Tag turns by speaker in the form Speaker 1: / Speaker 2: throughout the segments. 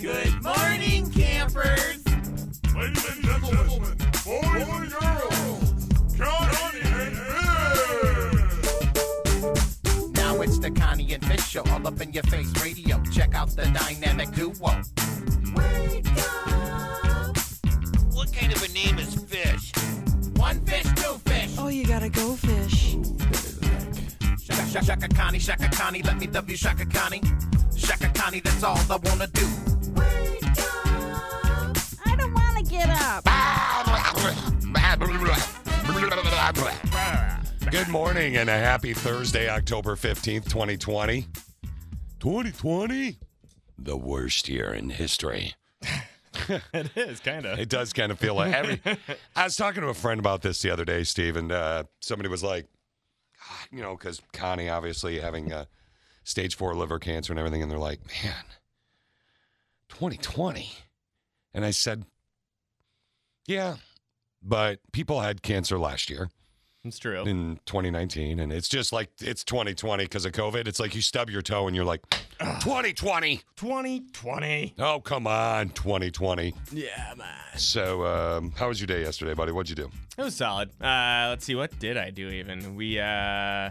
Speaker 1: Good morning, campers.
Speaker 2: Ladies and gentlemen, boys and girls, Johnny and Bill!
Speaker 3: Now it's the Connie and Fish show, all up in your face radio. Check out the dynamic duo.
Speaker 4: What kind of a name is Fish?
Speaker 3: One fish, two fish.
Speaker 5: Oh, you gotta go fish.
Speaker 3: Shaka, shaka, shaka Connie, shaka Connie, let me W shaka Connie. Shaka Connie, that's all I wanna do.
Speaker 6: I don't want to get up.
Speaker 7: Good morning and a happy Thursday, October 15th, 2020. 2020? The worst year in history.
Speaker 8: It is kind of.
Speaker 7: It does kind of feel like every. I was talking to a friend about this the other day, Steve, and uh, somebody was like, "God," you know, because Connie obviously having uh, stage four liver cancer and everything, and they're like, man, 2020. And I said, yeah, but people had cancer last year
Speaker 8: It's true.
Speaker 7: in 2019, and it's just like it's 2020 because of COVID. It's like you stub your toe and you're like, 2020.
Speaker 8: 2020.
Speaker 7: Oh, come on, 2020.
Speaker 8: Yeah, man.
Speaker 7: So, um, how was your day yesterday, buddy? What'd you do?
Speaker 8: It was solid. Uh, let's see. What did I do even? We, uh,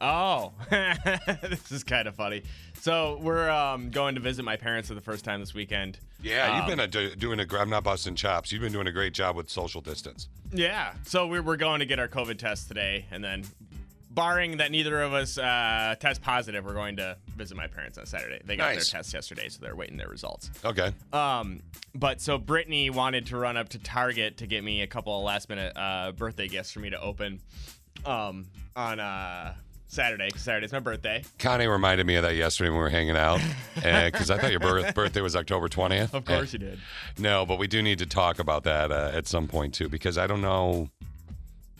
Speaker 8: oh, this is kind of funny. So we're um, going to visit my parents for the first time this weekend.
Speaker 7: Yeah, you've
Speaker 8: Um,
Speaker 7: been a, do- doing a. gr- I'm not busting chops. You've been doing a great job with social distance.
Speaker 8: Yeah. So we're, we're going to get our COVID test today. And then, barring that neither of us uh, test positive, we're going to visit my parents on Saturday. They got
Speaker 7: Nice.
Speaker 8: their test yesterday, so they're waiting their results.
Speaker 7: Okay.
Speaker 8: Um, but so Brittany wanted to run up to Target to get me a couple of last minute uh, birthday gifts for me to open um, on uh, Saturday. 'cause Saturday's my birthday.
Speaker 7: Connie reminded me of that yesterday when we were hanging out because I thought your birth- birthday was October 20th.
Speaker 8: Of course you
Speaker 7: Eh,
Speaker 8: did.
Speaker 7: no, but we do need to talk about that uh, at some point too because I don't know.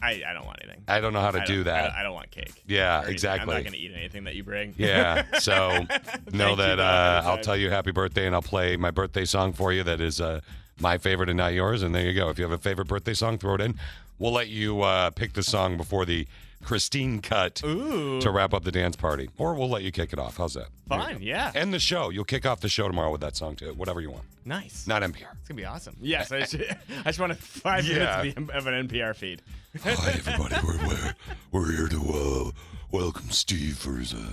Speaker 8: I, I don't want anything.
Speaker 7: I don't know how to
Speaker 8: I
Speaker 7: do
Speaker 8: don't- I
Speaker 7: that.
Speaker 8: don't, I don't want cake.
Speaker 7: Yeah,
Speaker 8: or anything. I'm
Speaker 7: exactly.
Speaker 8: not gonna eat anything that you bring.
Speaker 7: yeah. So know
Speaker 8: you,
Speaker 7: that
Speaker 8: though,
Speaker 7: uh,
Speaker 8: for
Speaker 7: I'll
Speaker 8: that.
Speaker 7: tell you happy birthday and I'll play my birthday song for you that is uh, my favorite and not yours. And there you go. If you have a favorite birthday song, throw it in. We'll let you uh, pick the song before the Christine cut.
Speaker 8: Ooh,
Speaker 7: to wrap up the dance party, or we'll let you kick it off. How's that?
Speaker 8: fine. Yeah.
Speaker 7: End the show. You'll kick off the show tomorrow with that song too. Whatever you want.
Speaker 8: Nice.
Speaker 7: Not NPR.
Speaker 8: It's gonna be awesome. Yes, I, should, I just want five
Speaker 7: Yeah.
Speaker 8: minutes of the- of an NPR feed.
Speaker 7: Hi everybody. We're we're, we're here to uh, welcome Steve for his uh,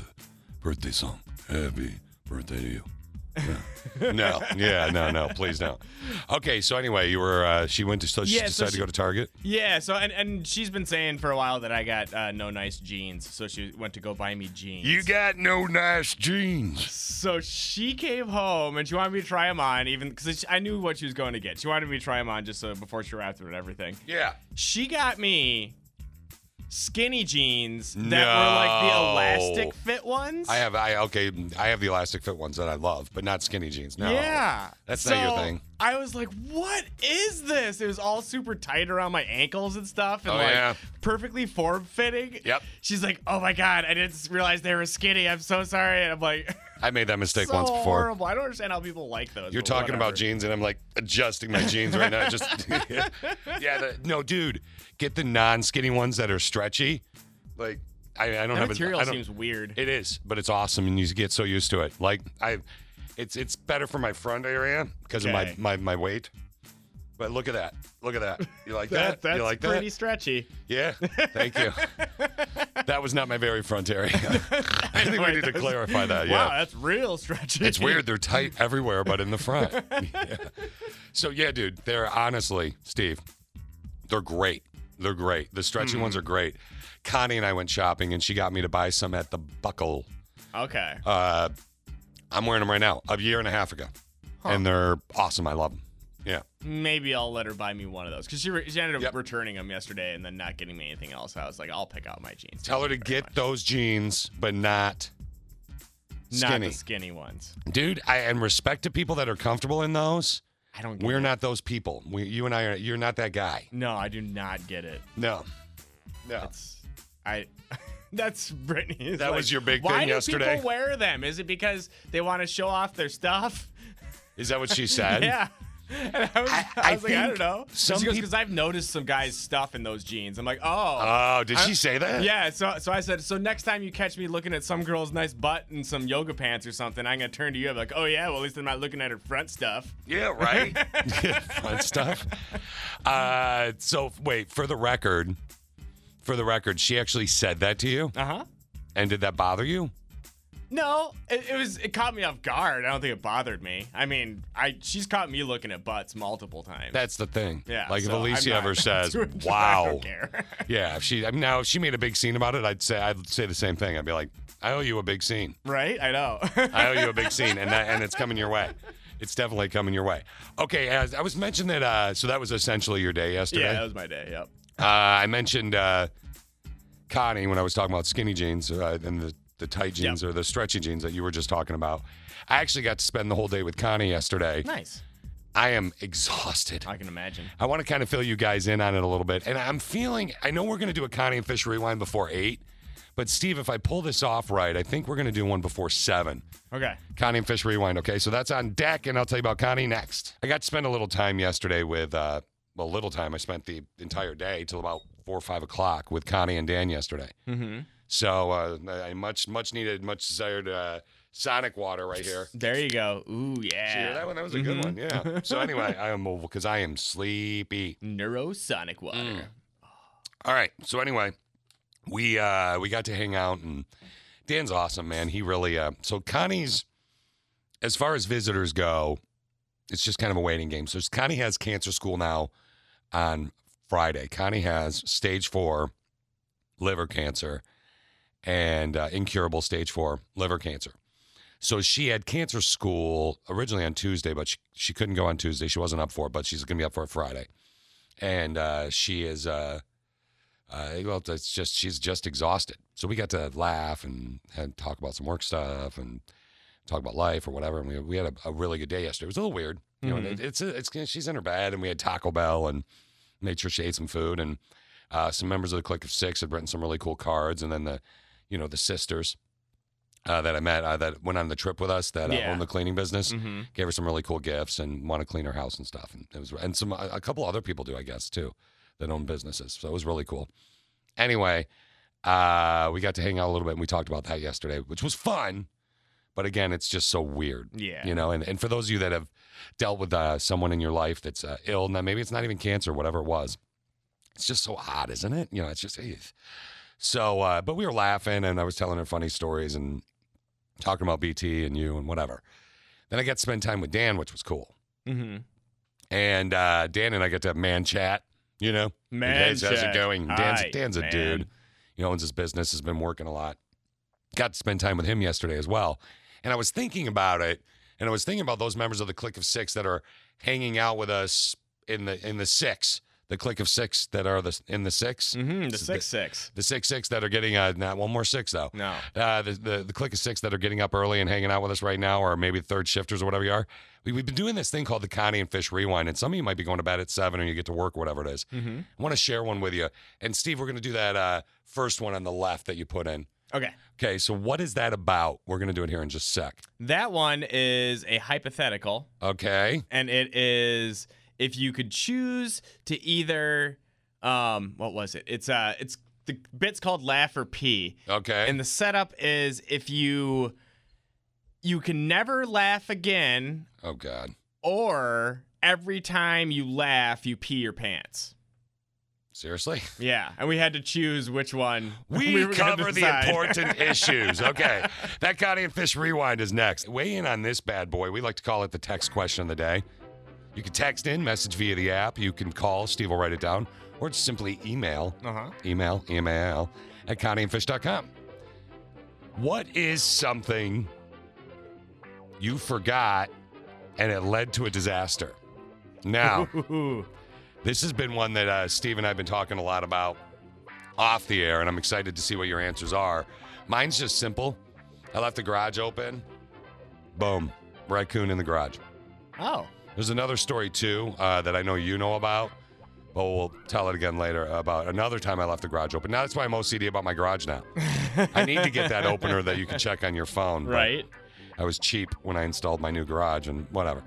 Speaker 7: birthday song. Happy birthday to you. no, yeah, no, no, please don't. Okay, so anyway, you were uh, she went to so she
Speaker 8: Yeah, so
Speaker 7: decided
Speaker 8: she-
Speaker 7: to go to Target.
Speaker 8: Yeah, so and, and she's been saying for a while that I got uh, no nice jeans, so she went to go buy me jeans.
Speaker 7: got no nice jeans.
Speaker 8: So she came home and she wanted me to try them on, even because I knew what she was going to get. She wanted me to try them on just so before she wrapped them and everything.
Speaker 7: Yeah.
Speaker 8: She got me skinny jeans that were like the
Speaker 7: No.
Speaker 8: elastic fit ones.
Speaker 7: I have I okay, I have the elastic fit ones that I love, but not skinny jeans. No.
Speaker 8: Yeah.
Speaker 7: That's not your
Speaker 8: So,
Speaker 7: thing.
Speaker 8: I was like, what is this? It was all super tight around my ankles and stuff and
Speaker 7: Oh,
Speaker 8: like
Speaker 7: yeah.
Speaker 8: perfectly form fitting.
Speaker 7: Yep.
Speaker 8: She's like, oh my God, I didn't realize they were skinny. I'm so sorry. And I'm like,
Speaker 7: I made that mistake
Speaker 8: so
Speaker 7: once before.
Speaker 8: horrible. I don't understand how people like those.
Speaker 7: You're
Speaker 8: but
Speaker 7: talking about
Speaker 8: whatever.
Speaker 7: jeans, and I'm like adjusting my jeans right now. Just yeah, the, no, dude, get the non-skinny ones that are stretchy. Like I, I don't
Speaker 8: That
Speaker 7: have
Speaker 8: material
Speaker 7: a, I don't,
Speaker 8: seems weird.
Speaker 7: It is, but it's awesome, and you get so used to it. Like I, it's it's better for my front area because
Speaker 8: Okay.
Speaker 7: of my, my my weight. But look at that! Look at that! You like
Speaker 8: that,
Speaker 7: that?
Speaker 8: that's
Speaker 7: you like that?
Speaker 8: pretty stretchy.
Speaker 7: Yeah. Thank you. that was not my very front area. I think we
Speaker 8: Wait,
Speaker 7: need to
Speaker 8: that's-
Speaker 7: clarify that. yeah.
Speaker 8: Wow, that's real stretchy.
Speaker 7: It's weird. They're tight everywhere, but in the front. Yeah. So yeah, dude. They're honestly, Steve. They're great. They're great. The stretchy
Speaker 8: Hmm.
Speaker 7: ones are great. Connie and I went shopping, and she got me to buy some at the Buckle.
Speaker 8: Okay.
Speaker 7: Uh, I'm wearing them right now. A year and a half ago, and they're awesome. I love them. Yeah.
Speaker 8: Maybe I'll let her buy me one of those because she, re- she ended up
Speaker 7: Yep.
Speaker 8: returning them yesterday and then not getting me anything else. I was like, I'll pick out my jeans.
Speaker 7: Tell her to
Speaker 8: Very much.
Speaker 7: get those jeans, but not
Speaker 8: not
Speaker 7: skinny,
Speaker 8: the skinny ones.
Speaker 7: dude. I and respect to people that are comfortable in those.
Speaker 8: I don't. Get
Speaker 7: We're
Speaker 8: it.
Speaker 7: not those people. We, you and I are. You're not that guy.
Speaker 8: No, I do not get it.
Speaker 7: No. No.
Speaker 8: That's I. That's Brittany. is
Speaker 7: That was
Speaker 8: like,
Speaker 7: your big
Speaker 8: Why
Speaker 7: thing
Speaker 8: do
Speaker 7: yesterday?"
Speaker 8: people wear them? Is it because they want to show off their stuff?
Speaker 7: Is that what she said?
Speaker 8: Yeah. And I was, I,
Speaker 7: I- I
Speaker 8: was like, I
Speaker 7: think
Speaker 8: don't know.
Speaker 7: some
Speaker 8: she goes,
Speaker 7: peop-
Speaker 8: because I've noticed some guys' stuff in those jeans. I'm like, oh.
Speaker 7: Oh, did she say that?
Speaker 8: yeah, so so I said, so next time you catch me looking at some girl's nice butt and some yoga pants or something, I'm gonna turn to you. I'm like, oh yeah, well at least I'm not looking at her front stuff.
Speaker 7: Yeah, right. Fun stuff. Uh, so wait, for the record, for the record, she actually said that to you,
Speaker 8: Uh huh.
Speaker 7: and did that bother you?
Speaker 8: No, it, it was it caught me off guard. I don't think it bothered me. I mean, I she's caught me looking at butts multiple times.
Speaker 7: That's the thing.
Speaker 8: yeah.
Speaker 7: Like if
Speaker 8: so I'm
Speaker 7: Alicia
Speaker 8: not
Speaker 7: ever says,
Speaker 8: doing that. I
Speaker 7: "Wow."
Speaker 8: don't care.
Speaker 7: Yeah. If she I mean, now if she made a big scene about it, I'd say I'd say the same thing. I'd be like, I owe you a big scene.
Speaker 8: right? I know.
Speaker 7: I owe you a big scene, and that, and it's coming your way. It's definitely coming your way. Okay, as I was mentioned that. Uh, so that was essentially your day yesterday.
Speaker 8: yeah, that was my day. Yep.
Speaker 7: Uh, I mentioned uh, Connie when I was talking about skinny jeans uh, and the, the tight jeans or the stretchy jeans that you were just talking about. I actually got to spend the whole day with Connie yesterday.
Speaker 8: Nice.
Speaker 7: I am exhausted.
Speaker 8: I can imagine.
Speaker 7: I want to kind of fill you guys in on it a little bit. And I'm feeling, I know we're going to do a Connie and Fish rewind before eight, but Steve, if I pull this off right, I think we're going to do one before seven.
Speaker 8: Okay.
Speaker 7: Connie and Fish Rewind. Okay, so that's on deck, and I'll tell you about Connie next. I got to spend a little time yesterday with, uh, well, little time. I spent the entire day till about four or five o'clock with Connie and Dan yesterday.
Speaker 8: Mm-hmm.
Speaker 7: So uh, I much, much needed, much desired uh, Sonic water right here.
Speaker 8: There you go. Ooh yeah.
Speaker 7: Did you hear that one? That was a good
Speaker 8: Mhm.
Speaker 7: one. Yeah. So anyway, I am mobile because I am sleepy. Mm.
Speaker 8: Neurosonic water.
Speaker 7: All right. So anyway, we uh we got to hang out and Dan's awesome, man. He really uh so Connie's as far as visitors go, it's just kind of a waiting game. So Connie has cancer school now on Friday. Connie has stage 4 liver cancer and uh, incurable stage 4 liver cancer. So she had cancer school originally on Tuesday, but she, she couldn't go on Tuesday. She wasn't up for it, but she's going to be up for it Friday. And uh, she is uh, uh, well, it's just she's just exhausted. So we got to laugh and, and talk about some work stuff and talk about life or whatever. And we, we had a, a really good day yesterday. It was a little weird, you know.
Speaker 8: Mm-hmm.
Speaker 7: and It, it's it's she's in her bed, and we had Taco Bell and made sure she ate some food. And uh, some members of the Click of Six had written some really cool cards, and then the you know the sisters uh, that I met uh, that went on the trip with us that uh,
Speaker 8: Yeah.
Speaker 7: own the cleaning business
Speaker 8: Mm-hmm.
Speaker 7: gave her some really cool gifts and want to clean her house and stuff. And it was, and some a couple other people do, I guess, too, that own businesses. So it was really cool. Anyway, uh, we got to hang out a little bit and we talked about that yesterday, which was fun. But again, it's just so weird,
Speaker 8: Yeah.
Speaker 7: you know. And and for those of you that have dealt with uh, someone in your life that's uh, ill, now maybe it's not even cancer, whatever it was, it's just so odd, isn't it? You know, it's just. eh. So, uh, but we were laughing, and I was telling her funny stories and talking about BT and you and whatever. Then I got to spend time with Dan, which was cool.
Speaker 8: Mm-hmm.
Speaker 7: And uh, Dan and I got to have man chat, you know?
Speaker 8: Man,
Speaker 7: Dan's, how's it
Speaker 8: check.
Speaker 7: going? Dan's,
Speaker 8: Hi,
Speaker 7: Dan's a
Speaker 8: man.
Speaker 7: dude. He owns his business, has been working a lot. Got to spend time with him yesterday as well. And I was thinking about it, and I was thinking about those members of the Click of Six that are hanging out with us in the in the six, the Click of Six that are the in the 6
Speaker 8: Mm-hmm. The
Speaker 7: This is
Speaker 8: six six.
Speaker 7: the six six that are getting uh, not one more six though.
Speaker 8: No.
Speaker 7: Uh, the, the the click of six that are getting up early and hanging out with us right now, or maybe third shifters or whatever you are. We, we've been doing this thing called the Connie and Fish Rewind, and some of you might be going to bed at seven, or you get to work, whatever it is.
Speaker 8: Mm-hmm.
Speaker 7: I want to share one with you. And Steve, we're going to do that uh, first one on the left that you put in.
Speaker 8: Okay.
Speaker 7: Okay, so what is that about? We're going to do it here in just a sec.
Speaker 8: That one is a hypothetical,
Speaker 7: Okay,
Speaker 8: and it is if you could choose to either, um, what was it? It's uh, it's the bit's called laugh or pee,
Speaker 7: okay,
Speaker 8: and the setup is if you you can never laugh again,
Speaker 7: oh god.
Speaker 8: or every time you laugh, you pee your pants.
Speaker 7: Seriously,
Speaker 8: Yeah, and we had to choose which one
Speaker 7: we,
Speaker 8: were gonna
Speaker 7: cover the
Speaker 8: decide.
Speaker 7: important issues. Okay, that Connie and Fish rewind is next. Weigh in on this bad boy. We like to call it the text question of the day. You can text in, message via the app. You can call. Steve will write it down, or just simply email.
Speaker 8: Uh-huh.
Speaker 7: Email email at ConnieandFish.com. What is something you forgot and it led to a disaster? Now.
Speaker 8: Ooh.
Speaker 7: This has been one that uh, Steve and I have been talking a lot about off the air, and I'm excited to see what your answers are. Mine's just simple. I left the garage open. Boom. Raccoon in the garage.
Speaker 8: Oh.
Speaker 7: There's another story, too, uh, that I know you know about, but we'll tell it again later about another time I left the garage open. Now, that's why I'm OCD about my garage now. I need to get that opener that you can check on your phone. but
Speaker 8: Right.
Speaker 7: I was cheap when I installed my new garage and whatever.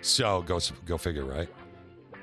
Speaker 7: So go s- go figure, right?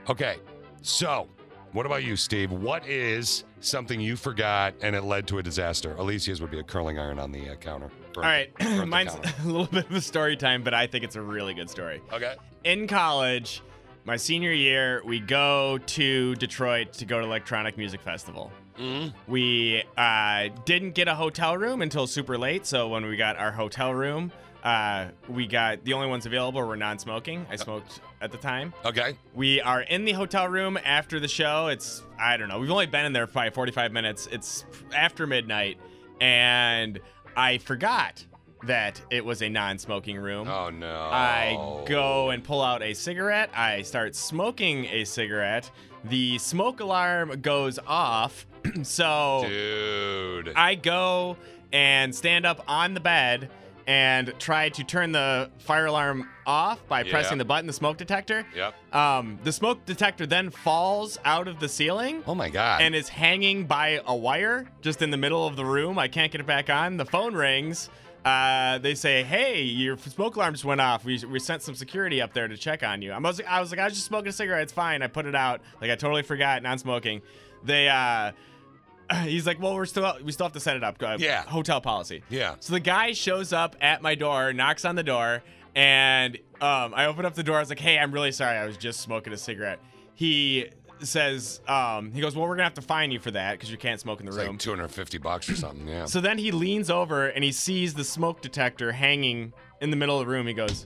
Speaker 7: Okay. So, what about you, Steve? What is something you forgot and it led to a disaster? Alicia's would be a curling iron on the uh, counter.
Speaker 8: All right,
Speaker 7: Burnt the
Speaker 8: mine's
Speaker 7: counter.
Speaker 8: a little bit of a story time, but I think it's a really good story.
Speaker 7: Okay.
Speaker 8: in college, my senior year, we go to Detroit to go to Electronic Music Festival.
Speaker 7: Mm.
Speaker 8: We uh, didn't get a hotel room until super late, so when we got our hotel room, uh, we got the only ones available were non-smoking. I smoked at the time.
Speaker 7: Okay.
Speaker 8: We are in the hotel room after the show. It's I don't know. We've only been in there for probably 45 minutes. It's after midnight, and I forgot that it was a non-smoking room.
Speaker 7: Oh no.
Speaker 8: I go and pull out a cigarette. I start smoking a cigarette. The smoke alarm goes off. so
Speaker 7: Dude.
Speaker 8: I go and stand up on the bed and try to turn the fire alarm off by
Speaker 7: Yeah.
Speaker 8: pressing the button, the smoke detector.
Speaker 7: yep.
Speaker 8: Um, the smoke detector then falls out of the ceiling
Speaker 7: Oh my god.
Speaker 8: and is hanging by a wire just in the middle of the room. I can't get it back on. The phone rings. Uh, they say, "Hey, your smoke alarm just went off. We, we sent some security up there to check on you." I was I was like, "I was just smoking a cigarette. It's fine. I put it out. Like I totally forgot non-smoking." They uh, he's like, "Well, we're still we still have to set it up. Uh,
Speaker 7: Yeah.
Speaker 8: hotel policy."
Speaker 7: yeah.
Speaker 8: So the guy shows up at my door, knocks on the door, and um, I open up the door. I was like, "Hey, I'm really sorry. I was just smoking a cigarette." He says, um, "He goes, well, we're gonna have to fine you for that because you can't smoke in the
Speaker 7: It's
Speaker 8: room."
Speaker 7: like 250 bucks or something. Yeah.
Speaker 8: so then he leans over and he sees the smoke detector hanging in the middle of the room. He goes,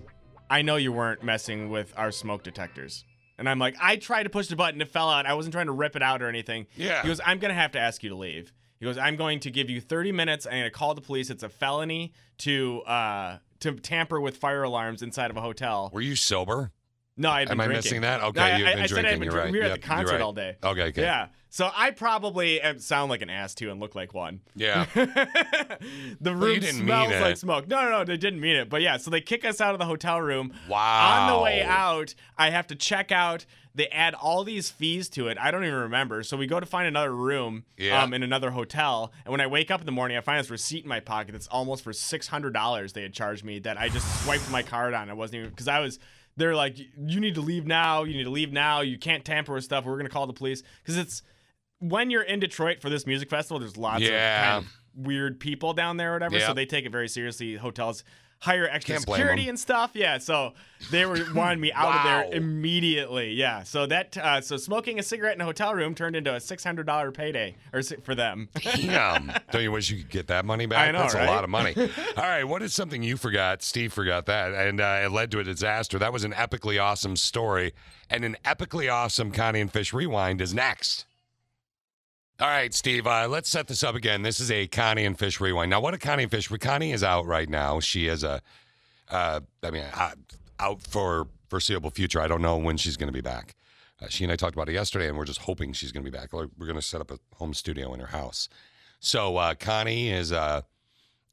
Speaker 8: "I know you weren't messing with our smoke detectors." And I'm like, "I tried to push the button. It fell out. I wasn't trying to rip it out or anything."
Speaker 7: yeah.
Speaker 8: He goes, I'm going to have to ask you to leave. He goes, I'm going to give you 30 minutes. I'm going to call the police. It's a felony to uh, to tamper with fire alarms inside of a hotel.
Speaker 7: Were you sober?
Speaker 8: No, I had been
Speaker 7: Am I
Speaker 8: drinking.
Speaker 7: missing that? Okay,
Speaker 8: No, I,
Speaker 7: you've
Speaker 8: I-
Speaker 7: been
Speaker 8: I said I had
Speaker 7: drinking.
Speaker 8: been
Speaker 7: You're
Speaker 8: drinking.
Speaker 7: right.
Speaker 8: We were
Speaker 7: Yep,
Speaker 8: at the
Speaker 7: you're
Speaker 8: concert
Speaker 7: right.
Speaker 8: all day.
Speaker 7: Okay. Okay.
Speaker 8: Yeah. So I probably uh, sound like an ass too and look like one.
Speaker 7: Yeah.
Speaker 8: the room
Speaker 7: you didn't mean
Speaker 8: smells
Speaker 7: it.
Speaker 8: like smoke. No, no, no, they didn't mean it. But yeah, so they kick us out of the hotel room.
Speaker 7: Wow.
Speaker 8: On the way out, I have to check out. They add all these fees to it. I don't even remember. So we go to find another room
Speaker 7: Yeah.
Speaker 8: um, in another hotel. And when I wake up in the morning, I find this receipt in my pocket that's almost for $600 they had charged me that I just swiped my card on. I wasn't even, because I was, they're like, you need to leave now. You need to leave now. You can't tamper with stuff. We're going to call the police. Because it's, when you're in Detroit for this music festival, there's lots
Speaker 7: Yeah.
Speaker 8: of kind of weird people down there or whatever.
Speaker 7: Yeah.
Speaker 8: So they take it very seriously. Hotels hire extra
Speaker 7: Can't blame 'em.
Speaker 8: security and stuff. Yeah. So they were wanting me out of
Speaker 7: Wow.
Speaker 8: there immediately. Yeah. So that uh, so smoking a cigarette in a hotel room turned into a six hundred dollar payday or si- for them.
Speaker 7: Damn. Don't you wish you could get that money back?
Speaker 8: I know,
Speaker 7: That's
Speaker 8: right?
Speaker 7: a lot of money. All right. What is something you forgot? Steve forgot that, and uh, it led to a disaster. That was an epically awesome story, and an epically awesome Connie and Fish rewind is next. All right, Steve, uh, let's set this up again. This is a Connie and Fish rewind. Now, what a Connie and Fish. Connie is out right now. She is a, uh, I mean, uh, out for foreseeable future. I don't know when she's going to be back. Uh, she and I talked about it yesterday, and we're just hoping she's going to be back. Like, We're going to set up a home studio in her house. So uh, Connie is uh,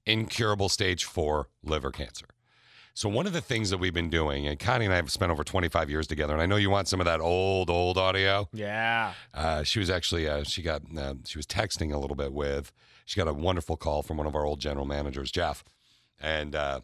Speaker 7: incurable stage four liver cancer. So one of the things that we've been doing, and Connie and I have spent over 25 years together, and I know you want some of that old, old audio.
Speaker 8: Yeah.
Speaker 7: Uh, she was actually uh, she got uh, she was texting a little bit with she got a wonderful call from one of our old general managers, Jeff, and uh,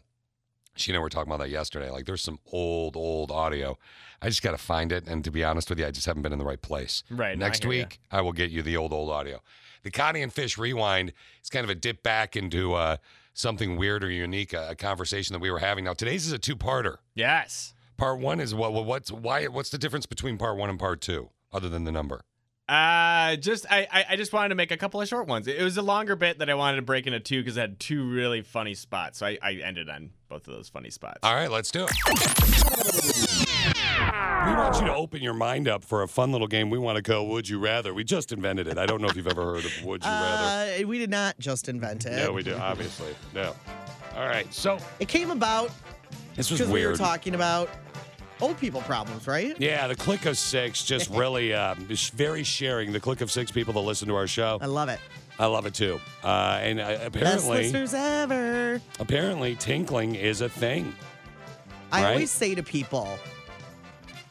Speaker 7: she and I were talking about that yesterday. Like there's some old, old audio. I just got to find it, and to be honest with you, I just haven't been in the right place.
Speaker 8: Right. no, I
Speaker 7: Next
Speaker 8: hear ya.
Speaker 7: week, I will get you the old, old audio. The Connie and Fish Rewind is kind of a dip back into uh, something weird or unique, uh, a, a conversation that we were having. Now, today's is a two parter.
Speaker 8: Yes.
Speaker 7: Part one is what, what, what's, why, what's the difference between part one and part two, other than the number?
Speaker 8: Uh, just I, I I just wanted to make a couple of short ones. It was a longer bit that I wanted to break into two because I had two really funny spots. So I, I ended on both of those funny spots.
Speaker 7: All right, let's do it. We want you to open your mind up for a fun little game. We want to go Would You Rather. We just invented it. I don't know if you've ever heard of Would You Rather.
Speaker 5: Uh, we did not just invent it.
Speaker 7: No, we do, obviously. No. All right, so
Speaker 5: It came about
Speaker 7: this was
Speaker 5: because
Speaker 7: weird.
Speaker 5: we were talking about old people problems, right?
Speaker 7: Yeah, the click of six just really um, is very sharing. The click of six people that listen to our show,
Speaker 5: I love it.
Speaker 7: I love it too. Uh, and uh,
Speaker 5: Best
Speaker 7: apparently,
Speaker 5: listeners ever.
Speaker 7: apparently, tinkling is a thing.
Speaker 5: I
Speaker 7: Right?
Speaker 5: always say to people,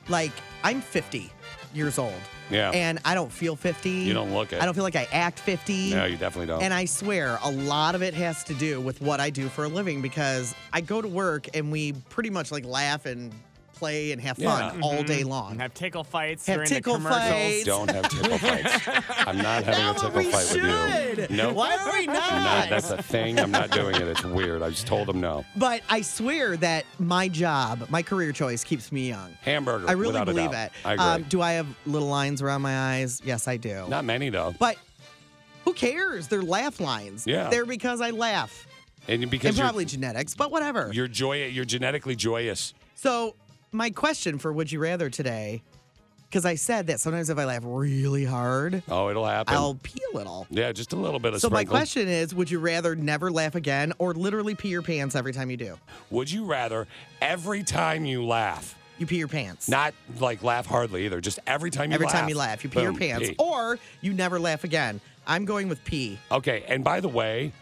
Speaker 5: like, I'm 50. years old.
Speaker 7: Yeah.
Speaker 5: And I don't feel 50.
Speaker 7: You don't look it.
Speaker 5: I don't feel like I act 50.
Speaker 7: No, you definitely don't.
Speaker 5: And I swear, a lot of it has to do with what I do for a living because I go to work and we pretty much like laugh and play and have fun
Speaker 7: Yeah.
Speaker 5: all day long.
Speaker 9: Have tickle fights
Speaker 5: Have
Speaker 9: during
Speaker 5: tickle
Speaker 9: the commercials.
Speaker 5: fights.
Speaker 7: don't have tickle fights. I'm not having a
Speaker 5: Now
Speaker 7: tickle
Speaker 5: we
Speaker 7: fight with
Speaker 5: should.
Speaker 7: you. No,
Speaker 5: Why are we
Speaker 7: I'm
Speaker 5: not?
Speaker 7: not. That's a thing. I'm not doing it. It's weird. I just told them no.
Speaker 5: but I swear that my job, my career choice, keeps me young.
Speaker 7: Hamburger.
Speaker 5: I really
Speaker 7: without
Speaker 5: believe
Speaker 7: a doubt.
Speaker 5: it. Um,
Speaker 7: I agree.
Speaker 5: do I have little lines around my eyes? Yes, I do.
Speaker 7: not many though.
Speaker 5: Um, But who cares? They're laugh lines.
Speaker 7: Yeah.
Speaker 5: They're because I laugh.
Speaker 7: and
Speaker 5: And
Speaker 7: because you're,
Speaker 5: probably genetics, but whatever.
Speaker 7: you're joy, you're genetically joyous.
Speaker 5: So, my question for Would You Rather today, because I said that sometimes if I laugh really hard,
Speaker 7: Oh, it'll happen.
Speaker 5: I'll pee a little.
Speaker 7: yeah, just a little bit of.
Speaker 5: So, my
Speaker 7: sprinkle.
Speaker 5: question is Would you rather never laugh again or literally pee your pants every time you do?
Speaker 7: Would you rather every time you laugh,
Speaker 5: You pee your pants.
Speaker 7: not like laugh hardly either, just every time you
Speaker 5: every
Speaker 7: laugh?
Speaker 5: time you laugh, you pee your
Speaker 7: Boom,
Speaker 5: pants
Speaker 7: pee.
Speaker 5: or you never laugh again. I'm going with pee.
Speaker 7: Okay, and by the way,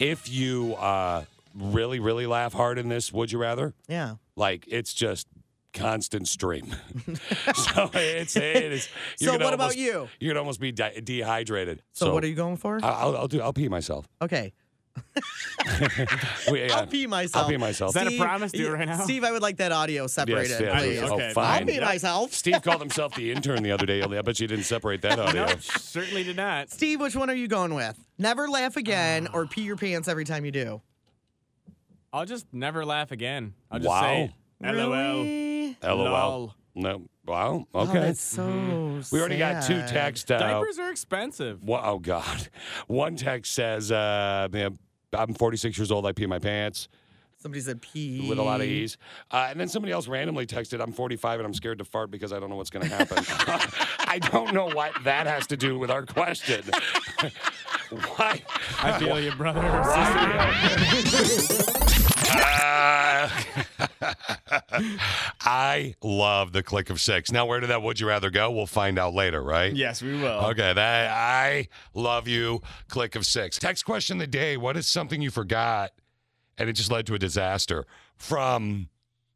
Speaker 7: if you uh, really, really laugh hard in this, would you rather?
Speaker 5: Yeah.
Speaker 7: Like it's just constant stream. so it's it is. you
Speaker 5: So
Speaker 7: could
Speaker 5: what about
Speaker 7: almost-
Speaker 5: you?
Speaker 7: You could almost be de- dehydrated.
Speaker 5: So, what are you going for?
Speaker 7: I- I'll, I'll do. I'll pee myself.
Speaker 5: okay.
Speaker 7: We- yeah.
Speaker 5: I'll pee myself.
Speaker 7: I'll pee myself.
Speaker 9: Is that a promise? Do it right now?
Speaker 5: Steve, I would like that audio separated,
Speaker 7: Yes, yeah,
Speaker 5: please.
Speaker 7: please. Oh,
Speaker 9: Okay,
Speaker 7: fine.
Speaker 5: I'll pee myself.
Speaker 7: Steve called himself the intern the other day. I bet you didn't separate that audio.
Speaker 9: No, certainly did not. Ah.
Speaker 5: Steve, which one are you going with? Never laugh again or pee your pants every time you do.
Speaker 9: I'll just never laugh again. I'll just
Speaker 7: Wow.
Speaker 9: say, LOL.
Speaker 5: Really?
Speaker 7: LOL.
Speaker 9: Lol.
Speaker 7: No. Wow.
Speaker 5: Oh,
Speaker 7: Okay.
Speaker 5: that's so
Speaker 8: Mm-hmm.
Speaker 7: we already got two
Speaker 5: sad.
Speaker 7: texts. Uh,
Speaker 9: Diapers are expensive.
Speaker 7: wha- oh God. One text says, uh, man, "I'm 46 years old. I pee my pants
Speaker 5: Somebody said pee.
Speaker 7: with a lot of ease." Uh, and then somebody else randomly texted, "I'm 45 and I'm scared to fart because I don't know what's going to happen." I don't know what that has to do with our question. Why?
Speaker 9: I feel you, brother.
Speaker 7: Uh, I love the click of six. Now, where did that would you rather go? We'll find out later, right?
Speaker 8: Yes, we will.
Speaker 7: Okay, that I love you. Click of six. Text question of the day: What is something you forgot, and it just led to a disaster? From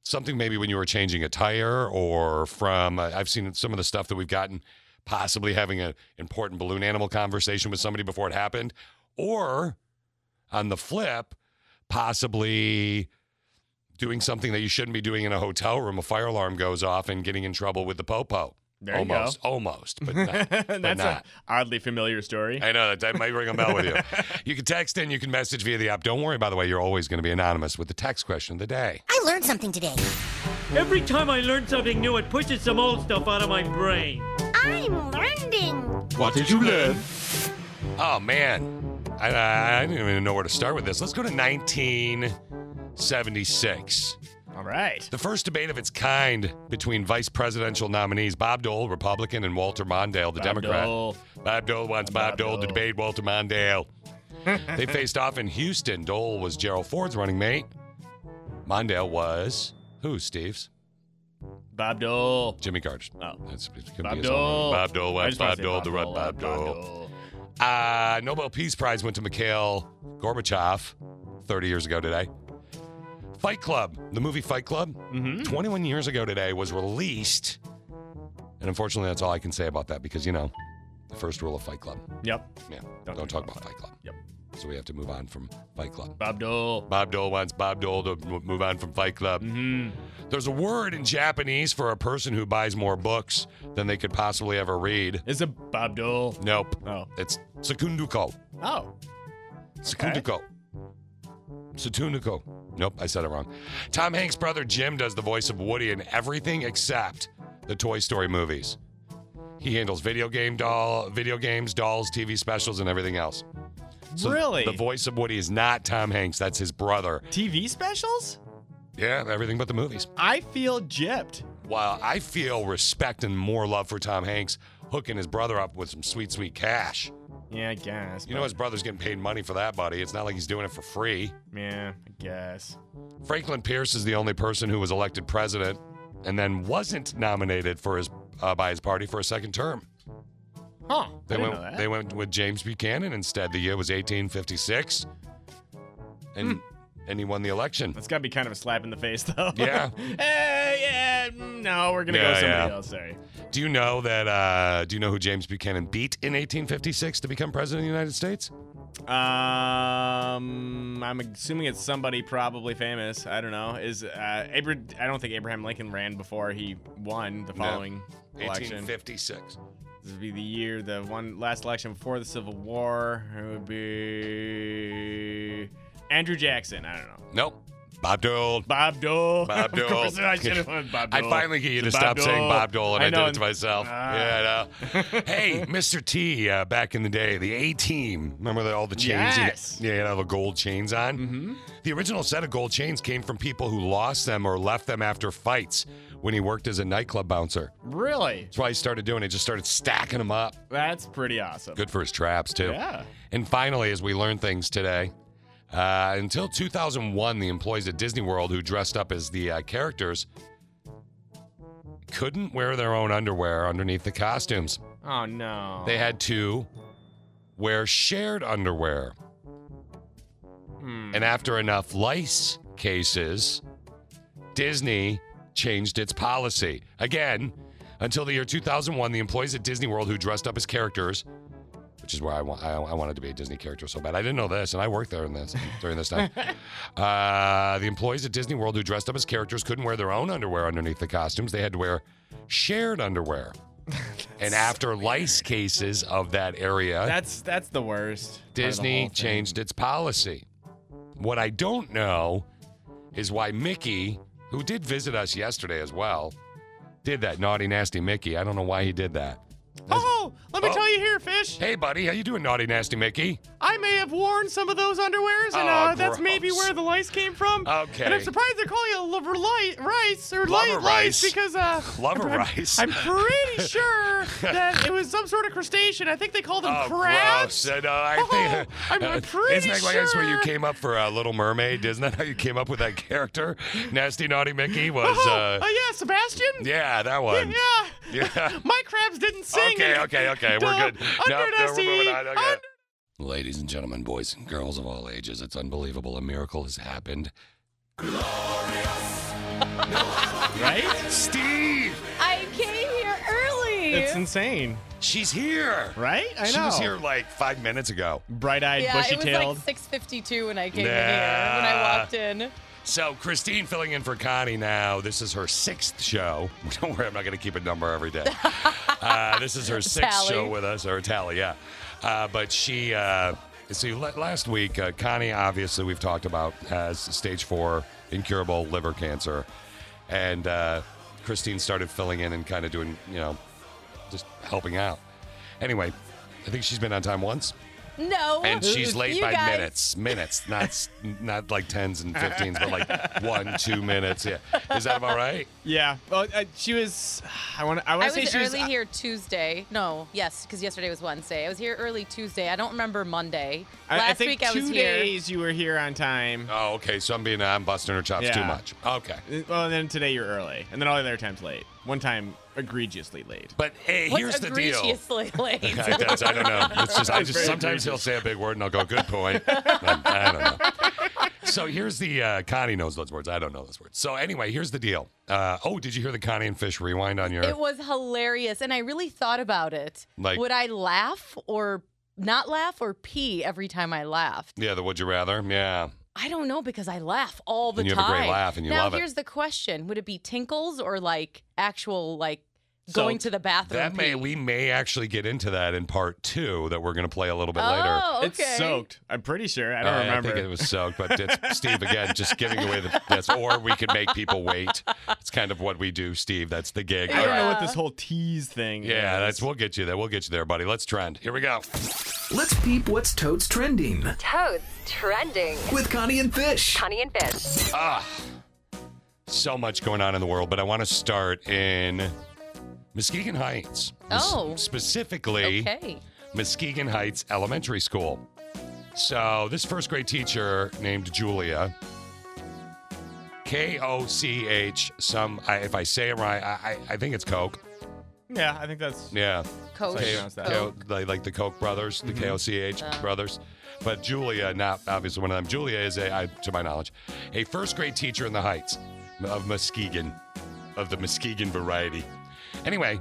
Speaker 7: something maybe when you were changing a tire, or from uh, I've seen some of the stuff that we've gotten, possibly having an important balloon animal conversation with somebody before it happened, or on the flip, possibly doing something that you shouldn't be doing in a hotel room. A fire alarm goes off and getting in trouble with the popo.
Speaker 8: There you go.
Speaker 7: almost, almost, but not.
Speaker 8: That's an
Speaker 7: not.
Speaker 8: oddly familiar story.
Speaker 7: I know that, that might ring a bell with you. You can text in, you can message via the app. Don't worry, by the way, you're always going to be anonymous with the text question of the day.
Speaker 10: I learned something today.
Speaker 11: Every time I learn something new, it pushes some old stuff out of my brain.
Speaker 10: I'm learning.
Speaker 7: What did you learn? Oh man, I, I, I didn't even know where to start with this. Let's go to 1976.
Speaker 8: All right.
Speaker 7: The first debate of its kind between vice presidential nominees Bob Dole, Republican, and Walter Mondale, the Democrat.
Speaker 8: Dole.
Speaker 7: Bob Dole wants Bob,
Speaker 8: Bob
Speaker 7: Dole, to
Speaker 8: Dole.
Speaker 7: debate Walter Mondale. they faced off in Houston. Dole was Gerald Ford's running mate. Mondale was who? Steve's
Speaker 8: Bob Dole.
Speaker 7: Jimmy Carter.
Speaker 8: Oh.
Speaker 7: That's it's gonna be
Speaker 8: Bob
Speaker 7: his own
Speaker 8: Dole.
Speaker 7: running- Bob Dole
Speaker 8: I
Speaker 7: was
Speaker 8: just wanna
Speaker 7: Bob
Speaker 8: say
Speaker 7: Dole. The run.
Speaker 8: uh,
Speaker 7: Bob Dole. Uh, Nobel Peace Prize went to Mikhail Gorbachev 30 years ago today. Fight Club, the movie Fight Club,
Speaker 8: Mm-hmm.
Speaker 7: 21 years ago today was released. And unfortunately, that's all I can say about that because, you know, the first rule of Fight Club.
Speaker 8: Yep.
Speaker 7: Yeah. Don't, talk about Fight Club.
Speaker 8: Yep.
Speaker 7: So we have to move on from Fight Club.
Speaker 8: Bob Dole.
Speaker 7: Bob Dole wants Bob Dole to m- move on from Fight Club.
Speaker 8: Mm.
Speaker 7: There's a word in Japanese for a person who buys more books than they could possibly ever read.
Speaker 8: Is a Bob Dole.
Speaker 7: Nope.
Speaker 8: Oh.
Speaker 7: It's sekunduko.
Speaker 8: Oh.
Speaker 7: Sekunduko. Sekunduko. Nope, I said it wrong. Tom Hanks' brother Jim does the voice of Woody in everything except the Toy Story movies. He handles video game doll, video games, dolls, TV specials, and everything else.
Speaker 8: Really?
Speaker 7: The voice of Woody is not Tom Hanks. That's his brother.
Speaker 8: TV specials?
Speaker 7: Yeah, everything but the movies.
Speaker 8: I feel gypped.
Speaker 7: While I feel respect and more love for Tom Hanks hooking his brother up with some sweet, sweet cash.
Speaker 8: Yeah, I guess.
Speaker 7: You know his brother's getting paid money for that, buddy. It's not like he's doing it for free.
Speaker 8: Yeah, I guess.
Speaker 7: Franklin Pierce is the only person who was elected president and then wasn't nominated for his uh, by his party for a second term.
Speaker 8: Huh.
Speaker 7: They
Speaker 8: I didn't
Speaker 7: went
Speaker 8: know that.
Speaker 7: they went with James Buchanan instead. The year was 1856. And and he won the election.
Speaker 8: It's got to Hmm. be kind of a slap in the face, though.
Speaker 7: Yeah.
Speaker 8: Eh, yeah. mm, No, we're gonna go
Speaker 7: Yeah,
Speaker 8: with somebody
Speaker 7: yeah.
Speaker 8: else. Sorry.
Speaker 7: Do you know that? Uh, do you know who James Buchanan beat in 1856 to become president of the United States?
Speaker 8: Uh, Um, I'm assuming it's somebody probably famous. I don't know. Is uh, Abra- I don't think Abraham Lincoln ran before he won the
Speaker 7: No.
Speaker 8: following election.
Speaker 7: 1856.
Speaker 8: This would be the year, the one last election before the Civil War. It would be Andrew Jackson. I don't know.
Speaker 7: Nope. Bob Dole.
Speaker 8: Bob Dole.
Speaker 7: Bob
Speaker 8: Of
Speaker 7: Dole.
Speaker 8: course, I should've went Bob
Speaker 7: I
Speaker 8: Dole.
Speaker 7: finally get you to
Speaker 8: Bob
Speaker 7: stop saying
Speaker 8: Dole.
Speaker 7: Bob Dole, and I,
Speaker 8: I know,
Speaker 7: did it to myself.
Speaker 8: ah.
Speaker 7: yeah, I know. hey, Mr. T, uh, back in the day, the A Team. Remember that all the chains?
Speaker 8: Yes.
Speaker 7: You, yeah, you had all the gold chains on. Mm-hmm. The original set of gold chains came from people who lost them or left them after fights when he worked as a nightclub bouncer.
Speaker 8: Really?
Speaker 7: That's why he started doing it. Just started stacking them up.
Speaker 8: That's pretty awesome.
Speaker 7: Good for his traps too.
Speaker 8: Yeah.
Speaker 7: And finally, as we learn things today, uh, until 2001, the employees at Disney World who dressed up as the uh, characters couldn't wear their own underwear underneath the costumes.
Speaker 8: Oh no.
Speaker 7: They had to wear shared underwear.
Speaker 8: Hmm.
Speaker 7: And after enough lice cases, Disney changed its policy. Again, until the year 2001, the employees at Disney World who dressed up as characters, which is where I, wa- I, I wanted to be a Disney character so bad. I didn't know this, and I worked there in this during this time. uh, the employees at Disney World who dressed up as characters couldn't wear their own underwear underneath the costumes. They had to wear shared underwear. and after lice cases of that area,
Speaker 8: That's that's the worst. part of the
Speaker 7: Disney
Speaker 8: whole thing.
Speaker 7: changed its policy. What I don't know is why Mickey, who did visit us yesterday as well, did that naughty nasty Mickey. I don't know why he did that.
Speaker 8: Oh, let me
Speaker 7: Oh.
Speaker 8: tell you here, fish.
Speaker 7: Hey buddy, how you doing naughty nasty Mickey?
Speaker 8: I may have worn some of those underwears, and
Speaker 7: Oh,
Speaker 8: uh, that's maybe
Speaker 7: gross.
Speaker 8: where the lice came from.
Speaker 7: Okay.
Speaker 8: And I'm surprised they're calling it lover li- rice or li-
Speaker 7: Lover
Speaker 8: lice
Speaker 7: rice.
Speaker 8: because uh,
Speaker 7: Lover
Speaker 8: I'm,
Speaker 7: rice.
Speaker 8: I'm pretty sure that it was some sort of crustacean. I think they call them
Speaker 7: Oh,
Speaker 8: crabs.
Speaker 7: gross. Uh, no, I
Speaker 8: Oh,
Speaker 7: think, uh,
Speaker 8: I'm- I'm pretty
Speaker 7: Isn't that like that's where you
Speaker 8: sure.
Speaker 7: came up for uh, Little Mermaid? Isn't that how you came up with that character? Nasty Naughty Mickey was,
Speaker 8: oh,
Speaker 7: uh,
Speaker 8: uh, yeah, Sebastian.
Speaker 7: yeah, that
Speaker 8: Yeah,
Speaker 7: one.
Speaker 8: yeah.
Speaker 7: Yeah.
Speaker 8: My crabs didn't sing.
Speaker 7: Okay, okay, okay. We're
Speaker 8: Duh.
Speaker 7: good. No,
Speaker 8: Under
Speaker 7: no, we're
Speaker 8: Dusty,
Speaker 7: moving on. Okay.
Speaker 8: under-
Speaker 7: Ladies and gentlemen, boys and girls of all ages, it's unbelievable. A miracle has happened.
Speaker 8: Right?
Speaker 7: Steve,
Speaker 6: I came here early.
Speaker 8: insane,
Speaker 7: she's here.
Speaker 8: right? I know.
Speaker 7: She was here like five minutes ago.
Speaker 8: Bright-eyed,
Speaker 12: yeah, it was
Speaker 8: bushy-tailed.
Speaker 12: like 6:52 when I came
Speaker 7: Nah.
Speaker 12: in here. When I walked in,
Speaker 7: So, Christine filling in for Connie now. This is her sixth show. Don't worry, I'm not going to keep a number every day. uh, this is her sixth
Speaker 12: Tally.
Speaker 7: show with us, or tally, yeah. Uh, but she, uh, see, la- last week, uh, Connie, obviously, we've talked about, has stage four incurable liver cancer. And uh, Christine started filling in and kind of doing, you know, just helping out. Anyway, I think she's been on time once.
Speaker 12: no,
Speaker 7: And she's late
Speaker 12: you
Speaker 7: by
Speaker 12: guys-
Speaker 7: minutes, minutes, not s- not like tens and fifteens, but like one, two minutes. Yeah, is that about right?
Speaker 8: Yeah. Well, uh, she was. I want. I
Speaker 12: I
Speaker 8: want to say
Speaker 12: was
Speaker 8: she was.
Speaker 12: early here Tuesday. No, yes, because yesterday was Wednesday. I was here early Tuesday. I don't remember Monday.
Speaker 8: I,
Speaker 12: Last
Speaker 8: I think
Speaker 12: week
Speaker 8: two
Speaker 12: I was here.
Speaker 8: days you were here on time.
Speaker 7: Oh, okay. So I'm being I'm busting her chops too
Speaker 8: Yeah.
Speaker 7: much. Okay,
Speaker 8: Uh, Well, and then today you're early, and then all the other times late. One time egregiously late.
Speaker 7: but hey,
Speaker 12: What's
Speaker 7: here's the deal.
Speaker 12: egregiously late?
Speaker 7: I, that's- I don't know. It's just I
Speaker 8: That's
Speaker 7: just
Speaker 8: very
Speaker 7: sometimes he'll say a big word and I'll go good point. I, I don't know. So here's the uh, Connie knows those words. I don't know those words. So anyway, here's the deal. Uh, oh, did you hear the Connie and Fish rewind on your?
Speaker 12: It was hilarious, and I really thought about it.
Speaker 7: Like-
Speaker 12: would I laugh or not laugh or pee every time I laughed?
Speaker 7: yeah, the would you rather? Yeah.
Speaker 12: I don't know because I laugh all the
Speaker 7: And you
Speaker 12: time.
Speaker 7: have a great laugh and you
Speaker 12: now,
Speaker 7: love it.
Speaker 12: here's the question: Would it be tinkles or like actual like
Speaker 7: So,
Speaker 12: going to the bathroom?
Speaker 7: That may
Speaker 12: pee?
Speaker 7: we may actually get into that in part two that we're going to play a little bit later.
Speaker 12: Oh, okay.
Speaker 8: It's soaked. I'm pretty sure. I
Speaker 7: Uh,
Speaker 8: don't remember.
Speaker 7: I think it was soaked, but it's Steve again, just giving away the this. Or we could make people wait. It's kind of what we do, Steve. That's the gig.
Speaker 8: I
Speaker 7: All
Speaker 8: don't
Speaker 7: right.
Speaker 8: know what this whole tease thing.
Speaker 7: Yeah,
Speaker 8: is.
Speaker 7: that's we'll get you there. We'll get you there, buddy. Let's trend. Here we go.
Speaker 13: Let's peep what's toads trending
Speaker 14: Toads trending.
Speaker 13: with Connie and Fish.
Speaker 14: Connie and Fish.
Speaker 7: Ah, so much going on in the world, but I want to start in Muskegon Heights. S-
Speaker 12: Oh.
Speaker 7: specifically.
Speaker 12: Okay.
Speaker 7: Muskegon Heights Elementary School. So, this first grade teacher named Julia, K O C H, some, I, if I say it right, I, I, I think it's Coke.
Speaker 8: Yeah, I think that's
Speaker 7: Yeah.
Speaker 8: Coach.
Speaker 7: K-
Speaker 8: Pronounce that.
Speaker 7: K-
Speaker 8: Coke.
Speaker 7: like, like the Koch brothers, the
Speaker 8: Mhm.
Speaker 7: KOCH
Speaker 8: Uh.
Speaker 7: brothers. But Julia, not obviously one of them. Julia is, a, I, to my knowledge, a first grade teacher in the Heights of Muskegon, of the Muskegon variety. Anyway,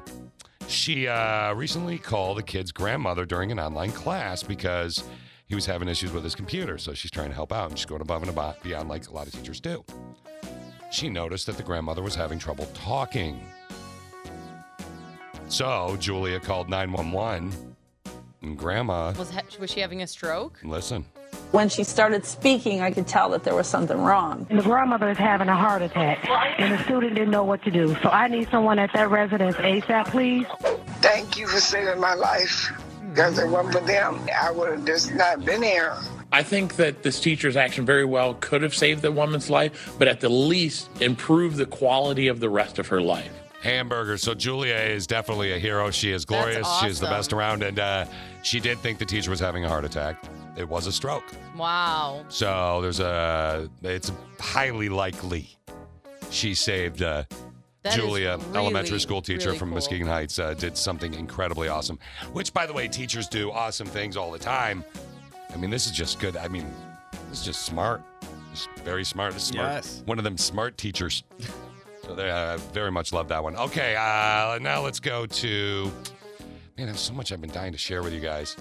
Speaker 7: she uh, recently called a kid's grandmother during an online class because he was having issues with his computer. So she's trying to help out and she's going above and abo- beyond, like a lot of teachers do. She noticed that the grandmother was having trouble talking. So Julia called 911 and grandma,
Speaker 12: Was ha- was she having a stroke?
Speaker 7: listen,
Speaker 15: When she started speaking, I could tell that there was something wrong.
Speaker 16: And the grandmother is having a heart attack, and the student didn't know what to do. So I need someone at that residence ASAP, please.
Speaker 17: Thank you for saving my life. Because if it wasn't for them, I would have just not been here.
Speaker 18: I think that this teacher's action very well could have saved the woman's life, but at the least improved the quality of the rest of her life.
Speaker 7: hamburger. So Julia is definitely a hero. She is glorious. She is the best around. And uh, she did think the teacher was having a heart attack. It was a stroke.
Speaker 12: Wow.
Speaker 7: So there's a, it's highly likely she saved uh,
Speaker 12: That is
Speaker 7: Julia,
Speaker 12: really,
Speaker 7: elementary school teacher
Speaker 12: really
Speaker 7: from
Speaker 12: cool.
Speaker 7: Muskegon Heights, uh, did something incredibly awesome. Which, by the way, teachers do awesome things all the time. I mean, this is just good. I mean, this is just smart. Just very smart. This is smart.
Speaker 8: Yes.
Speaker 7: One of them smart teachers. so they uh, very much love that one. Okay, uh, now let's go to. Man, there's so much I've been dying to share with you guys.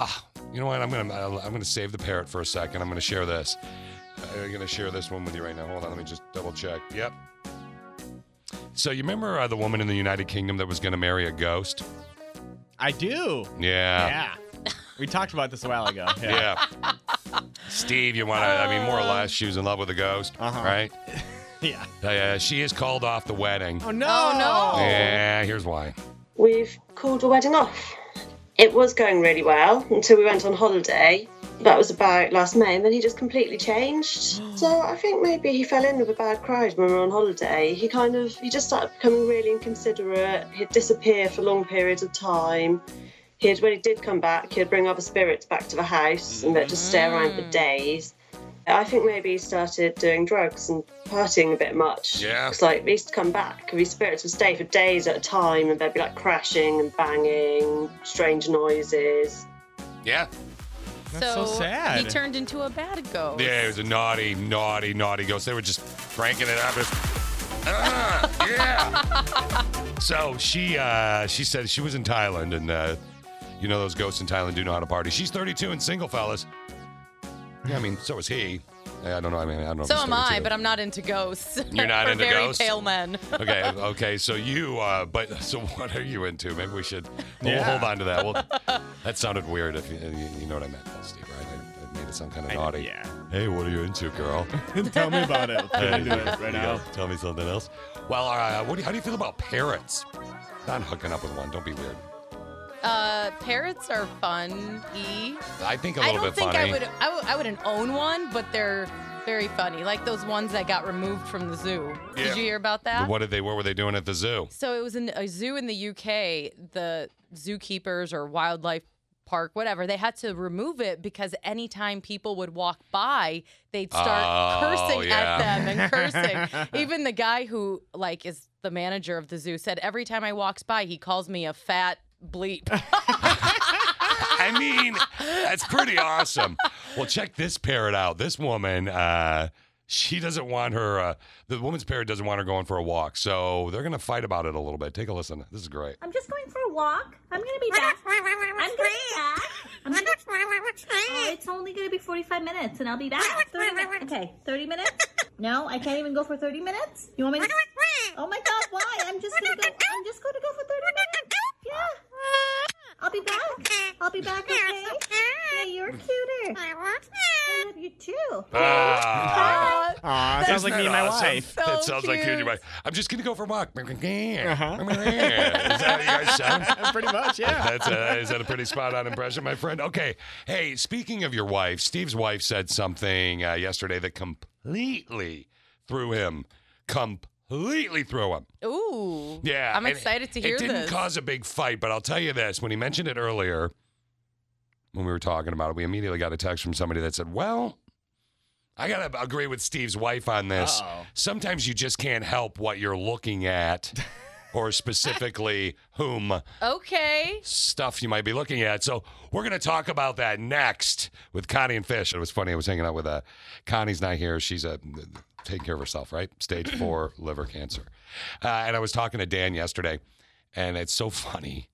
Speaker 7: Ah, you know what? I'm gonna I'm gonna save the parrot for a second. I'm gonna share this. I'm gonna share this one with you right now. Hold on, let me just double check. Yep. So you remember uh, the woman in the United Kingdom that was gonna marry a ghost?
Speaker 8: I do.
Speaker 7: Yeah.
Speaker 8: Yeah. We talked about this a while ago.
Speaker 7: Yeah. Steve, you want to? I mean, more or less, she was in love with a ghost, right?
Speaker 8: yeah.
Speaker 7: Uh, she is called off the wedding.
Speaker 8: Oh no. Oh
Speaker 7: Yeah, here's why.
Speaker 19: We've called the wedding off. It was going really well until we went on holiday. That was about last May, and then he just completely changed. So I think maybe he fell in with a bad crowd when we were on holiday. He kind of he just started becoming really inconsiderate. He'd disappear for long periods of time. He'd when he did come back, he'd bring other spirits back to the house and they'd just stay around for days. I think maybe he started doing drugs and partying a bit much.
Speaker 7: Yeah.
Speaker 19: It's like they used to come back. These spirits would stay for days at a time and they'd be like crashing and banging, strange noises.
Speaker 7: Yeah.
Speaker 12: so
Speaker 7: sad.
Speaker 12: he turned into a bad ghost.
Speaker 7: Yeah, it was a naughty, naughty, naughty ghost. They were just cranking it up. Just, ah, yeah. so she uh, she said she was in Thailand, and uh, you know those ghosts in Thailand do know how to party. She's 32 and single, fellas. Yeah, I mean, so is he. I don't know. I mean, I don't know. if
Speaker 12: So
Speaker 7: he's
Speaker 12: am I,
Speaker 7: 32.
Speaker 12: but I'm not into ghosts.
Speaker 7: You're not
Speaker 12: Or
Speaker 7: into
Speaker 12: very
Speaker 7: ghosts?
Speaker 12: pale men.
Speaker 7: okay, okay. So you, uh, but so what are you into? Maybe we should we'll
Speaker 8: Yeah.
Speaker 7: hold on to that. Well, that sounded weird. If you, you you know what I meant, though, Steve, right? I, I made it sound kind of naughty. Yeah. Hey, what are you into, girl?
Speaker 8: Tell me about it. Tell me
Speaker 7: Hey,
Speaker 8: about it right
Speaker 7: you
Speaker 8: now.
Speaker 7: gotta Tell me something else. Well, uh, what do you, how do you feel about parrots? Not hooking up with one. Don't be weird.
Speaker 12: Uh, parrots are fun. E.
Speaker 7: I think a
Speaker 12: I
Speaker 7: little
Speaker 12: don't
Speaker 7: bit
Speaker 12: think
Speaker 7: funny.
Speaker 12: I would. I, w- I wouldn't own one, but they're very funny. Like those ones that got removed from the zoo.
Speaker 7: Yeah.
Speaker 12: Did you hear about that?
Speaker 7: What did they? What were they doing at the zoo?
Speaker 12: So it was in a zoo in the UK. The zookeepers or wildlife park, whatever, they had to remove it because anytime people would walk by, they'd start
Speaker 7: Oh,
Speaker 12: cursing
Speaker 7: yeah.
Speaker 12: at them and cursing. Even the guy who like is the manager of the zoo said every time I walks by, he calls me a fat bleep.
Speaker 7: I mean, that's pretty awesome. Well, check this parrot out. This woman, uh, she doesn't want her. Uh, the woman's parrot doesn't want her going for a walk, so they're gonna fight about it a little bit. Take a listen. This is great.
Speaker 20: I'm just going for a walk. I'm gonna be back. I'm gonna be back. I'm gonna... Oh, it's only gonna be 45 minutes, and I'll be back. 30 min- Okay, 30 minutes. No, I can't even go for 30 minutes. You want me? to... Oh my God, why? I'm just gonna go. I'm just gonna go for 30 minutes. Yeah. I'll be back. I'll be back. Okay. Yeah, you're cuter. I love you too.
Speaker 7: Ah.
Speaker 8: Aw, it sounds
Speaker 7: Isn't
Speaker 8: like me
Speaker 7: that
Speaker 8: and my
Speaker 7: awesome?
Speaker 8: wife.
Speaker 7: That
Speaker 8: So
Speaker 7: sounds like you and your
Speaker 8: cute.
Speaker 7: wife. I'm just gonna go for a walk.
Speaker 8: Uh-huh.
Speaker 7: Is that how you guys sound?
Speaker 8: Pretty much, yeah.
Speaker 7: That's a, is that a pretty spot on impression, my friend? Okay. Hey, speaking of your wife, Steve's wife said something uh, yesterday that completely threw him. Completely threw him.
Speaker 12: Ooh.
Speaker 7: Yeah.
Speaker 12: I'm
Speaker 7: and
Speaker 12: excited to hear
Speaker 7: It didn't
Speaker 12: this.
Speaker 7: cause a big fight, but I'll tell you this when he mentioned it earlier, when we were talking about it, we immediately got a text from somebody that said, Well, I got to agree with Steve's wife on this.
Speaker 8: Uh-oh.
Speaker 7: Sometimes you just can't help what you're looking at. or specifically whom
Speaker 12: Okay.
Speaker 7: stuff you might be looking at. So we're going to talk about that next with Connie and Fish. It was funny. I was hanging out with uh, Connie's not here. She's uh, taking care of herself, right? Stage four liver cancer. Uh, and I was talking to Dan yesterday, and it's so funny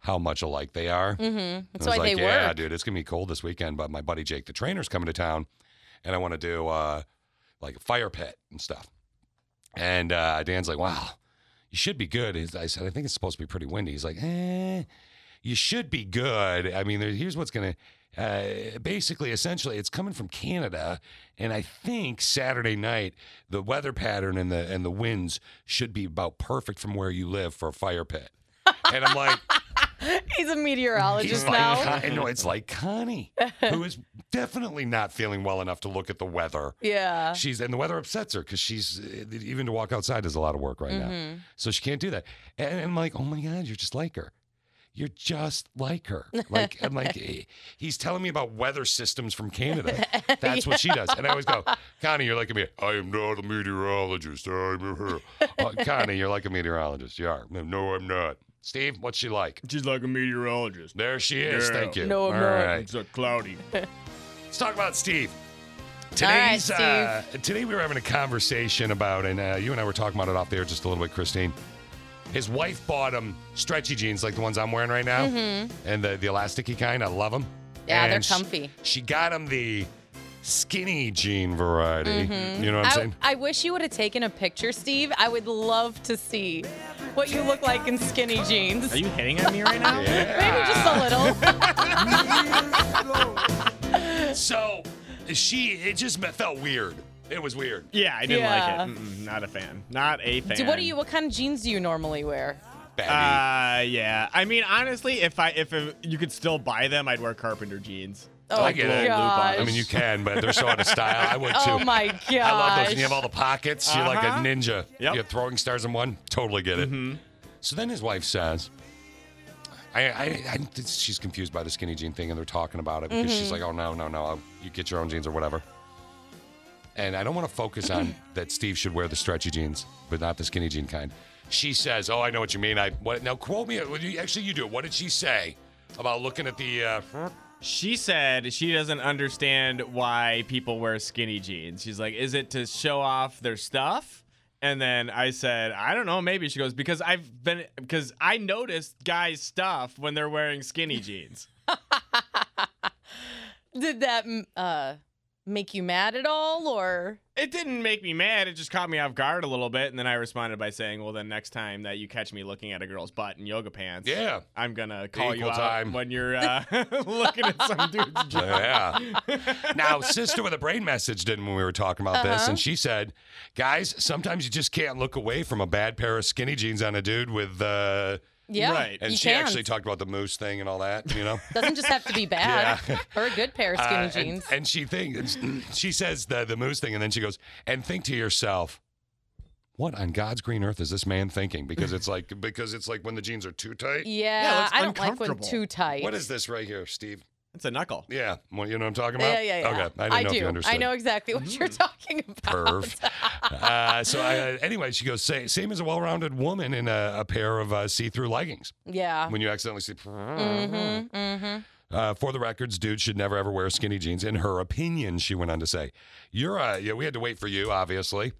Speaker 7: how much alike they are.
Speaker 12: Mm-hmm. That's
Speaker 7: I was
Speaker 12: why
Speaker 7: like,
Speaker 12: they
Speaker 7: yeah,
Speaker 12: work.
Speaker 7: dude, it's gonna be cold this weekend, but my buddy Jake, the trainer's coming to town, and I want to do uh, like a fire pit and stuff. And uh, Dan's like, wow, you should be good. He's- I said, I think it's supposed to be pretty windy. He's like, eh, you should be good. I mean, there, here's what's gonna. Uh, basically, essentially, it's coming from Canada, and I think Saturday night the weather pattern and the and the winds should be about perfect from where you live for a fire pit. And I'm like,
Speaker 12: He's a meteorologist
Speaker 7: He's like,
Speaker 12: now.
Speaker 7: I know it's like Connie, who is definitely not feeling well enough to look at the weather.
Speaker 12: Yeah.
Speaker 7: She's and the weather upsets her because she's eh, even to walk outside is a lot of work right now,
Speaker 12: Mhm.
Speaker 7: so she can't do that. And, and I'm like, oh my god, you're just like her. You're just like her. Like and like, eh, he's telling me about weather systems from Canada. That's what she does. And I always go, Connie, you're like a me. I am not a meteorologist. I'm her. Uh, Connie, you're like a meteorologist. You are. No, no, I'm not. Steve, what's she like?
Speaker 8: She's like a meteorologist.
Speaker 7: There she is.
Speaker 8: Yeah.
Speaker 7: Thank you.
Speaker 8: No, I'm
Speaker 7: All
Speaker 8: not.
Speaker 7: right.
Speaker 8: It's a cloudy.
Speaker 7: Let's talk about Steve.
Speaker 8: All right,
Speaker 7: Today's Uh, today we were having a conversation about, and uh, you and I were talking about it off there just a little bit, Christine. His wife bought him stretchy jeans like the ones I'm wearing right now,
Speaker 12: Mhm.
Speaker 7: and the the elasticy kind. I love them.
Speaker 12: Yeah, they're
Speaker 7: And she-
Speaker 12: comfy.
Speaker 7: She, got him the skinny jean variety.
Speaker 12: Mhm.
Speaker 7: You know what I'm
Speaker 12: I-
Speaker 7: saying?
Speaker 12: I wish you would have taken a picture, Steve. I would love to see what you look like in skinny jeans.
Speaker 8: Are you hitting on me right now?
Speaker 12: Maybe just a little.
Speaker 7: so she, it just me- felt weird. It was weird.
Speaker 8: Yeah, I didn't
Speaker 12: Yeah.
Speaker 8: like it. Mm-mm, not a fan. Not a fan.
Speaker 12: Do- what do you? What kind of jeans do you normally wear?
Speaker 8: Uh, yeah. I mean, honestly, if I if uh, you could still buy them, I'd wear carpenter jeans.
Speaker 12: Oh,
Speaker 7: I get it.
Speaker 12: gosh.
Speaker 7: I mean, you can, but they're so out of style. I would too.
Speaker 12: Oh my god!
Speaker 7: I love those. And you have all the pockets. You're like
Speaker 12: Uh-huh.
Speaker 7: a ninja. You're throwing stars in one. Totally get it. So then his wife says, I, I, I, she's confused by the skinny jean thing, and they're talking about it because she's
Speaker 2: Mhm.
Speaker 7: like, oh, no, no, no. I'll- you get your own jeans or whatever. And I don't want to focus on that Steve should wear the stretchy jeans, but not the skinny jean kind. She says, oh, I know what you mean. I what, Now, quote me. what do you- Actually, you do it. What did she say about looking at the. Uh,
Speaker 8: She said she doesn't understand why people wear skinny jeans. She's like, is it to show off their stuff? And then I said, I don't know, maybe she goes, because I've been, because I noticed guys' stuff when they're wearing skinny jeans.
Speaker 12: Did that m- uh, make you mad at all, or?
Speaker 8: It didn't make me mad. It just caught me off guard a little bit. And then I responded by saying, well, then next time that you catch me looking at a girl's butt in yoga pants,
Speaker 7: Yeah.
Speaker 8: I'm going to call you
Speaker 7: Equal
Speaker 8: out
Speaker 7: time.
Speaker 8: when you're uh, looking at some dude's jeans.
Speaker 7: Yeah. now, sister with a brain message didn't when we were talking about this,
Speaker 8: Uh-huh.
Speaker 7: and she said, "Guys, sometimes you just can't look away from a bad pair of skinny jeans on a dude with uh,
Speaker 12: Yeah, Right.
Speaker 7: And
Speaker 12: you
Speaker 7: she
Speaker 12: can.
Speaker 7: actually talked about the moose thing and all that, you know.
Speaker 12: Doesn't just have to be bad.
Speaker 7: Yeah.
Speaker 12: Or a good pair of skinny
Speaker 7: Uh, and-
Speaker 12: jeans.
Speaker 7: And, she thinks she says the the moose thing, and then she goes, "And think to yourself." What on God's green earth is this man thinking? Because it's like because it's like when the jeans are too tight.
Speaker 12: Yeah, Yeah, it looks I don't like when uncomfortable. too tight.
Speaker 7: What is this right here, Steve?
Speaker 8: It's a knuckle.
Speaker 7: Yeah, well, you know what I'm talking about.
Speaker 12: Yeah, yeah, yeah.
Speaker 7: Okay, I didn't know
Speaker 12: do.
Speaker 7: if you understood. Mm.
Speaker 12: I know exactly what you're talking about.
Speaker 7: perv. uh, so I, anyway, she goes, same, same as a well-rounded woman in a, a pair of uh, see-through leggings.
Speaker 12: Yeah.
Speaker 7: When you accidentally see.
Speaker 12: Mm-hmm. Mm-hmm.
Speaker 7: Uh, for the records, dude should never ever wear skinny jeans. In her opinion, she went on to say, "You're a yeah. We had to wait for you, obviously.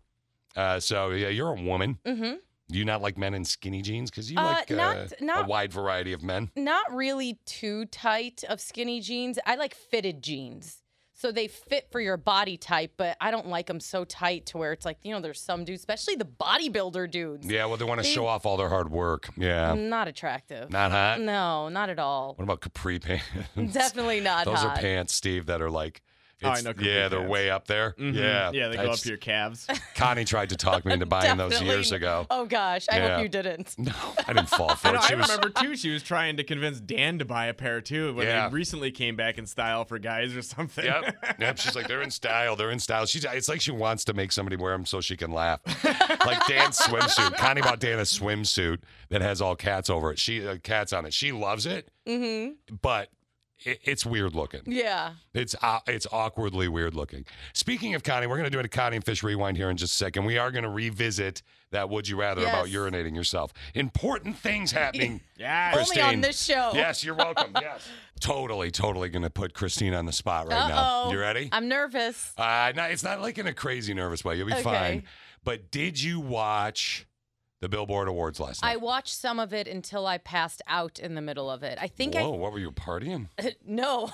Speaker 7: Uh, so yeah, you're a woman.
Speaker 12: Mm-hmm.
Speaker 7: Do you not like men in skinny jeans? Because you
Speaker 12: Uh,
Speaker 7: like
Speaker 12: not-
Speaker 7: uh,
Speaker 12: not-
Speaker 7: a wide variety of men.
Speaker 12: Not really too tight of skinny jeans. I like fitted jeans. So they fit for your body type, but I don't like them so tight to where it's like, you know, there's some dudes, especially the bodybuilder dudes.
Speaker 7: Yeah, well, they want to
Speaker 12: They- Mm.
Speaker 7: show off all their hard work. Yeah,
Speaker 12: Not attractive.
Speaker 7: not hot.
Speaker 12: No, not at all.
Speaker 7: What about capri pants?
Speaker 12: Definitely not
Speaker 7: Those
Speaker 12: hot.
Speaker 7: are pants, Steve, that are like,
Speaker 8: Oh, I
Speaker 7: it's-
Speaker 8: know capri
Speaker 7: yeah, they're
Speaker 8: pants.
Speaker 7: way up there.
Speaker 8: Mhm.
Speaker 7: Yeah,
Speaker 8: Yeah, they go
Speaker 7: that's-
Speaker 8: up to your calves.
Speaker 7: Connie tried to talk me into buying those
Speaker 12: Definitely-
Speaker 7: years ago.
Speaker 12: Oh gosh, I
Speaker 7: Yeah.
Speaker 12: hope you didn't.
Speaker 7: No, I didn't fall for
Speaker 8: I, know,
Speaker 7: it.
Speaker 8: I
Speaker 7: She was
Speaker 8: remember too. She was trying to convince Dan to buy a pair too when
Speaker 7: Yeah.
Speaker 8: they recently came back in style for guys or something.
Speaker 7: Yep. Yep. She's like, they're in style. They're in style. She's. It's like she wants to make somebody wear them so she can laugh. Like Dan's swimsuit. Connie bought Dan a swimsuit that has all cats over it. She uh, cats on it. She loves it,
Speaker 12: Mm-hmm.
Speaker 7: but it, it's weird looking.
Speaker 12: Yeah.
Speaker 7: It's uh, it's awkwardly weird looking. Speaking of Connie, we're going to do a Connie and Fish rewind here in just a second. We are going to revisit that would you rather about
Speaker 12: Yes.
Speaker 7: urinating yourself. Important things happening.
Speaker 12: Yes. Only
Speaker 7: Christine.
Speaker 12: on this show.
Speaker 7: Yes, you're welcome. yes. Totally, totally going to put Christine on the spot right now.
Speaker 12: Uh-oh.
Speaker 7: You ready?
Speaker 12: I'm nervous.
Speaker 7: Uh, no, it's not like in a crazy nervous way. You'll be
Speaker 12: Okay.
Speaker 7: fine. But did you watch the Billboard Awards last night?
Speaker 12: I watched some of it until I passed out in the middle of it. I think
Speaker 7: Whoa, what were you partying?
Speaker 12: I no,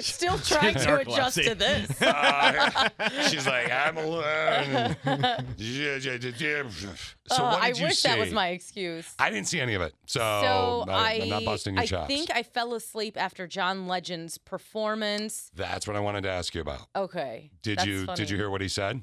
Speaker 12: still trying to adjust to this.
Speaker 7: Uh, she's like, I'm alone. so
Speaker 12: Uh,
Speaker 7: what
Speaker 12: I
Speaker 7: did you
Speaker 12: wish that was
Speaker 7: see?
Speaker 12: my excuse.
Speaker 7: I didn't see any of it, so,
Speaker 12: so
Speaker 7: I,
Speaker 12: I,
Speaker 7: am not busting your
Speaker 12: I
Speaker 7: chops.
Speaker 12: think I fell asleep after John Legend's performance.
Speaker 7: That's what I wanted to ask you about.
Speaker 12: Okay.
Speaker 7: Did
Speaker 12: Oh, that's
Speaker 7: you
Speaker 12: funny.
Speaker 7: did you hear what he said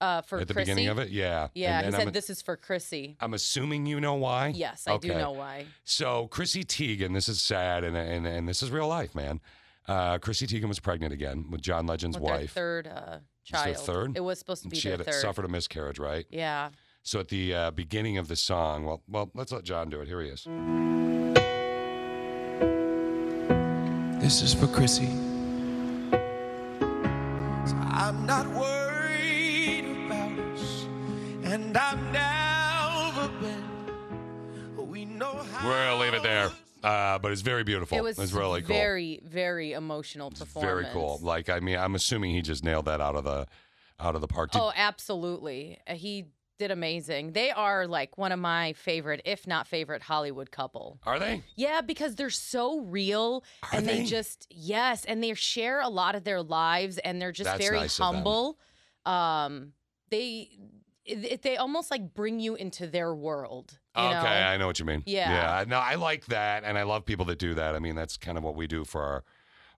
Speaker 12: uh, for
Speaker 7: at the
Speaker 12: Chrissy?
Speaker 7: beginning of it? Yeah.
Speaker 12: Yeah,
Speaker 7: And- and
Speaker 12: he said
Speaker 7: I'm,
Speaker 12: this is for Chrissy.
Speaker 7: I'm assuming you know why.
Speaker 12: Yes, I do
Speaker 7: Okay.
Speaker 12: know why.
Speaker 7: So Chrissy Teigen, this is sad, and and, and this is real life, man. Uh, Chrissy Teigen was pregnant again with John Legend's
Speaker 12: With their
Speaker 7: wife.
Speaker 12: third uh,
Speaker 7: It's
Speaker 12: child.
Speaker 7: Their third.
Speaker 12: It was supposed to be
Speaker 7: she
Speaker 12: their
Speaker 7: had
Speaker 12: third.
Speaker 7: suffered a miscarriage, right?
Speaker 12: Yeah.
Speaker 7: So at the uh, beginning of the song, well, well, let's let John do it. Here he is.
Speaker 21: This is for Chrissy.
Speaker 1: I'm not worried about us, and I'm never been. We know how.
Speaker 7: We'll leave it there. Uh, but it's very beautiful.
Speaker 12: It was
Speaker 7: it's really cool.
Speaker 12: very, very emotional performance.
Speaker 7: very cool. Like I mean, I'm assuming he just nailed that out of the out of the park. Did-
Speaker 12: Oh, absolutely. Uh, He did amazing. They are like one of my favorite, if not favorite, Hollywood couple.
Speaker 7: Are they?
Speaker 12: Yeah, because they're so real and they?
Speaker 7: they?
Speaker 12: just yes, and they share a lot of their lives and they're just
Speaker 7: That's
Speaker 12: very
Speaker 7: nice of them.
Speaker 12: humble. Um they it, they almost like bring you into their world. You
Speaker 7: okay,
Speaker 12: know?
Speaker 7: I know what you mean.
Speaker 12: Yeah.
Speaker 7: Yeah. No, I like that, and I love people that do that. I mean, that's kind of what we do for our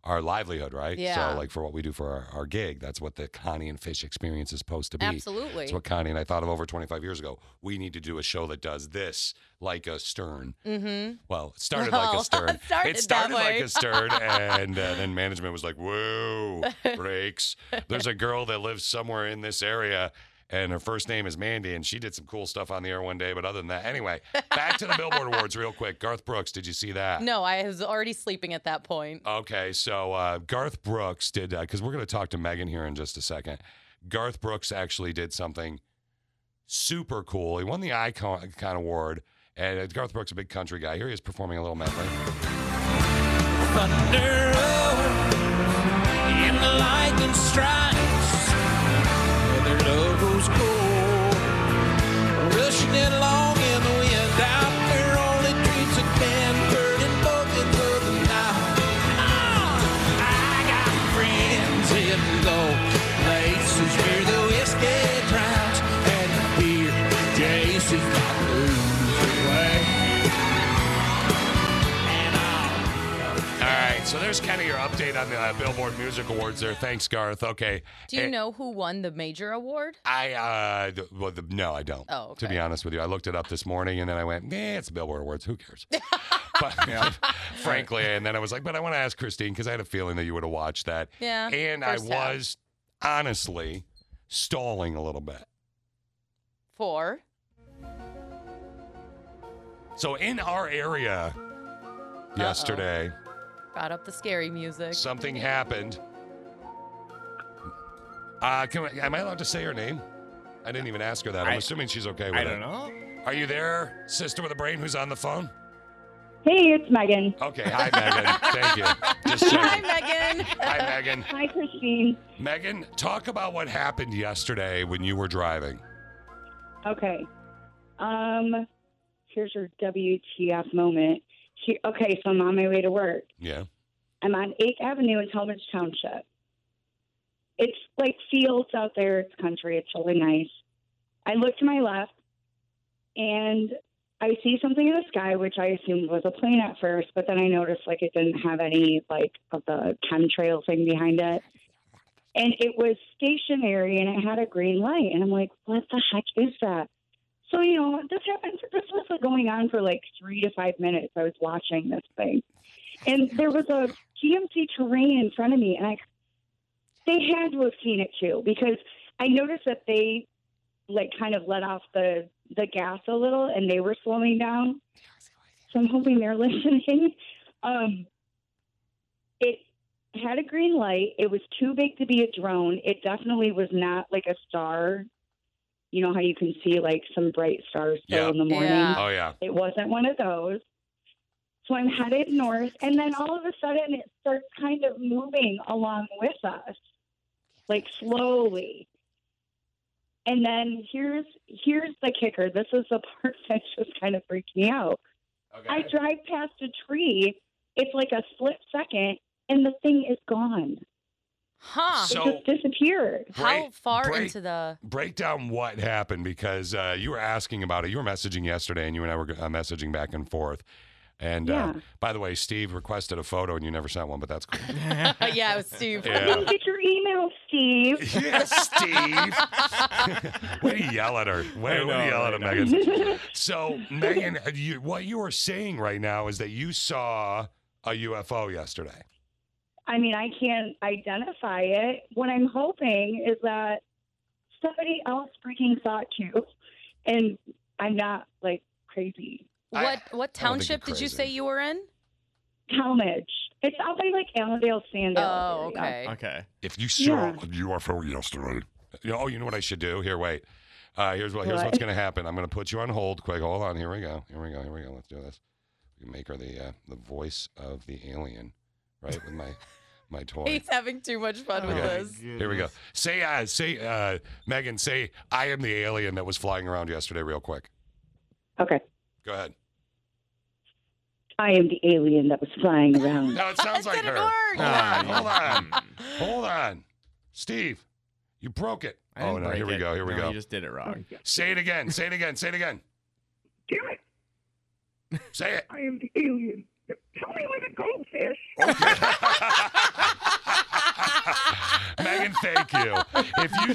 Speaker 7: our livelihood, right?
Speaker 12: Yeah.
Speaker 7: So, like for what we do for our, our gig, that's what the Connie and Fish experience is supposed to be.
Speaker 12: Absolutely.
Speaker 7: It's what Connie and I thought of over 25 years ago. We need to do a show that does this, like a Stern.
Speaker 12: Mm-hmm.
Speaker 7: Well, it started like
Speaker 12: Well,
Speaker 7: a Stern.
Speaker 12: it started that
Speaker 7: started like
Speaker 12: way.
Speaker 7: a Stern, and uh, then management was like, "Whoa, breaks! There's a girl that lives somewhere in this area." And her first name is Mandy, and she did some cool stuff on the air one day. But other than that, anyway, back to the Billboard Awards real quick. Garth Brooks, did you see that?
Speaker 12: No, I was already sleeping at that point.
Speaker 7: Okay, so uh, Garth Brooks did because we're going to talk to Megan here in just a second. Garth Brooks actually did something super cool. He won the Icon Icon Award, and uh, Garth Brooks, a big country guy. Here he is performing a little medley.
Speaker 1: Thunder and the lightning strikes. Their love goes cold, rushing it along in the wind. Out there on the streets of Denver and looking for the night. Ah, I got friends in low places where the whiskey drowns and the beer chases my blues away.
Speaker 7: All right, so there's kind of your update on the uh, Billboard Music Awards there. Thanks, Garth. Okay.
Speaker 12: Do you
Speaker 7: Eh,
Speaker 12: know who won the major award?
Speaker 7: I uh, th- well, the, no, I don't.
Speaker 12: Oh,
Speaker 7: To be honest with you, I looked it up this morning and then I went, eh, it's the Billboard Awards. Who cares? but frankly, and then I was like, but I want to ask Christine because I had a feeling that you would have watched that.
Speaker 2: Yeah,
Speaker 7: And I
Speaker 2: first half.
Speaker 7: was honestly stalling a little bit.
Speaker 12: Four.
Speaker 7: So in our area yesterday,
Speaker 12: Brought up the scary music.
Speaker 7: something happened. Uh, can I, am I allowed to say her name? I didn't even ask her that. I'm
Speaker 8: I-
Speaker 7: assuming she's okay with
Speaker 8: I
Speaker 7: it.
Speaker 8: don't know.
Speaker 7: Are you there, sister with a brain who's on the phone?
Speaker 22: Hey, it's Megan.
Speaker 7: Okay, hi, Megan. Thank you. Just
Speaker 22: Hi,
Speaker 7: checking.
Speaker 22: Megan.
Speaker 7: Hi, Megan.
Speaker 22: Hi, Christine.
Speaker 7: Megan, talk about what happened yesterday when you were driving.
Speaker 22: Okay. Um, here's your WTF moment. He- okay, so I'm on my way to work.
Speaker 7: Yeah.
Speaker 22: I'm on 8th Avenue in Talmadge Township. It's like fields out there. It's country. It's really nice. I look to my left and I see something in the sky, which I assumed was a plane at first, but then I noticed like it didn't have any like of the chemtrail thing behind it. And it was stationary and it had a green light. And I'm like, what the heck is that? So, you know, this happened. This was going on for like three to five minutes. I was watching this thing and there was a GMC terrain in front of me, and I they had to have seen it too because I noticed that they like kind of let off the the gas a little, and they were slowing down. So I'm hoping they're listening. Um, It had a green light. It was too big to be a drone. It definitely was not like a star. You know how you can see like some bright stars still
Speaker 7: Yeah.
Speaker 22: in the morning?
Speaker 7: Yeah. Oh, yeah.
Speaker 22: It wasn't one of those. So I'm headed north, and then all of a sudden it starts kind of moving along with us, like slowly. And then here's here's the kicker. This is the part that just kind of freaked me out. I drive past a tree. It's like a split second, and the thing is gone.
Speaker 12: Huh?
Speaker 7: So-
Speaker 22: it just disappeared.
Speaker 12: How far
Speaker 7: Oh. break-
Speaker 12: into the?
Speaker 7: break down what happened because uh, you were asking about it. You were messaging yesterday, and you and I were uh, messaging back and forth. And uh,
Speaker 22: Yeah.
Speaker 7: by the way, Steve requested a photo, and you never sent one, but that's cool.
Speaker 12: yeah, it was Steve.
Speaker 7: Yeah.
Speaker 22: I didn't get your email, Steve.
Speaker 7: Yes, Steve. Way to yell at her.
Speaker 2: I
Speaker 7: Way, way to
Speaker 2: know,
Speaker 7: yell
Speaker 2: I
Speaker 7: at her,
Speaker 2: know.
Speaker 7: Megan. so, Megan, uh, you, what you are saying right now is that you saw a UFO yesterday.
Speaker 22: I mean, I can't identify it. What I'm hoping is that somebody else freaking saw it too, and I'm not like crazy.
Speaker 12: What what
Speaker 22: I don't think
Speaker 12: township
Speaker 22: you're
Speaker 12: did you say
Speaker 22: crazy.
Speaker 12: you were in?
Speaker 22: Talmadge. It's out by like Allendale, Sandale.
Speaker 12: Oh,
Speaker 22: area.
Speaker 12: okay.
Speaker 8: Okay.
Speaker 7: If you saw a UFO yesterday, you know- oh, you know what I should do? Here, wait. Uh, here's what. Here's
Speaker 22: What?
Speaker 7: what's going to happen. I'm going to put you on hold. Quick, hold on. Here we go. Here we go. Here we go. Let's do this. We can make her the uh, the voice of the alien, right? With my my toy.
Speaker 12: He's having too much fun with
Speaker 7: Okay.
Speaker 12: this.
Speaker 7: Here we go. Say, uh, say, uh, Megan, say, I am the alien that was flying around yesterday, real quick.
Speaker 22: Okay.
Speaker 7: Go ahead.
Speaker 22: I am the alien that was flying around.
Speaker 7: No, it sounds like her. Hold on, hold on,
Speaker 8: Hmm.
Speaker 7: hold on, Steve, you broke it.
Speaker 8: I didn't
Speaker 7: oh no,
Speaker 8: break
Speaker 7: here we
Speaker 8: it.
Speaker 7: go. Here we
Speaker 8: No,
Speaker 7: go.
Speaker 8: You just did it wrong.
Speaker 7: Say it again. Say it again. Say it again.
Speaker 3: Damn it.
Speaker 7: Say it.
Speaker 3: I am the alien. Tell me where the goldfish.
Speaker 7: Megan, thank you. If you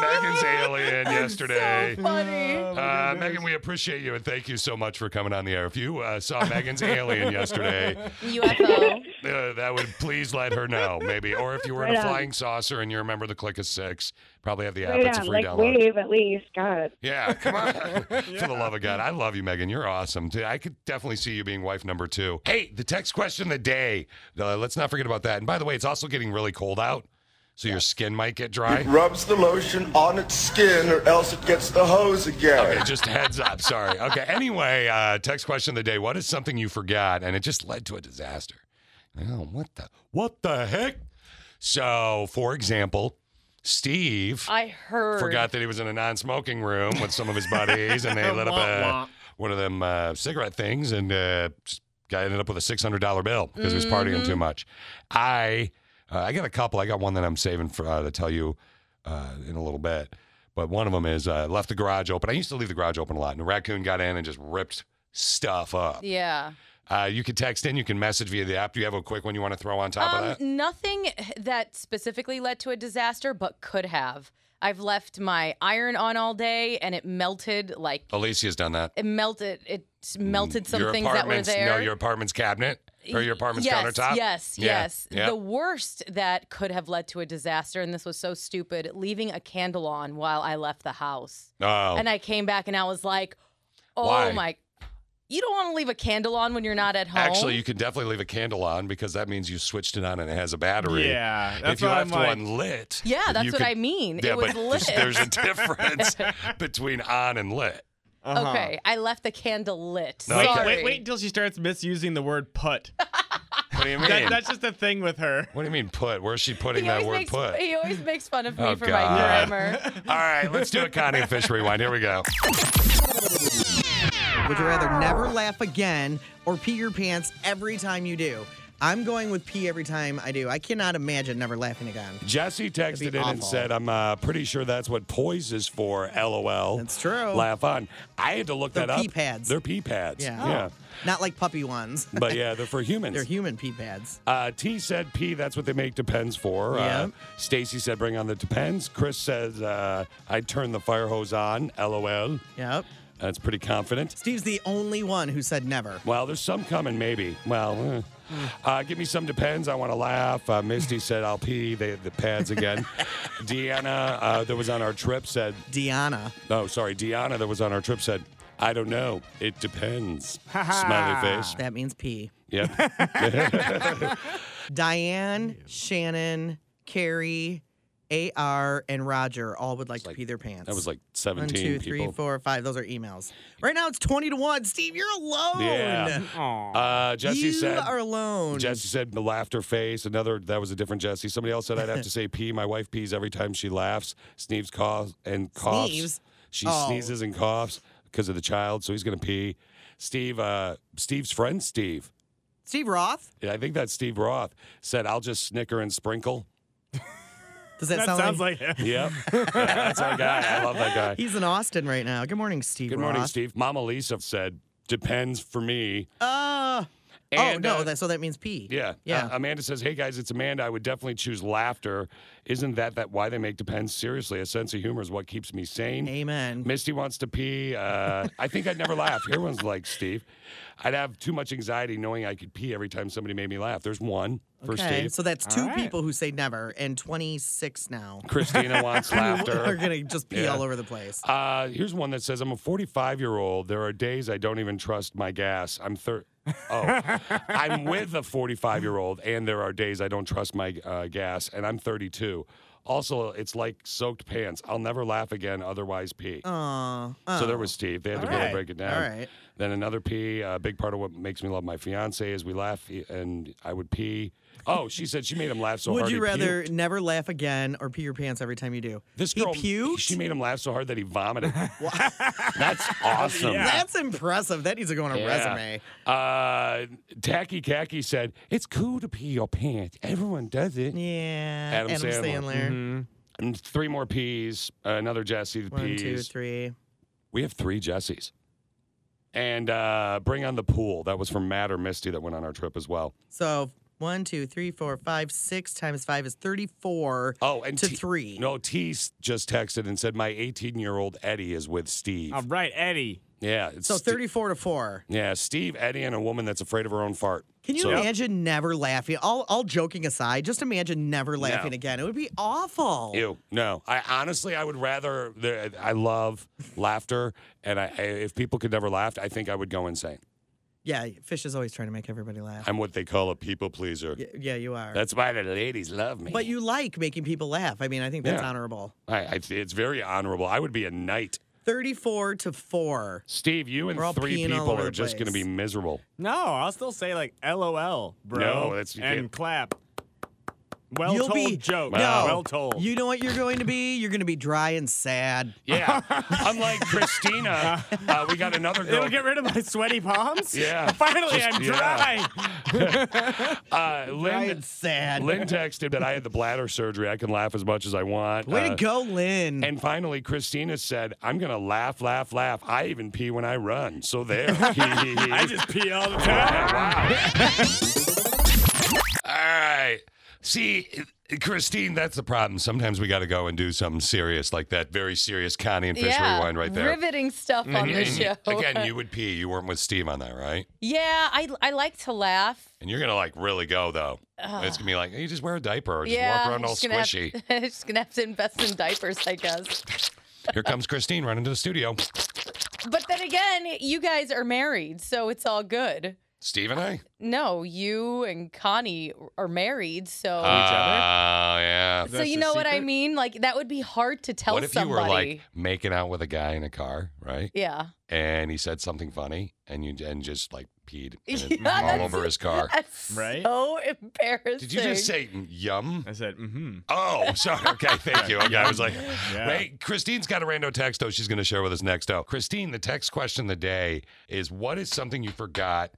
Speaker 7: Megan's alien yesterday,
Speaker 22: Oh,
Speaker 7: uh, Megan, we appreciate you and thank you so much for coming on the air. If you uh, saw Megan's alien yesterday,
Speaker 12: UFO.
Speaker 7: uh, that would please let her know, maybe. Or if you were in
Speaker 22: Right
Speaker 7: a
Speaker 22: on.
Speaker 7: flying saucer and you remember the click of six, probably have the app.
Speaker 22: Right
Speaker 7: it's a
Speaker 22: on,
Speaker 7: free
Speaker 22: like
Speaker 7: download.
Speaker 22: wave at least. God.
Speaker 7: Yeah, come on. For the love of God. I love you, Megan. You're awesome. Dude, I could definitely see you being wife number two. Hey, the text question of the day. Uh, let's not forget about that. And by the way, it's also getting really cold out, so your skin might get dry.
Speaker 4: Rubs the lotion on its skin or else it gets the hose again.
Speaker 7: Okay, just a heads up. Sorry. Okay. Anyway, uh, text question of the day. What is something you forgot and it just led to a disaster? Oh, what the what the heck? So, for example, Steve
Speaker 12: I heard.
Speaker 7: forgot that he was in a non-smoking room with some of his buddies, and they lit up
Speaker 12: Wah, wah.
Speaker 7: a, one of them uh, cigarette things, and uh, s- guy ended up with a six hundred dollar bill because he was partying
Speaker 12: Mm-hmm.
Speaker 2: Mhm.
Speaker 7: too much. I uh, I got a couple. I got one that I'm saving for uh, to tell you uh, in a little bit, but one of them is uh, left the garage open. I used to leave the garage open a lot, and a raccoon got in and just ripped stuff up.
Speaker 12: Yeah.
Speaker 7: Uh, you can text in, you can message via the app. Do you have a quick one you want to throw on top
Speaker 12: um,
Speaker 7: of that?
Speaker 12: Nothing that specifically led to a disaster, but could have. I've left my iron on all day, and it melted. Like
Speaker 7: Alicia's done that.
Speaker 12: it melted. It melted some
Speaker 7: Mm, your
Speaker 12: things that were
Speaker 7: apartment's-
Speaker 12: there.
Speaker 7: No, your apartment's cabinet or your apartment's
Speaker 12: yes,
Speaker 7: countertop.
Speaker 12: Yes,
Speaker 7: Yeah,
Speaker 12: yes.
Speaker 7: yeah.
Speaker 12: The worst that could have led to a disaster, and this was so stupid, leaving a candle on while I left the house.
Speaker 7: Oh.
Speaker 12: And I came back and I was like, oh
Speaker 7: Why?
Speaker 12: my, you don't want to leave a candle on when you're not at home.
Speaker 7: Actually, you can definitely leave a candle on because that means you switched it on and it has a battery.
Speaker 8: Yeah,
Speaker 7: if
Speaker 8: that's
Speaker 7: you
Speaker 8: what
Speaker 7: left
Speaker 8: I'm like-
Speaker 7: one lit.
Speaker 12: Yeah, that's
Speaker 7: you
Speaker 12: what
Speaker 7: could-
Speaker 12: I mean.
Speaker 7: Yeah,
Speaker 12: it was
Speaker 7: but
Speaker 12: lit.
Speaker 7: There's, there's a difference between on and lit. Uh-huh.
Speaker 8: Uh-huh.
Speaker 12: Okay, I left the candle lit.
Speaker 7: No,
Speaker 12: Sorry.
Speaker 7: okay.
Speaker 8: Wait, wait until she starts misusing the word put.
Speaker 7: What do you mean?
Speaker 8: That, that's just a thing with her.
Speaker 7: What do you mean put? Where's she putting
Speaker 12: He
Speaker 7: that
Speaker 12: always,
Speaker 7: word
Speaker 12: makes,
Speaker 7: put?
Speaker 12: he always makes fun of me
Speaker 7: Oh,
Speaker 12: for
Speaker 7: God.
Speaker 12: my grammar.
Speaker 7: All right, let's do a Connie and Fish rewind. Here we go.
Speaker 5: Would you rather never laugh again or pee your pants every time you do? I'm going with pee every time I do. I cannot imagine never laughing again.
Speaker 7: Jesse texted
Speaker 5: That'd
Speaker 7: in
Speaker 5: be
Speaker 7: and
Speaker 5: awful.
Speaker 7: said, I'm uh, pretty sure that's what poise is for, lol. That's
Speaker 5: true.
Speaker 7: Laugh on. I had to look
Speaker 5: They're
Speaker 7: that
Speaker 5: pee
Speaker 7: up.
Speaker 5: pads.
Speaker 7: They're pee pads.
Speaker 5: Yeah.
Speaker 7: Yeah.
Speaker 5: Not like puppy ones.
Speaker 7: But yeah, they're for humans.
Speaker 5: They're human pee pads.
Speaker 7: Uh, T said P, that's what they make depends for. Uh,
Speaker 5: Yeah.
Speaker 7: Stacy said bring on the depends. Chris says uh, I turn the fire hose on, lol.
Speaker 5: Yep.
Speaker 7: That's pretty confident.
Speaker 5: Steve's the only one who said never. Hmm.
Speaker 7: Well, there's some coming, maybe. Well, eh. uh, give me some depends. I want to laugh. Uh, Misty said I'll pee the, the pads again. Deanna, uh, that was on our trip, said.
Speaker 5: Deanna.
Speaker 7: No, sorry. Deanna, that was on our trip, said, I don't know. It depends. Smiley face.
Speaker 5: That means pee.
Speaker 7: Yep.
Speaker 5: Diane, Shannon, Carrie, AR, and Roger all would like to pee their pants.
Speaker 7: That was like
Speaker 5: One,
Speaker 7: 17
Speaker 5: two, three,
Speaker 7: people.
Speaker 5: four, five. Those are emails. Right now it's 20 to 1. Steve, you're alone.
Speaker 7: Yeah. Uh, Jesse
Speaker 5: You
Speaker 7: said.
Speaker 5: are alone.
Speaker 7: Jesse said the laughter face. Another that was a different Jesse. Somebody else said I'd have to say pee. My wife pees every time she laughs, sneezes, coughs, and coughs.
Speaker 5: Sneezes?
Speaker 7: She
Speaker 5: Oh.
Speaker 7: sneezes and coughs because of the child, so he's gonna pee. Steve, uh, Steve's friend Steve.
Speaker 5: Steve Roth?
Speaker 7: Yeah, I think that's Steve Roth said I'll just snicker and sprinkle.
Speaker 5: Does that,
Speaker 7: That
Speaker 5: sound
Speaker 7: sounds
Speaker 5: like,
Speaker 7: him. Yep. Yeah, that's our guy. I love that guy.
Speaker 5: He's in Austin right now. Good morning, Steve.
Speaker 7: Good morning,
Speaker 5: Roth.
Speaker 7: Steve. Mama Lisa said depends for me.
Speaker 5: Uh, oh,
Speaker 7: And,
Speaker 5: no.
Speaker 7: uh,
Speaker 5: that, so that means pee.
Speaker 7: Yeah.
Speaker 5: Yeah.
Speaker 7: Uh, Amanda says, "Hey guys, it's Amanda. I would definitely choose laughter. Isn't that that why they make depends? Seriously, a sense of humor is what keeps me sane."
Speaker 5: Amen.
Speaker 7: Misty wants to pee. Uh, I think I'd never laugh. Here one's like Steve. I'd have too much anxiety knowing I could pee every time somebody made me laugh. There's one for
Speaker 5: okay.
Speaker 7: Steve.
Speaker 5: So that's two people who say never and 26 now.
Speaker 7: Christina wants laughter.
Speaker 5: We're going to just pee
Speaker 7: Yeah.
Speaker 5: all over the place.
Speaker 7: Uh, here's one that says, "I'm a 45 year old. There are days I don't even trust my gas. I'm thir- Oh, I'm with a 45 year old, and there are days I don't trust my uh, gas, and I'm 32. Also, it's like soaked pants. I'll never laugh again, otherwise pee.
Speaker 5: Aw. uh,
Speaker 7: So there was Steve. They had to
Speaker 5: All
Speaker 7: really
Speaker 5: right.
Speaker 7: break it down.
Speaker 5: All right.
Speaker 7: Then another pee. A big part of what makes me love my fiance is we laugh, e, and I would pee. Oh, she said she made him laugh so
Speaker 5: Would
Speaker 7: hard.
Speaker 5: you
Speaker 7: he puked.
Speaker 5: rather never laugh again or pee your pants every time you do?
Speaker 7: This
Speaker 5: He
Speaker 7: girl,
Speaker 5: puked?
Speaker 7: she made him laugh so hard that he vomited. That's awesome.
Speaker 5: That's impressive. That needs to go on a resume.
Speaker 7: Uh, Tacky Khaki said, It's cool to pee your pants. Everyone does it.
Speaker 5: Yeah.
Speaker 7: Adam,
Speaker 5: Adam Sandler.
Speaker 7: And three more peas. another Jesse. The
Speaker 5: One,
Speaker 7: peas.
Speaker 5: two, three.
Speaker 7: We have three Jessies. And uh, bring on the pool. That was from Matt or Misty that went on our trip as well.
Speaker 5: So one, two, three, four, five, six times five is 34.
Speaker 7: Oh, and
Speaker 5: to
Speaker 7: T-
Speaker 5: three.
Speaker 7: No, T s- just texted and said, My 18 year old Eddie is with Steve.
Speaker 8: All right, Eddie.
Speaker 7: yeah. It's
Speaker 5: So
Speaker 7: Ste-
Speaker 5: 34 to four.
Speaker 7: yeah, Steve, Eddie, and a woman that's afraid of her own fart.
Speaker 5: Can you
Speaker 7: So-
Speaker 5: imagine never laughing? All, all joking aside, just imagine never laughing again. It would be awful.
Speaker 7: Ew, no. I honestly, I would rather. the- I love laughter, and I, I if people could never laugh, I think I would go insane.
Speaker 5: Yeah, Fish is always trying to make everybody laugh.
Speaker 7: I'm what they call a people pleaser.
Speaker 5: Y- yeah, you are.
Speaker 7: That's why the ladies love me.
Speaker 5: but you like making people laugh. I mean, I think that's
Speaker 7: Yeah.
Speaker 5: honorable.
Speaker 7: I, I, it's very honorable. I would be a knight.
Speaker 5: 34 to four.
Speaker 7: Steve, you and
Speaker 5: We're all
Speaker 7: three
Speaker 5: peeing all
Speaker 7: people
Speaker 5: over
Speaker 7: are
Speaker 5: the
Speaker 7: just going to
Speaker 5: place.
Speaker 7: be miserable.
Speaker 8: No, I'll still say like LOL, bro.
Speaker 7: No, that's- you
Speaker 8: and
Speaker 7: can't-
Speaker 8: clap. Well
Speaker 5: You'll
Speaker 8: told
Speaker 5: be-
Speaker 8: joke.
Speaker 7: Wow.
Speaker 8: Well told.
Speaker 5: You know what you're going to be? You're going to be dry and sad.
Speaker 7: Yeah. Unlike Christina, uh, we got another girl.
Speaker 8: It'll get rid of my sweaty palms.
Speaker 7: Yeah.
Speaker 8: Finally,
Speaker 7: Just-
Speaker 8: I'm
Speaker 7: yeah.
Speaker 8: dry.
Speaker 7: uh, Lynn,
Speaker 5: Dry and sad.
Speaker 7: Lynn texted that I had the bladder surgery. I can laugh as much as I want.
Speaker 5: Way
Speaker 7: Uh,
Speaker 5: to go, Lynn.
Speaker 7: And finally, Christina said, I'm going to laugh, laugh, laugh. I even pee when I run. So there. I
Speaker 8: I just pee all the time.
Speaker 7: All right. See, Christine, that's the problem. Sometimes we got to go and do something serious like that. Very serious Connie and Fish
Speaker 12: yeah,
Speaker 7: rewind right there.
Speaker 12: Riveting stuff on the
Speaker 7: And-
Speaker 12: show.
Speaker 7: and Again, you would pee. You weren't with Steve on that, right?
Speaker 12: Yeah, I I like to laugh.
Speaker 7: And you're going to like really go, though.
Speaker 12: Ugh.
Speaker 7: It's going to be like, you just wear a diaper or just
Speaker 12: yeah,
Speaker 7: walk around
Speaker 12: I'm
Speaker 7: all
Speaker 12: just gonna have-
Speaker 7: squishy.
Speaker 12: I'm just gonna have to invest in diapers, I guess.
Speaker 7: Here comes Christine running to the studio.
Speaker 12: But then again, you guys are married, so it's all good.
Speaker 7: Steve
Speaker 12: Oh,
Speaker 7: and I.
Speaker 12: No, you and Connie are married, so
Speaker 7: Oh, yeah.
Speaker 12: so you know what I mean. Like that would be hard to tell
Speaker 7: what if
Speaker 12: somebody.
Speaker 7: you were like making out with a guy in a car, right?
Speaker 12: yeah,
Speaker 7: And he said something funny, and you and just like peed and it-
Speaker 12: Yeah,
Speaker 7: all
Speaker 12: that's-
Speaker 7: over his car.
Speaker 12: That's
Speaker 8: Right?
Speaker 12: So embarrassing.
Speaker 7: Did you just say yum?
Speaker 8: I said, mm-hmm.
Speaker 7: Oh, sorry. Okay, thank you. Okay, I was like,
Speaker 8: Yeah.
Speaker 7: wait. Christine's got a rando text, though, she's going to share with us next. Oh, Christine, the text question of the day is what is something you forgot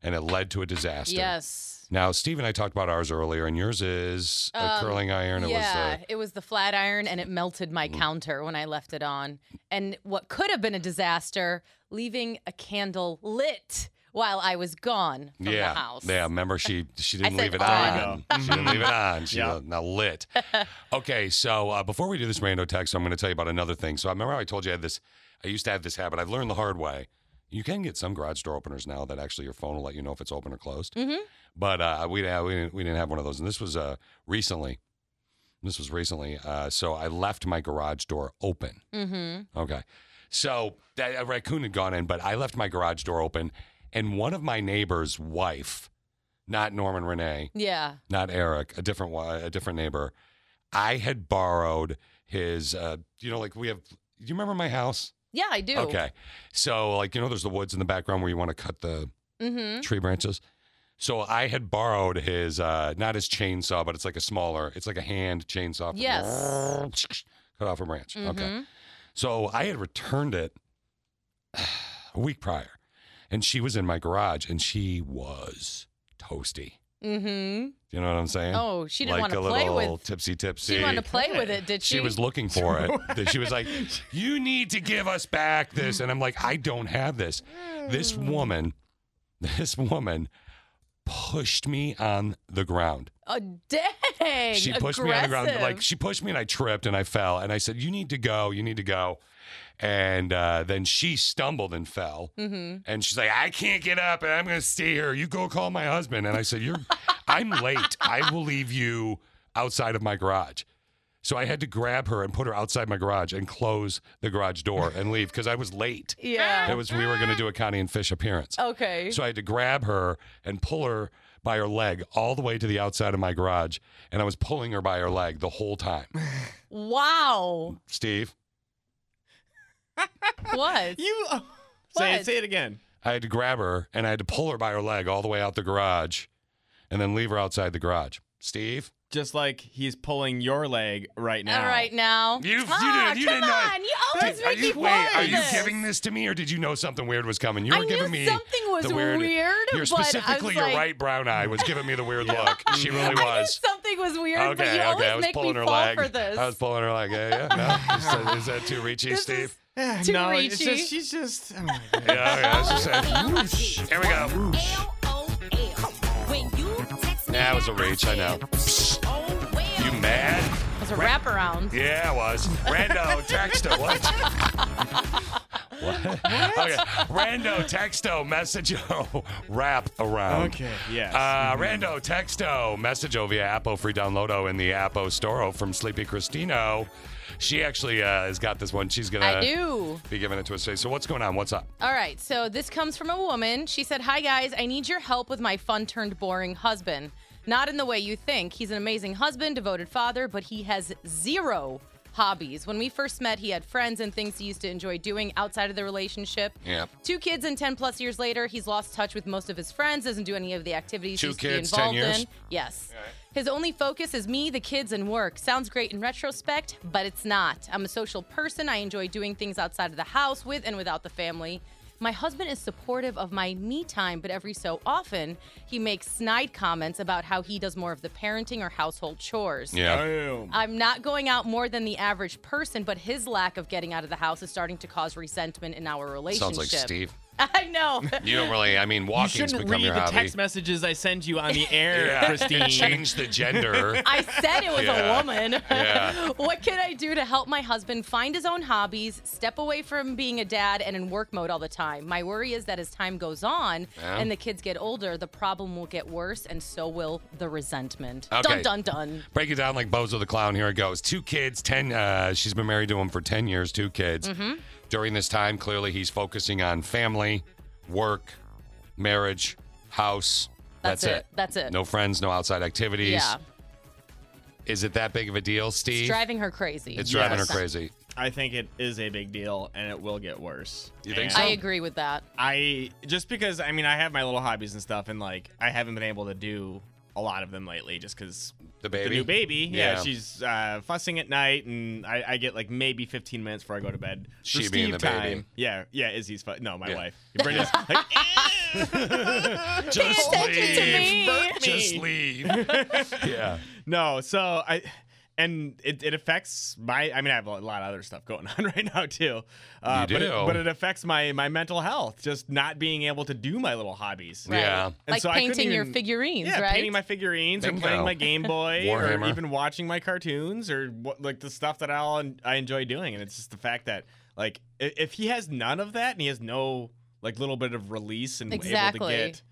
Speaker 7: and it led to a disaster?
Speaker 12: yes?
Speaker 7: Now, Steve and I talked about ours earlier, and yours is a
Speaker 12: Um,
Speaker 7: curling iron. It
Speaker 12: yeah,
Speaker 7: was uh, Mm-hmm.
Speaker 12: it was the flat iron, and it melted my counter when I left it on. And what could have been a disaster, leaving a candle lit while I was gone
Speaker 7: the,
Speaker 12: from
Speaker 7: yeah,
Speaker 12: the house.
Speaker 7: yeah. Remember, she she didn't
Speaker 12: said
Speaker 7: leave it
Speaker 12: on.
Speaker 7: on. She didn't leave it on. She
Speaker 8: Yeah.
Speaker 7: uh, now lit. Okay, so uh, before we do this rando text, I'm going to tell you about another thing. So I remember I told you I had this. I used to have this habit. I've learned the hard way. You can get some garage door openers now that actually your phone will let you know if it's open or closed.
Speaker 12: Mm-hmm.
Speaker 7: But uh, we didn't, we didn't we didn't have one of those, and this was uh, recently. This was recently. Uh, so I left my garage door open.
Speaker 12: Mm-hmm.
Speaker 7: Okay. So that a raccoon had gone in, but I left my garage door open, and one of my neighbor's wife not Norman Renee,
Speaker 12: Yeah.
Speaker 7: not Eric, a different one, a different neighbor. I had borrowed his, uh, you know, like we have. Do you remember my house?
Speaker 12: Yeah, I do.
Speaker 7: Okay, so like you know, there's the woods in the background where you want to cut the
Speaker 12: Mm-hmm.
Speaker 7: tree branches. So I had borrowed his, uh, not his chainsaw, but it's like a smaller, it's like a hand chainsaw.
Speaker 12: Yes.
Speaker 7: Cut off a branch. Okay.
Speaker 12: Mhm.
Speaker 7: So I had returned it a week prior, and she was in my garage, and she was toasty.
Speaker 12: Mm-hmm.
Speaker 7: You know what I'm saying?
Speaker 12: Oh, she didn't
Speaker 7: like
Speaker 12: wanna
Speaker 7: a
Speaker 12: play
Speaker 7: little
Speaker 12: with-
Speaker 7: tipsy tipsy.
Speaker 12: She wanted to play with it, did she?
Speaker 7: She was looking for it. She was like, "You need to give us back this," and I'm like, "I don't have this." This woman, this woman, pushed me on the ground.
Speaker 12: Oh, dang.
Speaker 7: She pushed me on the ground.
Speaker 12: aggressive.
Speaker 7: Like she pushed me and I tripped and I fell. And I said, You need to go. You need to go. And uh, then she stumbled and fell.
Speaker 5: Mm-hmm.
Speaker 12: Mhm.
Speaker 7: And she's like, I can't get up and I'm going to stay here. You go call my husband. And I said, You're, I'm late. I will leave you outside of my garage. So I had to grab her and put her outside my garage and close the garage door and leave because I was late.
Speaker 12: Yeah.
Speaker 7: It was, we were going to do a Connie and Fish appearance.
Speaker 12: Okay.
Speaker 7: So I had to grab her and pull her by her leg all the way to the outside of my garage. And I was pulling her by her leg the whole time.
Speaker 12: wow.
Speaker 7: Steve,
Speaker 12: What?
Speaker 8: you. uh, Say it,
Speaker 12: What?
Speaker 8: say it again.
Speaker 7: I had to grab her and I had to pull her by her leg all the way out the garage and then leave her outside the garage. Steve?
Speaker 8: Just like he's pulling your leg right now.
Speaker 12: All right now.
Speaker 7: You,
Speaker 12: Ah,
Speaker 7: did, you
Speaker 12: come
Speaker 7: didn't know.
Speaker 12: on. You always
Speaker 7: Did-
Speaker 12: make
Speaker 7: are you,
Speaker 12: me
Speaker 7: wait, are
Speaker 12: pause
Speaker 7: you
Speaker 12: this.
Speaker 7: giving this to me or did you know something weird was coming? You
Speaker 12: I
Speaker 7: were giving
Speaker 12: knew
Speaker 7: me
Speaker 12: something was
Speaker 7: the weird.
Speaker 12: weird,
Speaker 7: you're
Speaker 12: but I was
Speaker 7: specifically your
Speaker 12: like-
Speaker 7: right brown eye was giving me the weird look. She really was.
Speaker 12: I knew something was weird, but you always
Speaker 7: I was
Speaker 12: make me
Speaker 7: pulling her
Speaker 12: fall
Speaker 7: leg.
Speaker 12: for this.
Speaker 7: I was pulling her leg. Yeah, yeah. No. Is that- is that too reachy, Steve?
Speaker 8: Eh,
Speaker 12: Too
Speaker 8: no, it's
Speaker 12: reachy.
Speaker 8: just, she's just. oh my
Speaker 7: Yeah, okay. That's just it. Here we go. That was a reach, I know. You mad?
Speaker 12: It was a wraparound.
Speaker 7: Yeah, it was. Rando, texto, what? what? Okay. Rando, texto, messageo, wrap around.
Speaker 8: Okay, yes.
Speaker 7: Uh,
Speaker 8: Mhm.
Speaker 7: Rando, texto, messageo via Apple, free downloado in the Apple Store oh, from Sleepy Christino. She actually uh, has got this one. She's going to
Speaker 12: I do.
Speaker 7: be giving it to us today. So what's going on? What's up?
Speaker 12: All right, so this comes from a woman. She said, Hi guys, I need your help with my fun turned boring husband. Not in the way you think. He's an amazing husband, devoted father, but he has zero hobbies. When we first met, he had friends and things he used to enjoy doing outside of the relationship.
Speaker 7: Yeah.
Speaker 12: Two kids and 10 plus years later, he's lost touch with most of his friends, doesn't do any of the activities
Speaker 7: Two
Speaker 12: he used
Speaker 7: kids,
Speaker 12: to
Speaker 7: 10
Speaker 12: be involved
Speaker 7: years?
Speaker 12: in. Yes. His only focus is me, the kids, and work. Sounds great in retrospect, but it's not. I'm a social person. I enjoy doing things outside of the house with and without the family. My husband is supportive of my me time, but every so often he makes snide comments about how he does more of the parenting or household chores.
Speaker 8: Damn.
Speaker 12: I'm not going out more than the average person, but his lack of getting out of the house is starting to cause resentment in our relationship.
Speaker 7: Sounds like Steve.
Speaker 12: I know.
Speaker 7: You don't really, I mean,
Speaker 8: You
Speaker 7: walking's
Speaker 8: shouldn't
Speaker 7: become
Speaker 8: read
Speaker 7: your
Speaker 8: the
Speaker 7: hobby.
Speaker 8: text messages I send you on the air,
Speaker 7: Yeah,
Speaker 8: Christine.
Speaker 7: change the gender.
Speaker 12: I said it was
Speaker 7: Yeah.
Speaker 12: a woman.
Speaker 7: Yeah.
Speaker 12: what can I do to help my husband find his own hobbies, step away from being a dad and in work mode all the time? My worry is that as time goes on
Speaker 7: Yeah.
Speaker 12: and the kids get older, the problem will get worse and so will the resentment.
Speaker 7: Okay.
Speaker 12: Dun dun dun.
Speaker 7: Break it down like Bozo the Clown. Here it goes. Two kids, 10. Uh, she's been married to him for 10 years, two kids.
Speaker 12: Mhm.
Speaker 7: During this time, clearly he's focusing on family, work, marriage, house. That's,
Speaker 12: That's it. That's it.
Speaker 7: No friends, no outside activities.
Speaker 12: Yeah.
Speaker 7: Is it that big of a deal,
Speaker 12: It's
Speaker 7: Steve?
Speaker 12: driving her crazy.
Speaker 7: It's driving
Speaker 12: Yes.
Speaker 7: her crazy.
Speaker 8: I think it is a big deal, and it will get worse.
Speaker 7: You think
Speaker 8: And-
Speaker 12: I agree with that.
Speaker 8: I just because I mean I have my little hobbies and stuff, and like I haven't been able to do a lot of them lately, just because
Speaker 7: The baby?
Speaker 8: new baby. Yeah,
Speaker 7: Yeah.
Speaker 8: she's uh, fussing at night, and I, I get like maybe 15 minutes before I go to bed. For
Speaker 7: She
Speaker 8: Steve
Speaker 7: being the
Speaker 8: time.
Speaker 7: baby.
Speaker 8: Yeah, yeah, Izzy's fu- no, my wife. Brenda's like,
Speaker 7: Just
Speaker 12: sent it to me.
Speaker 7: leave. Just leave. yeah.
Speaker 8: No, so I and it, it affects my I mean I have a lot of other stuff going on right now too. Uh,
Speaker 7: You
Speaker 8: But, it,
Speaker 7: do.
Speaker 8: but it affects my my mental health just not being able to do my little hobbies.
Speaker 7: Right. Yeah.
Speaker 8: And
Speaker 12: like
Speaker 8: so I couldn't
Speaker 12: painting your
Speaker 8: even-
Speaker 12: figurines,
Speaker 8: Yeah,
Speaker 12: right?
Speaker 8: painting my figurines or
Speaker 7: Bingo.
Speaker 8: playing my Game Boy or
Speaker 7: Warhammer.
Speaker 8: even watching my cartoons or what, like the stuff that I'll I enjoy doing and it's just the fact that like i- if he has none of that and he has no like little bit of release and able
Speaker 12: Exactly.
Speaker 8: to get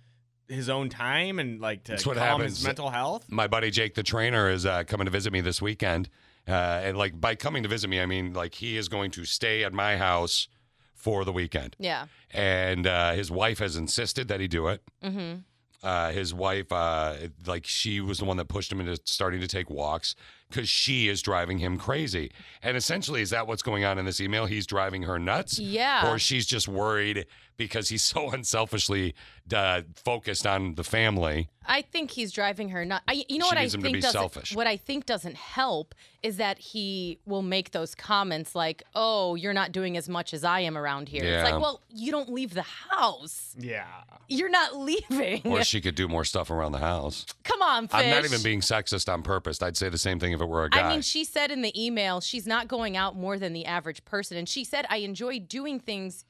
Speaker 8: his own time and like to
Speaker 7: That's what
Speaker 8: calm
Speaker 7: happens.
Speaker 8: his mental health
Speaker 7: my buddy Jake the trainer is uh, coming to visit me this weekend. Uh, and like by coming to visit me, I mean like he is going to stay at my house for the weekend.
Speaker 12: yeah.
Speaker 7: And uh, his wife has insisted that he do it.
Speaker 12: Mm-hmm.
Speaker 7: uh, his wife, uh, it- like she was the one that pushed him into starting to take walks because she is driving him crazy. And essentially, is that what's going on in this email? He's driving her nuts.
Speaker 12: Yeah.
Speaker 7: Or she's just worried because he's so unselfishly uh, focused on the family.
Speaker 12: I think he's driving her not. I, you know
Speaker 7: She
Speaker 12: what I
Speaker 7: needs him
Speaker 12: think
Speaker 7: to be
Speaker 12: doesn't.
Speaker 7: selfish.
Speaker 12: What I think doesn't help is that he will make those comments like, "Oh, you're not doing as much as I am around here." It's
Speaker 7: Yeah.
Speaker 12: like, well, you don't leave the house.
Speaker 8: Yeah.
Speaker 12: You're not leaving.
Speaker 7: Or she could do more stuff around the house.
Speaker 12: Come on, fish.
Speaker 7: I'm not even being sexist on purpose. I'd say the same thing if it were a guy.
Speaker 12: I mean, she said in the email she's not going out more than the average person. And she said, I enjoy doing things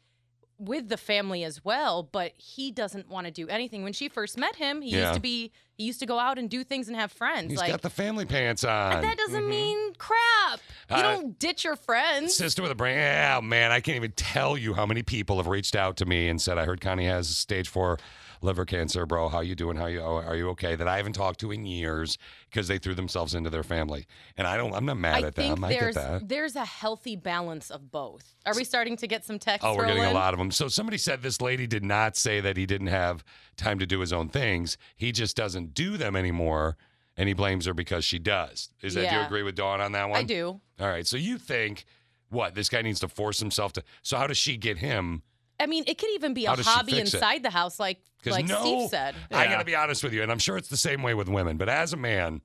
Speaker 12: with the family as well, but he doesn't want to do anything. When she first met him, he
Speaker 7: Yeah.
Speaker 12: used to be, he used to go out and do things and have friends.
Speaker 7: He's
Speaker 12: like,
Speaker 7: got the family pants on.
Speaker 12: that doesn't mean crap. You
Speaker 7: Uh,
Speaker 12: don't ditch your friends.
Speaker 7: Sister with a brain. Yeah, man, I can't even tell you how many people have reached out to me and said, "I heard Connie has stage four liver cancer, bro. How you doing? How you? oh, Are you okay?" That I haven't talked to in years because they threw themselves into their family, and I don't. I'm not mad
Speaker 12: I
Speaker 7: at
Speaker 12: think
Speaker 7: them. I get
Speaker 12: there's
Speaker 7: that.
Speaker 12: there's a healthy balance of both. Are we starting to get some text?
Speaker 7: Oh, we're
Speaker 12: rolling?
Speaker 7: getting a lot of them. So somebody said this lady did not say that he didn't have time to do his own things. He just doesn't do them anymore, and he blames her because she does. Is that do you
Speaker 12: Yeah.
Speaker 7: agree with Dawn on that one?
Speaker 12: I do.
Speaker 7: All right. So you think what this guy needs to force himself to? So how does she get him?
Speaker 12: I mean, it could even be a
Speaker 7: How does she
Speaker 12: hobby
Speaker 7: fix it?
Speaker 12: inside the house, like
Speaker 7: Because
Speaker 12: like
Speaker 7: no,
Speaker 12: Steve said.
Speaker 7: I got to be honest with you, and I'm sure it's the same way with women. But as a man,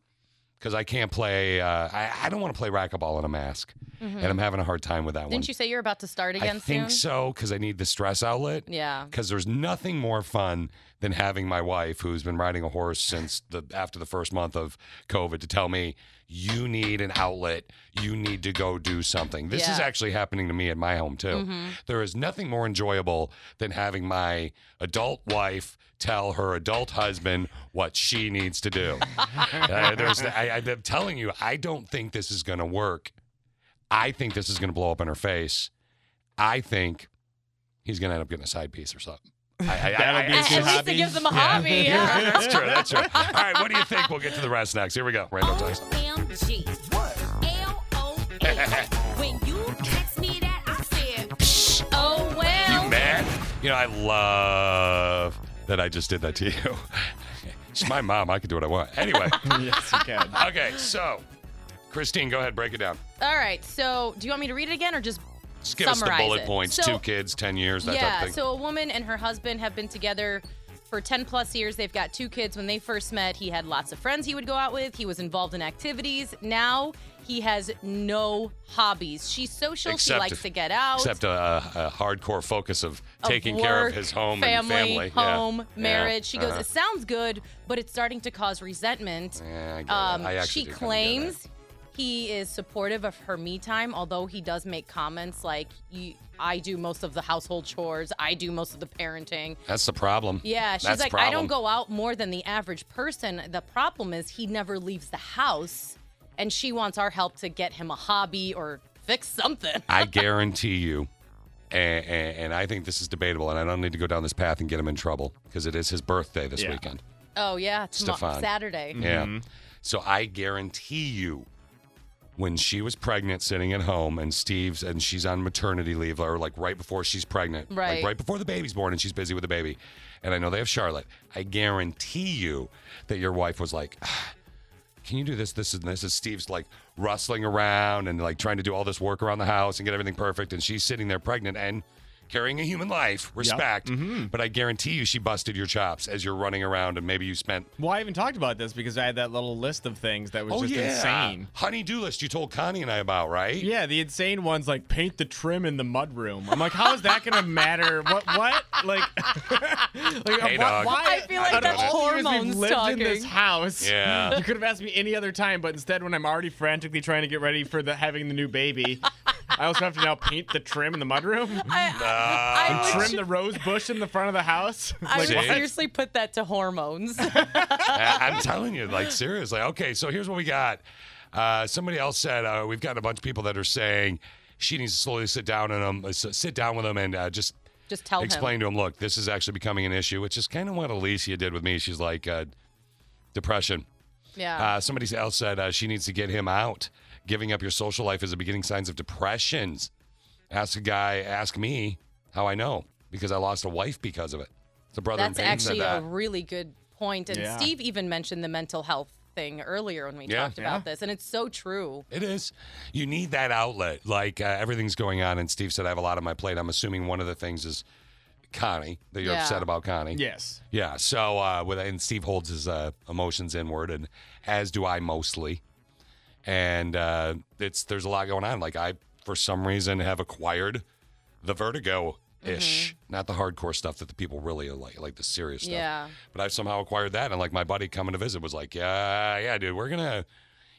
Speaker 7: because I can't play, uh, I, I don't want to play racquetball in a mask,
Speaker 12: Mhm.
Speaker 7: and I'm having a hard time with that one.
Speaker 12: Didn't you say you're about to start again
Speaker 7: I think
Speaker 12: soon?
Speaker 7: so because I need the stress outlet.
Speaker 12: Yeah.
Speaker 7: Because there's nothing more fun than having my wife, who's been riding a horse since the after the first month of COVID, to tell me you need an outlet. You need to go do something. This is
Speaker 9: Yeah.
Speaker 7: actually happening to me at my home too.
Speaker 12: Mm-hmm.
Speaker 9: Mhm.
Speaker 7: There is nothing more enjoyable than having my adult wife tell her adult husband what she needs to do. Uh, there's, I, I'm telling you, I don't think this is going to work. I think this is going to blow up in her face. I think he's going to end up getting a side piece or something. I, I,
Speaker 8: That'll be his At least it hobby. gives him a hobby, yeah.
Speaker 7: that's true. That's true. All right, what do you think? We'll get to the rest next. Here we go. Random text.
Speaker 10: OMG. What? L O A. When you text me that, I said,
Speaker 12: oh, well.
Speaker 7: You mad? You know, I love that I just did that to you. She's my mom. I can do what I want. Anyway. yes, you can. Okay, so Christine, go ahead, break it down.
Speaker 12: All right. So, do you want me to read it again or just
Speaker 7: Just give us
Speaker 12: summarize
Speaker 7: the bullet
Speaker 12: it?
Speaker 7: points.
Speaker 12: So-
Speaker 7: Two kids, ten years, that
Speaker 12: yeah.
Speaker 7: type of thing.
Speaker 12: So, a woman and her husband have been together for 10 plus years. They've got two kids. When they first met, he had lots of friends he would go out with. He was involved in activities. Now he has no hobbies. She's social. she likes to get out.
Speaker 7: Except a, a hardcore focus of
Speaker 12: of
Speaker 7: taking care
Speaker 12: work,
Speaker 7: of his home
Speaker 12: family,
Speaker 7: and family. Yeah.
Speaker 12: home,
Speaker 7: Yeah.
Speaker 12: marriage. She goes,
Speaker 7: Uh-huh.
Speaker 12: it sounds good, but it's starting to cause resentment.
Speaker 7: Yeah, I get that.
Speaker 12: um,
Speaker 7: I actually
Speaker 12: she
Speaker 7: do kinda get
Speaker 12: claims he is supportive of her me time, although he does make comments like, "You- I do most of the household chores, I do most of the parenting.
Speaker 7: That's the problem.
Speaker 12: Yeah, she's
Speaker 7: Um, That's the
Speaker 12: like, I don't
Speaker 7: problem.
Speaker 12: go out more than the average person. The problem is he never leaves the house, and she wants our help to get him a hobby or fix something.
Speaker 7: I guarantee you, and, and, and I think this is debatable, and I don't need to go down this path and get him in trouble because it is his birthday this weekend.
Speaker 12: Oh, yeah, tomorrow,
Speaker 7: Stefan.
Speaker 12: Saturday.
Speaker 7: Yeah. Mm-hmm. So I guarantee you, when she was pregnant, sitting at home, and Steve's and she's on maternity leave, or like right before she's pregnant, like,
Speaker 9: Right.
Speaker 7: right before the baby's born, and she's busy with the baby. And I know they have Charlotte. I guarantee you that your wife was like. "Ah, Can you do this, this, and this? And Steve's like rustling around and like trying to do all this work around the house and get everything perfect. And she's sitting there pregnant and carrying a human life, respect. But I guarantee you she busted your chops as you're running around and maybe you spent
Speaker 8: Well, I even talked about this because I had that little list of things that was
Speaker 7: Oh,
Speaker 8: just insane.
Speaker 7: Honey-do list you told Connie and I about, right?
Speaker 8: Yeah, the insane ones like paint the trim in the mudroom. I'm like, how is that gonna matter? What? What? Like, like
Speaker 7: Hey,
Speaker 8: what,
Speaker 7: dog.
Speaker 8: why?
Speaker 7: I feel like
Speaker 8: out of
Speaker 7: that's
Speaker 8: all the years
Speaker 7: hormones
Speaker 8: we've lived in this
Speaker 7: talking.
Speaker 8: house.
Speaker 7: Yeah.
Speaker 8: you could have asked me any other time, but instead, when I'm already frantically trying to get ready for the having the new baby. I also have to now paint the trim in the mudroom.
Speaker 7: I
Speaker 8: and
Speaker 7: would-
Speaker 8: trim the rose bush in the front of the house.
Speaker 12: I
Speaker 8: Like,
Speaker 12: would
Speaker 8: what?
Speaker 12: seriously put that to hormones.
Speaker 7: I- I'm telling you, like seriously. Okay, so here's what we got. Uh, somebody else said uh, we've got a bunch of people that are saying she needs to slowly sit down and um, uh, s- sit down with him and uh, just
Speaker 12: Just tell
Speaker 7: explain
Speaker 12: him.
Speaker 7: to him. Look, this is actually becoming an issue, which is kind of what Alicia did with me. She's like uh, depression.
Speaker 12: Yeah.
Speaker 7: Uh, somebody else said uh, she needs to get him out. Giving up your social life is the beginning signs of depressions. Ask a guy, ask me how I know because I lost a wife because of it. It's a brother
Speaker 12: That's
Speaker 7: in pain said
Speaker 12: actually
Speaker 7: that.
Speaker 12: a really good point. And
Speaker 7: Yeah.
Speaker 12: Steve even mentioned the mental health thing earlier when we
Speaker 7: Yeah.
Speaker 12: talked about
Speaker 7: Yeah.
Speaker 12: this, and it's so true.
Speaker 7: It is. You need that outlet. Like uh, everything's going on, and Steve said I have a lot on my plate. I'm assuming one of the things is Connie that you're
Speaker 8: Yeah.
Speaker 7: upset about Connie.
Speaker 8: Yes.
Speaker 7: Yeah. So uh, with and Steve holds his uh, emotions inward, and as do I mostly. And uh, it's there's a lot going on. Like I, for some reason, have acquired the vertigo ish, not the hardcore stuff that the people really are like, like the serious stuff.
Speaker 12: Yeah.
Speaker 7: But I've somehow acquired that. And like my buddy coming to visit was like, yeah, yeah, dude, we're gonna,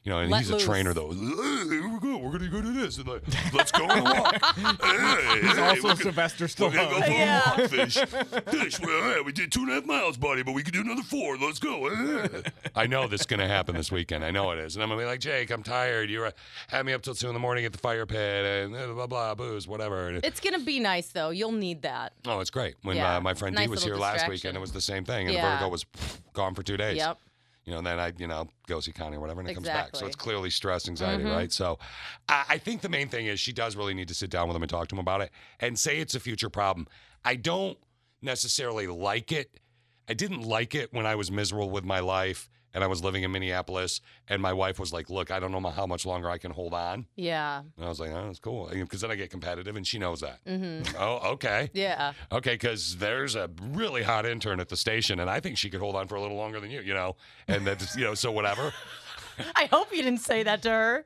Speaker 7: you know, and
Speaker 2: Let
Speaker 7: Uh, he's
Speaker 2: loose.
Speaker 7: a trainer though. "Hey, We're good. We're gonna go to this and like, let's go on a walk. Hey,
Speaker 2: He's also
Speaker 7: hey, we're gonna-
Speaker 8: Sylvester
Speaker 7: We're gonna go for
Speaker 2: Stallone.
Speaker 7: a walk,
Speaker 2: Yeah.
Speaker 7: fish. Fish. Well, hey, we did two and a half miles, buddy, but we could do another four. Let's go. Eh. Hey." I know this is gonna happen this weekend. I know it is, and I'm gonna be like, Jake, I'm tired. You're uh, had me up till two in the morning at the fire pit and uh, blah blah, blah booze, whatever. And-
Speaker 12: It's gonna be nice though. You'll need that.
Speaker 7: Oh, it's great. When
Speaker 12: Yeah.
Speaker 7: uh, my friend
Speaker 12: Nice
Speaker 7: D was here
Speaker 12: little
Speaker 7: last
Speaker 12: distraction.
Speaker 7: weekend, it was the same thing, and
Speaker 12: Yeah.
Speaker 7: the vertigo was gone for two days.
Speaker 12: Yep.
Speaker 7: You know, and then I, you know, go see Connie or whatever, and it comes back. So
Speaker 12: Exactly.
Speaker 7: it's clearly stress, anxiety,
Speaker 12: Mhm.
Speaker 7: right? So I, I think the main thing is she does really need to sit down with him and talk to him about it and say it's a future problem. I don't necessarily like it. I didn't like it when I was miserable with my life and I was living in Minneapolis, and my wife was like, Look, I don't know how much longer I can hold on.
Speaker 12: Yeah.
Speaker 7: And I was like, Oh, that's cool. Because then I get competitive, and she knows that.
Speaker 12: Mm-hmm.
Speaker 7: Oh, okay.
Speaker 12: Yeah.
Speaker 7: Okay, because there's a really hot intern at the station, and I think she could hold on for a little longer than you, you know, and that's, you know, so whatever.
Speaker 12: I hope you didn't say that to her.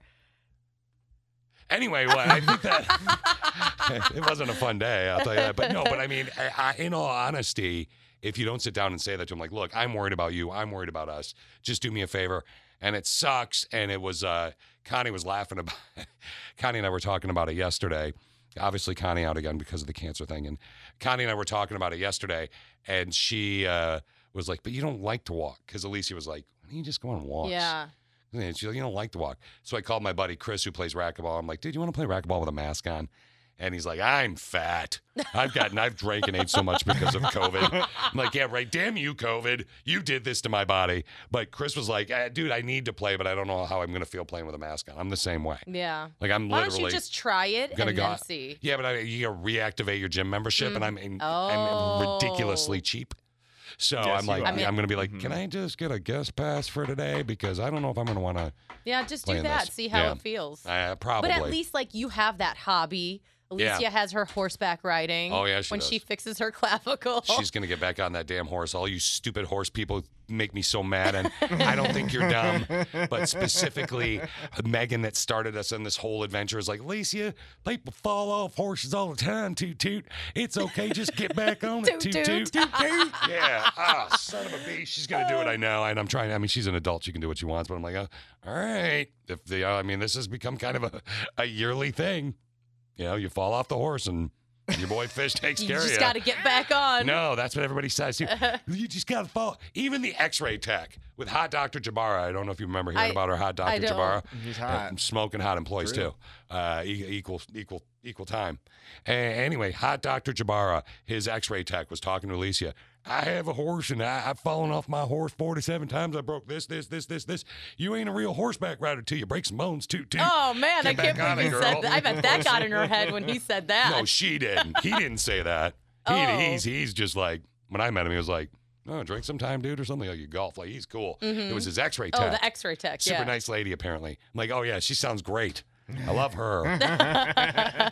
Speaker 7: Anyway, well, I think that it wasn't a fun day, I'll tell you that. But no, but I mean, I, I, in all honesty, if you don't sit down and say that to him, like, look, I'm worried about you, I'm worried about us, just do me a favor. And it sucks. And it was, uh, Connie was laughing about Connie and I were talking about it yesterday. Obviously, Connie out again because of the cancer thing. And Connie and I were talking about it yesterday, and she uh, was like, But you don't like to walk. Because Alicia was like, Why don't you just go on walks?
Speaker 12: Yeah.
Speaker 7: And she's like, you don't like to walk. So I called my buddy Chris, who plays racquetball. I'm like, dude, you want to play racquetball with a mask on? And he's like, I'm fat. I've gotten, I've drank and ate so much because of COVID. I'm like, yeah, right. Damn you, COVID. You did this to my body. But Chris was like, eh, dude, I need to play, but I don't know how I'm going to feel playing with a mask on. I'm the same way.
Speaker 12: Yeah.
Speaker 7: Like, I'm
Speaker 12: Why don't you
Speaker 7: literally
Speaker 12: just try it and
Speaker 7: gonna
Speaker 12: then
Speaker 7: go
Speaker 12: see?
Speaker 7: Yeah, but I, you gotta reactivate your gym membership, and I'm in, I'm
Speaker 12: Mm. Oh.
Speaker 7: ridiculously cheap. So
Speaker 8: Yes,
Speaker 7: I'm
Speaker 8: you
Speaker 7: like,
Speaker 8: are. Mm-hmm. I mean-
Speaker 7: I'm gonna be like, can I just get a guest pass for today? Because I don't know if I'm gonna want to.
Speaker 12: Yeah, just do that. See how it feels.
Speaker 7: Uh, probably.
Speaker 12: But at least like you have that hobby.
Speaker 7: Yeah.
Speaker 12: Alicia has her horseback riding.
Speaker 7: Oh, yeah, she
Speaker 12: when
Speaker 7: does.
Speaker 12: she fixes her clavicle.
Speaker 7: She's gonna get back on that damn horse. All you stupid horse people make me so mad, and I don't think you're dumb. But specifically, Megan that started us on this whole adventure is like, Alicia, people fall off horses all the time. Toot toot. It's okay. Just get back on it. Toot
Speaker 2: Toot,
Speaker 7: toot.
Speaker 2: toot.
Speaker 7: yeah. Ah, son of a bitch. She's gonna do it. I know, and I'm trying. I mean, she's an adult. She can do what she wants. But I'm like, uh, all right. If the, I mean, this has become kind of a, a yearly thing. You know, you fall off the horse and. Your boy Fish takes
Speaker 12: you
Speaker 7: care of
Speaker 12: just
Speaker 7: you.
Speaker 12: got to get back on.
Speaker 7: No, that's what everybody says. You,
Speaker 12: Uh-huh.
Speaker 7: you just gotta follow. Even the X-ray tech with hot Dr. Jabara. I don't know if you remember hearing
Speaker 12: I-
Speaker 7: about her hot Dr.
Speaker 12: I don't.
Speaker 7: Jabara.
Speaker 8: He's hot.
Speaker 7: Uh, smoking hot employees
Speaker 8: True.
Speaker 7: too. Uh, e- equal, equal, equal time. A- anyway, hot Dr. Jabara, his X-ray tech was talking to Alicia. I have a horse and I, I've fallen off my horse 47 times. I broke this, this, this, this, this. You ain't a real horseback rider till you break some bones, too, too.
Speaker 12: Oh man,
Speaker 7: Get
Speaker 12: I can't
Speaker 7: back on
Speaker 12: believe he
Speaker 7: it,
Speaker 12: said
Speaker 7: girl.
Speaker 12: that. I bet that got in her head when he said that.
Speaker 7: No, she didn't. He didn't say that. He,
Speaker 12: Oh.
Speaker 7: He's he's just like when I met him, he was like, "Oh, drink some time, dude, or something." Like you golf, like he's cool. It
Speaker 12: Mhm.
Speaker 7: was his X-ray
Speaker 12: Oh,
Speaker 7: tech.
Speaker 12: the X-ray tech.
Speaker 7: Super
Speaker 12: yeah.
Speaker 7: nice lady, apparently. I'm like, oh yeah, she sounds great. I love her.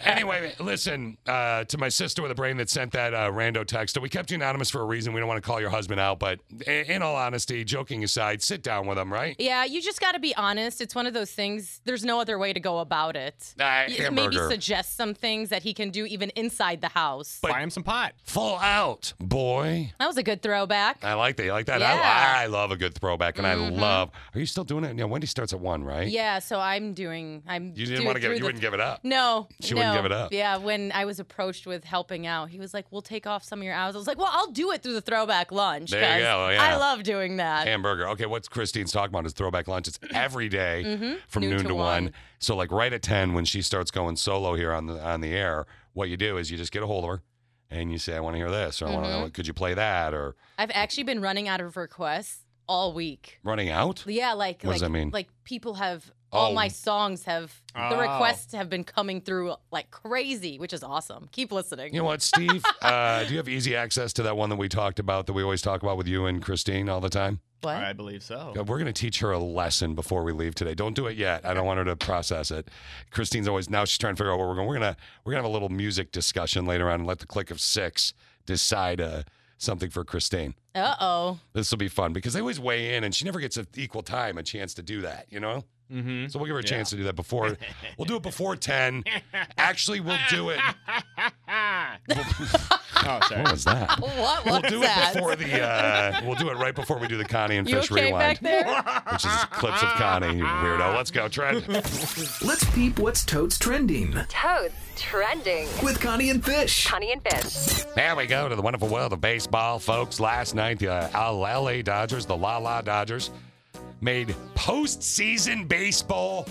Speaker 7: anyway, listen uh, to my sister with a brain that sent that uh, rando text. We kept you anonymous for a reason. We don't want to call your husband out, but in, in all honesty, joking aside, sit down with him, right?
Speaker 12: Yeah, you just got to be honest. It's one of those things. There's no other way to go about it.
Speaker 7: Uh,
Speaker 12: You- Maybe
Speaker 7: hamburger.
Speaker 12: suggest some things that he can do even inside the house.
Speaker 7: But-
Speaker 8: Buy him some pot.
Speaker 7: Fall out, boy.
Speaker 12: That was a good throwback.
Speaker 7: I like that. You like that?
Speaker 12: Yeah. Mm-hmm.
Speaker 7: I, I love a good throwback, and I love. Are you still doing it? Yeah, Wendy starts at one, right?
Speaker 12: Yeah, so I'm doing. I'm.
Speaker 7: You didn't
Speaker 12: do-
Speaker 7: want to give.
Speaker 12: through
Speaker 7: You
Speaker 12: the-
Speaker 7: wouldn't give it up.
Speaker 12: No,
Speaker 7: She wouldn't
Speaker 12: no.
Speaker 7: give it up.
Speaker 12: Yeah, when I was approached with helping out, he was like, "We'll take off some of your hours." I was like, "Well, I'll do it through the throwback lunch."
Speaker 7: There you
Speaker 12: 'cause
Speaker 7: go, yeah.
Speaker 12: I love doing that.
Speaker 7: Hamburger. Okay, what's Christine's talking about is throwback lunch. It's every day
Speaker 12: Mhm.
Speaker 7: from noon, to, one. So like right at ten, when she starts going solo here on the on the air, what you do is you just get a hold of her and you say, "I want to hear this," or "I want to know.
Speaker 12: Mhm.
Speaker 7: Could you play that?" Or
Speaker 12: I've actually been running out of requests all week.
Speaker 7: running out.
Speaker 12: Yeah, like
Speaker 7: What
Speaker 12: like
Speaker 7: does that mean?
Speaker 12: like people have all
Speaker 7: Oh.
Speaker 12: my songs have the
Speaker 7: Oh.
Speaker 12: requests have been coming through like crazy, which is awesome. Keep listening.
Speaker 7: You know what, Steve? uh, do you have easy access to that one that we talked about that we always talk about with you and Christine all the time?
Speaker 12: What?
Speaker 8: I believe so.
Speaker 7: Yeah, We're going to teach her a lesson before we leave today. Don't do it yet. I don't want her to process it. Christine's always now she's trying to figure out where we're going. We're gonna we're gonna have a little music discussion later on and let the click of six decide uh, something for Christine.
Speaker 12: Uh oh.
Speaker 7: This will be fun because they always weigh in and she never gets an equal time a chance to do that. You know.
Speaker 8: Mm-hmm.
Speaker 7: So we'll give her a chance to do that before. we'll do it before ten. Actually, we'll do it.
Speaker 8: oh, sorry.
Speaker 7: What was that?
Speaker 12: What
Speaker 7: We'll
Speaker 12: was
Speaker 7: do
Speaker 12: that?
Speaker 7: it before the. Uh, we'll do it right before we do the Connie and
Speaker 12: you
Speaker 7: Fish
Speaker 12: okay
Speaker 7: rewind,
Speaker 12: back there?
Speaker 7: which is clips of Connie. You weirdo. Let's go, Trent.
Speaker 13: Let's peep what's totes trending.
Speaker 14: Toads trending.
Speaker 13: With Connie and Fish.
Speaker 14: Connie and Fish.
Speaker 7: There we go to the wonderful world of baseball, folks. Last night, the uh, LA Dodgers, the La La Dodgers, made postseason baseball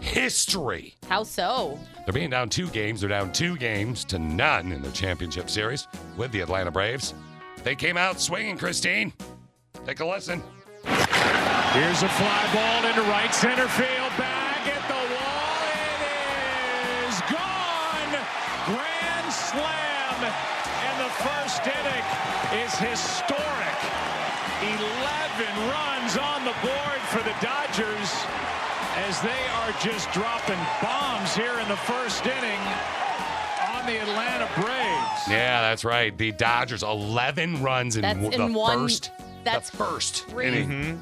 Speaker 7: history.
Speaker 12: How so?
Speaker 7: They're being down two games. They're down two games to none in the championship series with the Atlanta Braves. They came out swinging, Christine. Take a listen.
Speaker 9: Here's a fly ball into right center field. Back at the wall. It is gone. Grand slam. And the first inning is historic. 11 runs on the board for the Dodgers as they are just dropping bombs here in the first inning on the Atlanta Braves.
Speaker 7: Yeah, that's right. The Dodgers, 11 runs in
Speaker 9: That's
Speaker 7: w-
Speaker 9: in
Speaker 7: the
Speaker 9: one-
Speaker 7: first.
Speaker 12: That's
Speaker 7: first
Speaker 12: crazy.
Speaker 7: inning.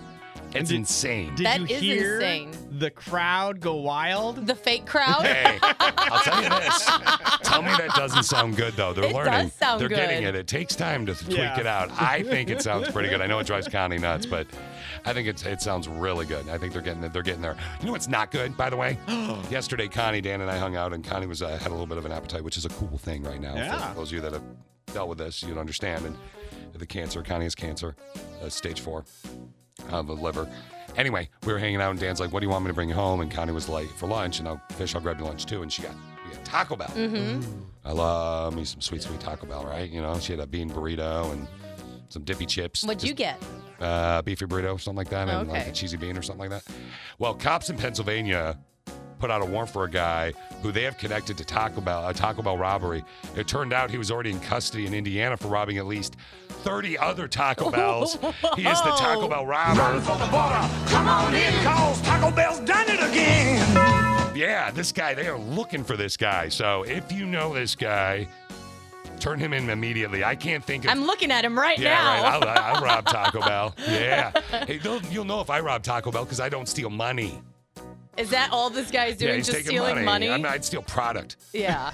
Speaker 7: It's insane.
Speaker 8: Did
Speaker 12: That
Speaker 8: you
Speaker 12: is
Speaker 8: hear
Speaker 12: insane.
Speaker 8: the crowd go wild?
Speaker 12: The fake crowd?
Speaker 7: Hey, I'll tell you this. Tell me that doesn't sound good though. They're
Speaker 12: It does
Speaker 7: learning.
Speaker 12: sound
Speaker 7: They're
Speaker 12: good.
Speaker 7: getting it. It takes time to tweak
Speaker 8: Yeah.
Speaker 7: it out. I think it sounds pretty good. I know it drives Connie nuts, but I think it's, it sounds really good. I think they're getting they're getting there. You know what's not good, by the way? Yesterday, Connie, Dan, and I hung out, and Connie was uh, had a little bit of an appetite, which is a cool thing right now.
Speaker 8: Yeah.
Speaker 7: For those of you that have dealt with this, you'd understand. And the cancer, Connie has cancer, uh, stage four of the liver. Anyway, we were hanging out, and Dan's like, "What do you want me to bring you home?" And Connie was late for lunch, and I'll fish. I'll grab you lunch too. And she got we had Taco Bell.
Speaker 1: Mm-hmm.
Speaker 7: I love me some sweet, sweet Taco Bell, right? You know, she had a bean burrito and some dippy chips.
Speaker 12: What'd you get?
Speaker 7: Uh, beefy burrito, something like that, and like
Speaker 12: Okay.
Speaker 7: a cheesy bean or something like that. Well, cops in Pennsylvania put out a warrant for a guy who they have connected to Taco Bell, a Taco Bell robbery. It turned out he was already in custody in Indiana for robbing at least 30 other Taco Bells. he is the Taco
Speaker 9: Oh.
Speaker 7: Bell robber.
Speaker 1: Come on in, cause Taco Bell's done it again.
Speaker 7: Yeah, this guy, they are looking for this guy. So if you know this guy, turn him in immediately. I can't think of
Speaker 12: I'm looking at him right
Speaker 7: yeah,
Speaker 12: now.
Speaker 7: right. I'll, I'll rob Taco Bell. Yeah. Hey, they'll, you'll know if I rob Taco Bell because I don't steal money.
Speaker 12: Is that all this guy's doing?
Speaker 7: yeah, he's
Speaker 12: Just
Speaker 7: taking
Speaker 12: stealing money?
Speaker 7: I'm not, I'd steal product.
Speaker 12: Yeah.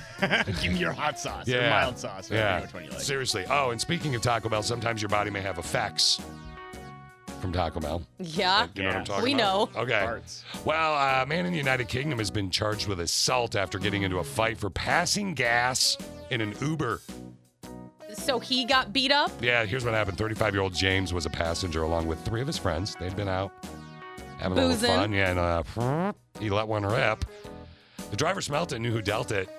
Speaker 8: Give me your hot sauce
Speaker 7: yeah.
Speaker 8: or Ah, mild sauce. I don't know which one you like.
Speaker 7: Seriously. Oh, and speaking of Taco Bell, sometimes your body may have effects from Taco Bell.
Speaker 12: Yeah.
Speaker 7: You know what I'm talking
Speaker 12: we
Speaker 7: about?
Speaker 12: know.
Speaker 7: Okay. Well, a man in the United Kingdom has been charged with assault after getting into a fight for passing gas in an Uber.
Speaker 12: So he got beat up?
Speaker 7: Yeah, here's what happened. 35 year old James was a passenger along with three of his friends. They'd been out having a
Speaker 12: Boozing.
Speaker 7: little fun. Yeah, and uh, he let one rip. The driver smelt it, knew who dealt it,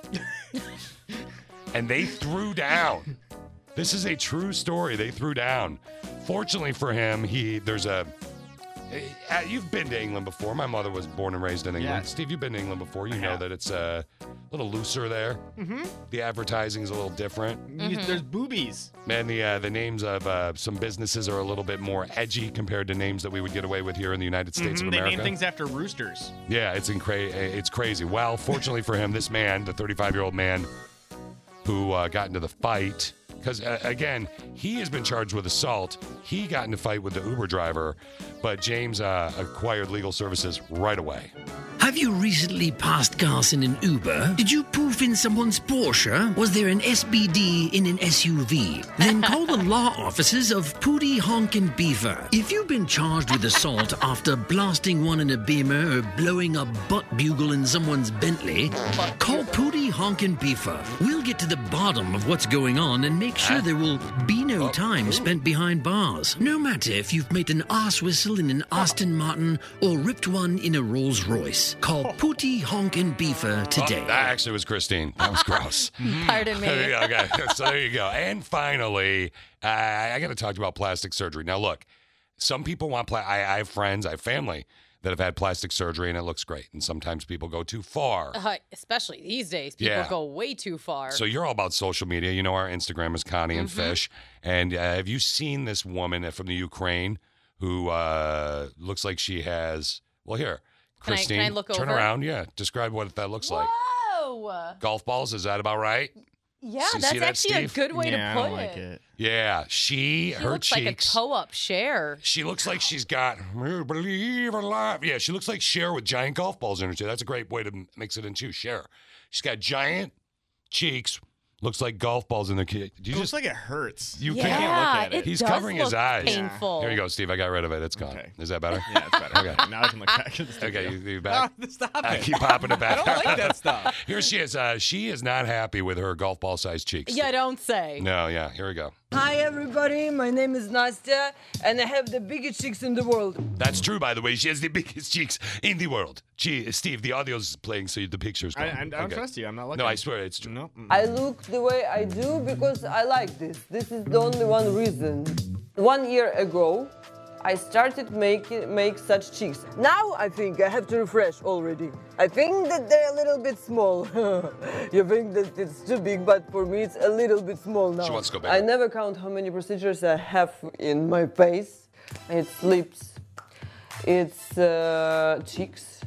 Speaker 7: and they threw down. This is a true story. They threw down. Fortunately for him, he there's a. uh, You've been to England before. My mother was born and raised in England.
Speaker 1: Yeah.
Speaker 7: Steve, you've been to England before. You know that it's uh, a little looser there.
Speaker 1: Mm-hmm.
Speaker 7: The advertising is a little different.
Speaker 1: Mhm.
Speaker 8: There's boobies.
Speaker 7: And the uh, the names of uh, some businesses are a little bit more edgy compared to names that we would get away with here in the United States
Speaker 8: Mhm,
Speaker 7: of
Speaker 8: they
Speaker 7: America.
Speaker 8: name things after roosters.
Speaker 7: yeah, it's incra- it's crazy. Well, fortunately for him, this man, the 35 year old man who uh, got into the fight, because uh, again, he has been charged with assault. He got into a fight with the Uber driver, but James uh, acquired legal services right away.
Speaker 11: Have you recently passed gas in an Uber? Did you poof in someone's Porsche? Was there an SBD in an SUV? Then call the law offices of Pooty Honk and Beaver. If you've been charged with assault after blasting one in a Beamer or blowing a butt bugle in someone's Bentley, call Pooty Honk and Beaver. We'll get to the bottom of what's going on and make sure there will be no time spent behind bars. No matter if you've made an ass whistle in an Aston Martin or ripped one in a Rolls Royce, call Pooty Honk and Beaver today.
Speaker 7: Oh, that actually was Christine. That was gross.
Speaker 12: Pardon me.
Speaker 7: Yeah, okay, so there you go. And finally, uh, I got to talk about plastic surgery. Now, look, some people want pla- I, I have friends, I have family that have had plastic surgery and it looks great. And sometimes people go too far.
Speaker 12: Uh, especially these days, people
Speaker 7: Yeah.
Speaker 12: go way too far.
Speaker 7: So you're all about social media. You know our Instagram is Connie and
Speaker 12: Mhm.
Speaker 7: Fish. And uh, have you seen this woman from the Ukraine who uh, looks like she has? Well, here,
Speaker 12: Can I- can I
Speaker 7: Christine,
Speaker 12: look
Speaker 7: turn
Speaker 12: over?
Speaker 7: around. Yeah, describe what that looks like.
Speaker 12: oh,
Speaker 7: Golf balls. Is that about right?
Speaker 12: yeah,
Speaker 7: See-
Speaker 12: that's
Speaker 7: see that,
Speaker 12: actually
Speaker 7: Steve?
Speaker 12: a good way
Speaker 7: Yeah, I
Speaker 12: to put
Speaker 7: don't like
Speaker 12: it.
Speaker 7: Yeah, she,
Speaker 12: She
Speaker 7: her
Speaker 12: looks like a
Speaker 7: cheeks.
Speaker 12: toe-up share.
Speaker 7: she looks like she's got believe her life. Yeah, she looks like Cher with giant golf balls in her too. That's a great way to m- mix it in too. Cher, she's got giant cheeks. Looks like golf balls in the kid. You
Speaker 8: looks
Speaker 7: just
Speaker 8: like it hurts.
Speaker 7: You
Speaker 8: Yeah,
Speaker 7: can't
Speaker 8: look at it. it
Speaker 7: He's
Speaker 8: does
Speaker 7: covering his
Speaker 8: look
Speaker 7: eyes.
Speaker 8: painful.
Speaker 7: Here you go, Steve. I got rid of it. It's gone. Is that better?
Speaker 8: Yeah, it's better.
Speaker 7: Okay.
Speaker 8: Now I can look back. at the studio.
Speaker 7: Okay, you, you back.
Speaker 8: Oh, stop
Speaker 7: I
Speaker 8: it.
Speaker 7: keep popping it back.
Speaker 8: I don't like that stuff.
Speaker 7: Here she is. Uh, she is not happy with her golf ball sized cheeks.
Speaker 6: Yeah, don't say.
Speaker 7: No, yeah. Here we go.
Speaker 6: Hi, everybody. My name is Nastya, and I have the biggest chicks in the world.
Speaker 7: That's true, by the way. She has the biggest cheeks in the world. Gee, Steve, the audio's playing, so the picture's
Speaker 8: I-
Speaker 7: gone.
Speaker 8: I- I don't trust you. I'm not looking.
Speaker 7: No, I swear it's true. No.
Speaker 6: I look the way I do because I like this. This is the only one reason. One year ago, I started making make such cheeks. Now I think I have to refresh already. I think that they're a little bit small. you think that it's too big, but for me it's a little bit small now.
Speaker 7: wants to go back.
Speaker 6: I never count how many procedures I have in my face. It's lips, it's uh, cheeks,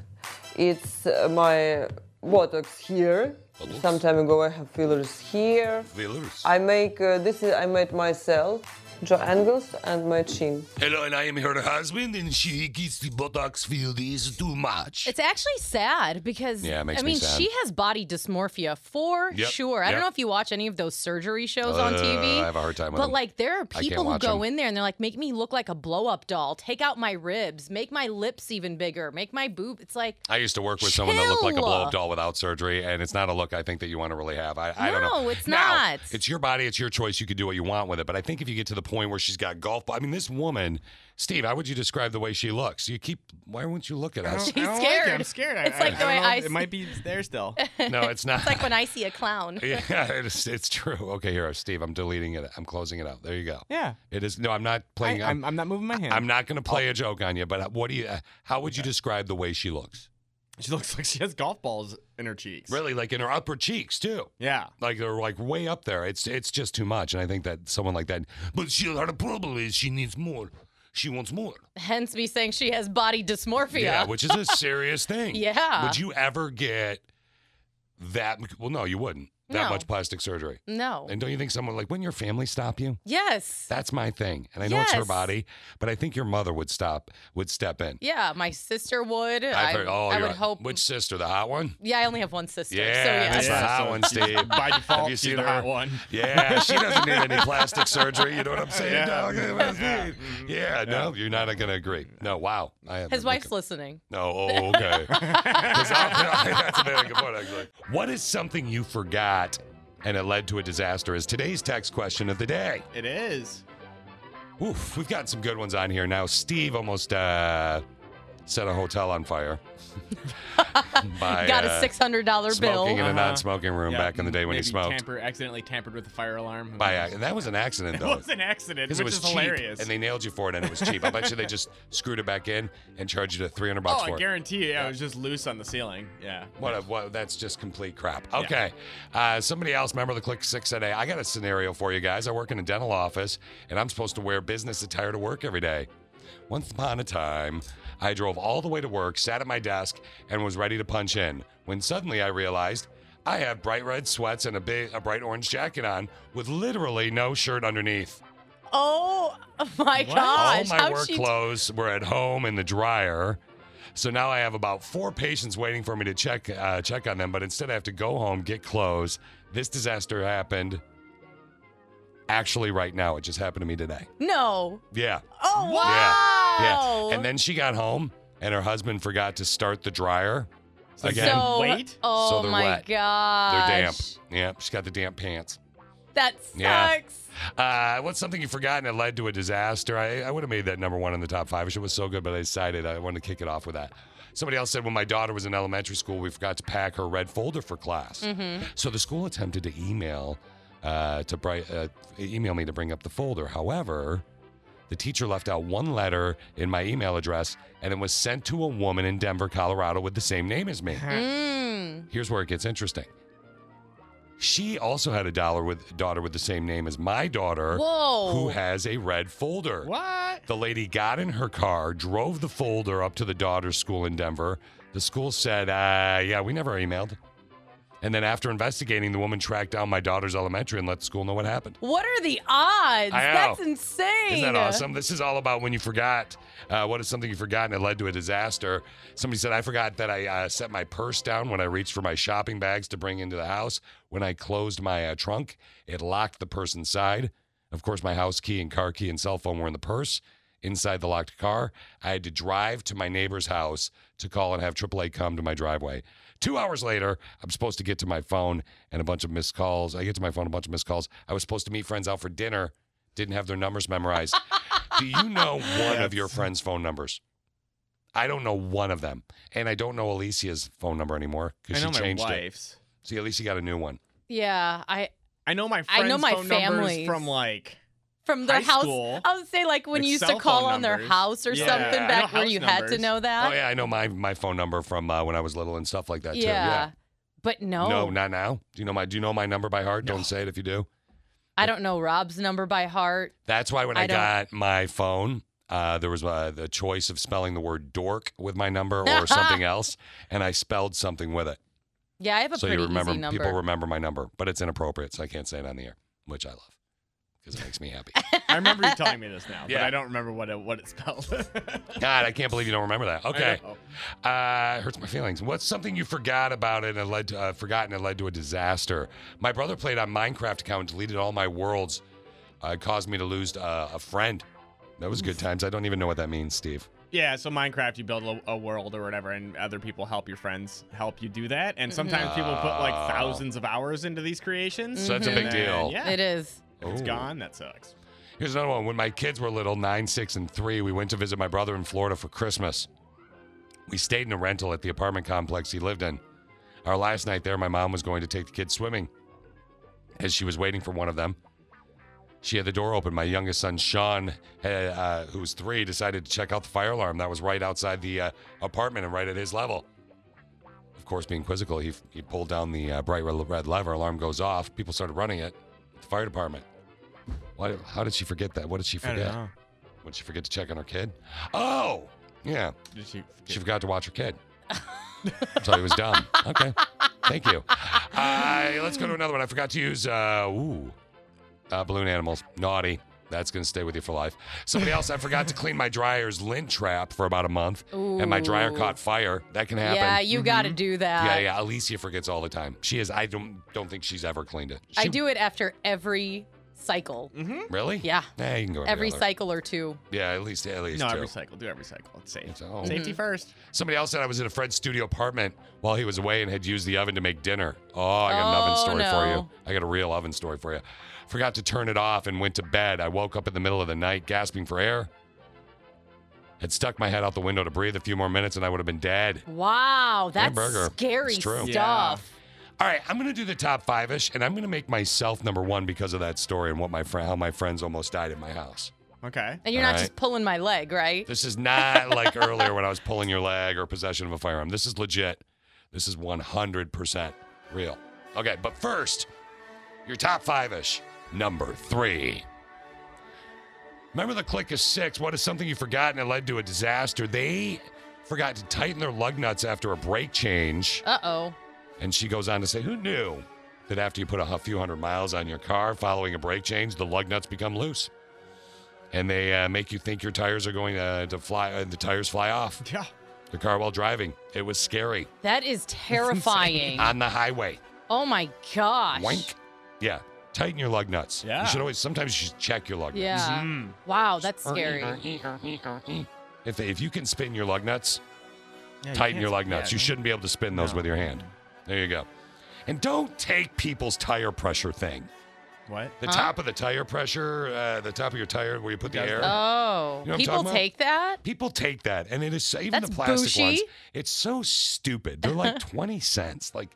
Speaker 6: it's uh, my botox here. Some time ago I have fillers here.
Speaker 7: Fillers.
Speaker 6: I make uh, this is I made myself. Jaw angles and my chin.
Speaker 7: Hello, and I am her husband, and she gets the buttocks filled is too much.
Speaker 12: It's actually sad because
Speaker 7: Yeah, it makes
Speaker 12: I
Speaker 7: me
Speaker 12: mean
Speaker 7: sad.
Speaker 12: she has body dysmorphia for
Speaker 7: Yep,
Speaker 12: sure. I
Speaker 7: yep.
Speaker 12: don't know if you watch any of those surgery shows on
Speaker 7: Uh,
Speaker 12: TV.
Speaker 7: I have a hard time with
Speaker 12: But
Speaker 7: them.
Speaker 12: like there are
Speaker 7: I can't
Speaker 12: people who
Speaker 7: watch
Speaker 12: go
Speaker 7: them.
Speaker 12: in there and they're like, make me look like a blow up doll, take out my ribs, make my lips even bigger, make my boob. It's like
Speaker 7: I used to work with someone that looked like a
Speaker 12: Chill.
Speaker 7: blow up doll without surgery, and it's not a look I think that you want to really have. I, I don't know.
Speaker 12: No, it's
Speaker 7: Now,
Speaker 12: not.
Speaker 7: It's your body, it's your choice. You could do what you want with it. But I think if you get to the point where she's got golf ball, I mean, this woman, Steve, how would you describe the way she looks? You keep, why wouldn't you look at us?
Speaker 12: She's scared.
Speaker 8: I'm scared. I-
Speaker 12: It's
Speaker 8: I-
Speaker 12: like
Speaker 8: I
Speaker 12: the
Speaker 8: don't
Speaker 12: way
Speaker 8: know.
Speaker 12: I
Speaker 8: It might be there still.
Speaker 7: No, it's not.
Speaker 12: It's like when I see a clown.
Speaker 7: Yeah, it's, it's true. Okay, here, Steve, I'm deleting it. I'm closing it out. There you go.
Speaker 8: Yeah.
Speaker 7: It is. No, I'm not playing.
Speaker 8: I- I'm- I'm not moving my hand. Oh.
Speaker 7: I'm not going to play a joke on you. But what do you? Uh, how would you describe the way she looks?
Speaker 8: She looks like she has golf balls in her cheeks.
Speaker 7: Really, like in her upper cheeks too.
Speaker 8: Yeah.
Speaker 7: Like they're like way up there. It's it's just too much. And I think that someone like that. But she her problem is she needs more. She wants more.
Speaker 12: Hence me saying she has body dysmorphia.
Speaker 7: Yeah, which is a serious thing.
Speaker 12: Yeah.
Speaker 7: Would you ever get that? Well, no, you wouldn't. That
Speaker 12: No.
Speaker 7: much plastic surgery.
Speaker 12: No.
Speaker 7: And don't you think someone like when your family stop you?
Speaker 12: Yes.
Speaker 7: That's my thing. And I know it's her
Speaker 12: Yes.
Speaker 7: body, but I think your mother would stop, would step in.
Speaker 12: Yeah, my sister would.
Speaker 7: I've
Speaker 12: I,
Speaker 7: heard- oh,
Speaker 12: I
Speaker 7: you're
Speaker 12: would
Speaker 7: right.
Speaker 12: hope.
Speaker 7: Which sister, the hot one?
Speaker 12: Yeah, I only have one sister.
Speaker 7: Yeah,
Speaker 12: so yeah.
Speaker 7: that's the hot
Speaker 8: so
Speaker 7: one,
Speaker 8: she's-
Speaker 7: Steve.
Speaker 8: by default,
Speaker 7: Have you
Speaker 8: she's
Speaker 7: seen
Speaker 8: the
Speaker 7: her?
Speaker 8: hot one.
Speaker 7: Yeah, she doesn't need any plastic surgery. You know what I'm saying?
Speaker 8: Yeah.
Speaker 7: dog? Yeah, no, you're not going to agree. No, wow. I have
Speaker 12: His wife's listening.
Speaker 7: No, oh, okay. 'Cause I- that's a very good point, actually. What is something you forgot and it led to a disaster? Is today's text question of the day.
Speaker 8: It is.
Speaker 7: Oof, we've got some good ones on here now. Steve almost uh, set a hotel on fire. by,
Speaker 12: Got
Speaker 7: uh,
Speaker 12: a six hundred dollar bill.
Speaker 7: Smoking in a non-smoking room
Speaker 8: Uh-huh. Yeah,
Speaker 7: back in the day when he
Speaker 8: maybe
Speaker 7: smoked.
Speaker 8: Tamper, accidentally tampered with the fire alarm.
Speaker 7: By ac- that was an accident
Speaker 8: That
Speaker 7: though.
Speaker 8: was an accident,
Speaker 7: Because
Speaker 8: which
Speaker 7: it
Speaker 8: is
Speaker 7: was cheap,
Speaker 8: hilarious.
Speaker 7: and they nailed you for it, and it was cheap. I bet you they just screwed it back in and charged you to three hundred bucks
Speaker 8: oh,
Speaker 7: for
Speaker 8: I
Speaker 7: it.
Speaker 8: guarantee you. Yeah, it was just loose on the ceiling. Yeah.
Speaker 7: What, a, what? That's just complete crap. Okay. Uh, somebody else, member of the Click Six today. I got a scenario for you guys. I work in a dental office, and I'm supposed to wear business attire to work every day. Once upon a time, I drove all the way to work, sat at my desk, and was ready to punch in. When suddenly I realized I have bright red sweats and a big, a bright orange jacket on, with literally no shirt underneath.
Speaker 12: Oh my
Speaker 7: What?
Speaker 12: gosh!
Speaker 7: All my
Speaker 12: how'd
Speaker 7: work
Speaker 12: she-
Speaker 7: clothes were at home in the dryer. So now I have about four patients waiting for me to check uh, check on them, but instead I have to go home, get clothes. This disaster happened actually right now. It just happened to me today.
Speaker 12: No.
Speaker 7: Yeah.
Speaker 12: Oh wow!
Speaker 7: Yeah. Yeah. And then she got home and her husband forgot to start the dryer.
Speaker 8: So
Speaker 7: again.
Speaker 12: So, Oh
Speaker 7: So they're
Speaker 12: my
Speaker 7: wet.
Speaker 12: gosh!
Speaker 7: They're damp. Yeah. She's got the damp pants.
Speaker 12: That sucks.
Speaker 7: Yeah. Uh, what's something you forgot and it led to a disaster? I, I would have made that number one in the top five. It was so good, but I decided I wanted to kick it off with that. Somebody else said when my daughter was in elementary school, we forgot to pack her red folder for class.
Speaker 15: Mhm.
Speaker 7: So the school attempted to email uh, to bri- uh, email me to bring up the folder. However, The teacher left out one letter in my email address, and it was sent to a woman in Denver, Colorado with the same name as me.
Speaker 12: Mm.
Speaker 7: Here's where it gets interesting. She also had a dollar with daughter with the same name as my daughter,
Speaker 12: Whoa.
Speaker 7: who has a red folder.
Speaker 8: What?
Speaker 7: The lady got in her car, drove the folder up to the daughter's school in Denver. The school said, uh, "Yeah, we never emailed." And then after investigating, the woman tracked down my daughter's elementary and let the school know what happened.
Speaker 12: What are the odds?
Speaker 7: I know.
Speaker 12: That's insane.
Speaker 7: Isn't that awesome? This is all about when you forgot. Uh, what is something you forgot and it led to a disaster? Somebody said, I forgot that I uh, set my purse down when I reached for my shopping bags to bring into the house. When I closed my uh, trunk, it locked the purse inside. Of course, my house key and car key and cell phone were in the purse. Inside the locked car, I had to drive to my neighbor's house to call and have AAA come to my driveway. Two hours later, I'm supposed to get to my phone and a bunch of missed calls. I get to my phone, a bunch of missed calls. I was supposed to meet friends out for dinner, didn't have their numbers memorized. Do you know one of your friends' phone numbers? I don't know one of them. And I don't know Alicia's phone number anymore because
Speaker 8: I
Speaker 7: she
Speaker 8: know my
Speaker 7: changed
Speaker 8: wife's.
Speaker 7: it. See, Alicia got a new one.
Speaker 12: Yeah, I
Speaker 8: I know my
Speaker 12: I
Speaker 8: friends
Speaker 12: know my
Speaker 8: phone numbers
Speaker 12: family's.
Speaker 8: from like
Speaker 12: from their
Speaker 8: High
Speaker 12: house.
Speaker 8: school.
Speaker 12: I would say like when
Speaker 8: Like
Speaker 12: you used
Speaker 8: cell
Speaker 12: to call
Speaker 8: phone
Speaker 12: on their
Speaker 8: numbers.
Speaker 12: house or
Speaker 8: Yeah.
Speaker 12: something
Speaker 8: I know
Speaker 12: back when
Speaker 8: house
Speaker 12: you had to
Speaker 8: numbers.
Speaker 12: know that.
Speaker 7: Oh, yeah, I know my, my phone number from uh, when I was little and stuff like that, too.
Speaker 12: Yeah. But no,
Speaker 7: No, not now. Do you know my Do you know my number by heart? Don't say it if you do.
Speaker 12: I don't know Rob's number by heart.
Speaker 7: That's why when I,
Speaker 12: I don't-
Speaker 7: got my phone, uh, there was uh, the choice of spelling the word dork with my number or something else, and I spelled something with it.
Speaker 12: Yeah, I have a
Speaker 7: so
Speaker 12: pretty
Speaker 7: you remember
Speaker 12: easy number.
Speaker 7: people remember my number, but it's inappropriate, so I can't say it on the air, which I love because it makes me happy.
Speaker 8: I remember you telling me this now, but
Speaker 7: Yeah.
Speaker 8: I don't remember what it what it spelled.
Speaker 7: God, I can't believe you don't remember that. Okay,
Speaker 8: know.
Speaker 7: uh, hurts my feelings. What's something you forgot about it and it led to, uh, forgotten and led to a disaster? My brother played on Minecraft account and deleted all my worlds. Uh, it caused me to lose uh, a friend. That was good times. I don't even know what that means, Steve.
Speaker 8: yeah, so Minecraft, you build a, a world or whatever, and other people help your friends help you do that. And sometimes people put like
Speaker 7: Oh.
Speaker 8: thousands of hours into these creations.
Speaker 7: So that's a
Speaker 8: and
Speaker 7: big
Speaker 8: then,
Speaker 7: deal.
Speaker 8: Yeah,
Speaker 12: It is.
Speaker 8: If it's
Speaker 7: Ooh.
Speaker 8: gone. That sucks.
Speaker 7: Here's another one. When my kids were little, nine, six, and three, we went to visit my brother in Florida for Christmas. We stayed in a rental at the apartment complex he lived in. Our last night there, my mom was going to take the kids swimming. As she was waiting for one of them, she had the door open. My youngest son, Sean, had, uh, who was three, decided to check out the fire alarm that was right outside the uh, apartment and right at his level. Of course, being quizzical, he, he pulled down the uh, bright red, red lever. Alarm goes off. People started running it. The fire department. Why, how did she forget that? What did she
Speaker 8: I don't
Speaker 7: forget?
Speaker 8: know.
Speaker 7: What did she forget to check on her kid? Oh, yeah.
Speaker 8: Did she?
Speaker 7: She forgot to watch her kid. so he was dumb. Okay. Thank you. Uh, let's go to another one. I forgot to use uh, ooh, uh, balloon animals. Naughty. That's going to stay with you for life. Somebody else, I forgot to clean my dryer's lint trap for about a month, and my dryer
Speaker 12: Ooh.
Speaker 7: caught fire. That can happen. Mm-hmm.
Speaker 12: Yeah, you got to do that.
Speaker 7: Yeah, yeah. Alicia forgets all the time. She is. I don't don't think she's ever cleaned it.
Speaker 12: I do it after every cycle.
Speaker 8: Mm-hmm.
Speaker 7: Really?
Speaker 12: Yeah.
Speaker 7: Nah, you can go every
Speaker 12: Every
Speaker 7: other.
Speaker 12: cycle or two.
Speaker 7: Yeah, at least at least
Speaker 8: No,
Speaker 7: two.
Speaker 8: every cycle. Do every cycle. It's safe.
Speaker 7: Oh.
Speaker 8: Safety
Speaker 12: Mm-hmm.
Speaker 8: first.
Speaker 7: Somebody else said I was in a friend's studio apartment while he was away and had used the oven to make dinner. Oh, I got an oven
Speaker 12: Oh,
Speaker 7: story for you.
Speaker 12: no.
Speaker 7: I got a real oven story for you. Forgot to turn it off and went to bed. I woke up in the middle of the night gasping for air. Had stuck my head out the window to breathe a few more minutes and I would have been dead.
Speaker 12: Wow, that's
Speaker 7: Hamburger.
Speaker 12: scary
Speaker 7: It's true.
Speaker 12: stuff.
Speaker 7: All right, I'm going to do the top five ish and I'm going to make myself number one because of that story and what my friend, how my friends almost died at my house.
Speaker 8: Okay.
Speaker 12: And you're
Speaker 7: All
Speaker 12: not
Speaker 7: right.
Speaker 12: just pulling my leg, right?
Speaker 7: This is not like earlier when I was pulling your leg or possession of a firearm. This is legit. This is 100% real. Okay, but first, your top five ish. Number three. Remember the click of six? What is something you forgot and it led to a disaster? They forgot to tighten their lug nuts after a brake change.
Speaker 12: Uh oh.
Speaker 7: And she goes on to say, Who knew that after you put a hu- few hundred miles on your car following a brake change, the lug nuts become loose? And they uh, make you think your tires are going uh, to fly, uh, the tires fly off.
Speaker 8: Yeah.
Speaker 7: The car while driving. It was scary.
Speaker 12: That is terrifying.
Speaker 7: On the highway.
Speaker 12: oh my gosh.
Speaker 7: Wank. Yeah. Tighten your lug nuts.
Speaker 8: Yeah. Mm-hmm.
Speaker 7: You should always, sometimes you should check your lug
Speaker 12: Yeah.
Speaker 7: nuts.
Speaker 12: Wow, that's scary.
Speaker 7: Mm-hmm. If, if you can spin your lug nuts,
Speaker 8: Yeah, you
Speaker 7: tighten
Speaker 8: can't
Speaker 7: your lug
Speaker 8: spin- yeah,
Speaker 7: nuts. you
Speaker 8: don't-
Speaker 7: shouldn't be able to spin those
Speaker 8: No.
Speaker 7: with your hand. There you go. And don't take people's tire pressure thing.
Speaker 8: What?
Speaker 7: The top of the tire pressure, uh, the top of your tire where you put the air.
Speaker 12: Oh,
Speaker 7: You know what I'm
Speaker 12: people
Speaker 7: talking about?
Speaker 12: take that?
Speaker 7: People take that, and it is so- even
Speaker 12: That's
Speaker 7: the plastic
Speaker 12: bushy.
Speaker 7: ones. It's so stupid. They're like twenty cents. Like,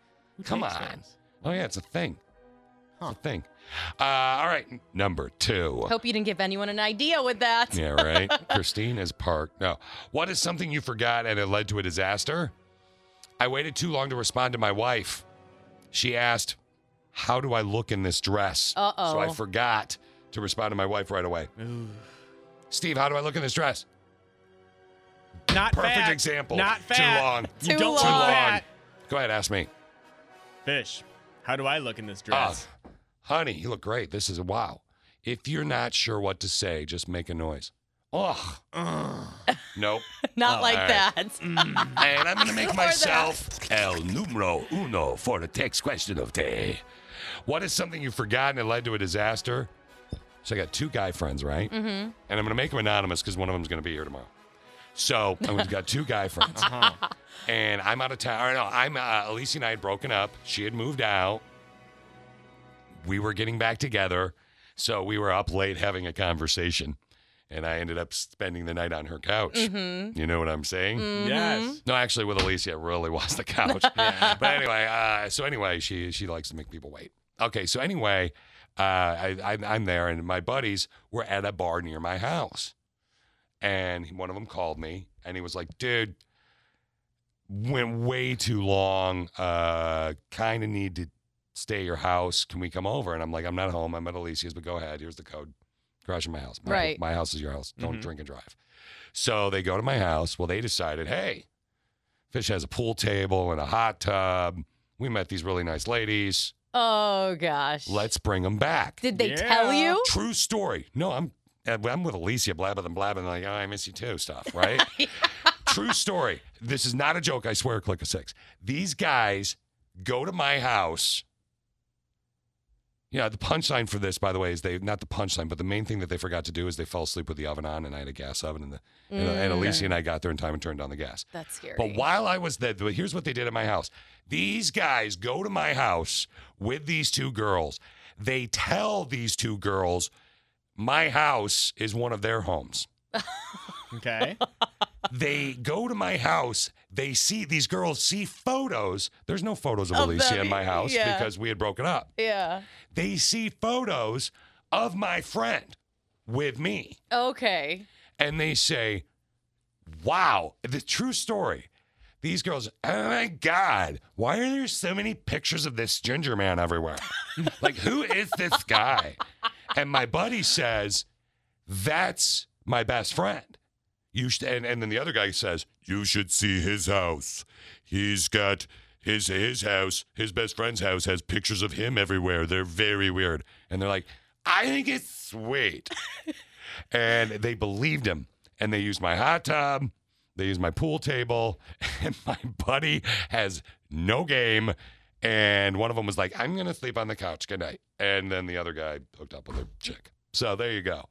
Speaker 7: come on. Oh yeah, it's a thing. It's a thing. Uh, all right, number two.
Speaker 12: Hope you didn't give anyone an idea with that.
Speaker 7: Yeah, right. Christine is parked. No. What is something you forgot and it led to a disaster? I waited too long to respond to my wife. She asked, How do I look in this dress?
Speaker 12: Uh-oh.
Speaker 7: So I forgot to respond to my wife right away. Steve, how do I look in this dress?
Speaker 8: Not
Speaker 7: Perfect
Speaker 8: fat.
Speaker 7: example.
Speaker 8: Not
Speaker 7: Too
Speaker 8: fat.
Speaker 7: long.
Speaker 8: You Too don't look long. fat.
Speaker 7: Go ahead, ask me.
Speaker 8: Fish, how do I look in this
Speaker 7: Ah,
Speaker 8: dress?
Speaker 7: honey, you look great. This is a wow. If you're not sure what to say, just make a noise. Ugh. Nope.
Speaker 12: Not
Speaker 7: Oh,
Speaker 12: like
Speaker 7: all right.
Speaker 12: that.
Speaker 7: and I'm going to
Speaker 12: Or
Speaker 7: make
Speaker 12: that.
Speaker 7: myself el numero uno for the text question of day. What is something you've forgotten and led to a disaster? So I got two guy friends, right?
Speaker 12: Mm-hmm.
Speaker 2: Mhm.
Speaker 7: And I'm going to make them anonymous because one of them's going to be here tomorrow. So I've got two guy friends.
Speaker 12: Uh-huh.
Speaker 8: Uh-huh.
Speaker 7: And I'm out of town. Or no, I'm uh, Elise and I had broken up. She had moved out. We were getting back together. So we were up late having a conversation. And I ended up spending the night on her couch.
Speaker 2: Mhm.
Speaker 7: You know what I'm saying?
Speaker 2: Mhm. Yes.
Speaker 7: No, actually, with Alicia, it really was the couch. But anyway, uh, so anyway, she she likes to make people wait. Okay, so anyway, uh, I, I I'm there, and my buddies were at a bar near my house, and one of them called me, and he was like, "Dude, went way too long. Uh, kind of need to stay at your house. Can we come over?" And I'm like, "I'm not home. I'm at Alicia's, but go ahead. Here's the code. Garage in my house. My,
Speaker 2: Right.
Speaker 7: My house is your house. Don't
Speaker 2: Mhm.
Speaker 7: drink and drive." So they go to my house. Well, they decided, "Hey." Fish has a pool table and a hot tub. We met these really nice ladies.
Speaker 12: Oh gosh.
Speaker 7: Let's bring them back.
Speaker 12: Did they tell you?
Speaker 7: True story. No, I'm I'm with Alicia blabbing and blabbing like oh, I miss you too stuff, right? True story. This is not a joke. I swear. Click a six. These guys go to my house. Yeah, the punchline for this, by the way, is they not the punchline, but the main thing that they forgot to do is they fell asleep with the oven on, and I had a gas oven, and the and, and
Speaker 2: Mm.
Speaker 7: Alicia and I got there in time and turned on the gas.
Speaker 12: That's scary.
Speaker 7: But while I was there, but here's what they did at my house. These guys go to my house with these two girls. They tell these two girls my house is one of their homes.
Speaker 8: Okay.
Speaker 7: They go to my house. They see these girls see photos. There's no photos of,
Speaker 2: Of
Speaker 7: Alicia
Speaker 2: them,
Speaker 7: in my house
Speaker 2: yeah.
Speaker 7: because we had broken up.
Speaker 12: Yeah.
Speaker 7: They see photos of my friend with me
Speaker 12: Okay.
Speaker 7: and they say, Wow, the true story. These girls, oh my God, why are there so many pictures of this ginger man everywhere? like, who is this guy? And my buddy says, That's my best friend. You should, and, and then the other guy says, You should see his house. He's got his his house, his best friend's house has pictures of him everywhere. They're very weird. And they're like, I think it's sweet and they believed him. And they used my hot tub, they used my pool table, and my buddy has no game. And one of them was like, "I'm gonna sleep on the couch. Good night." And then the other guy hooked up with a chick. So there you go,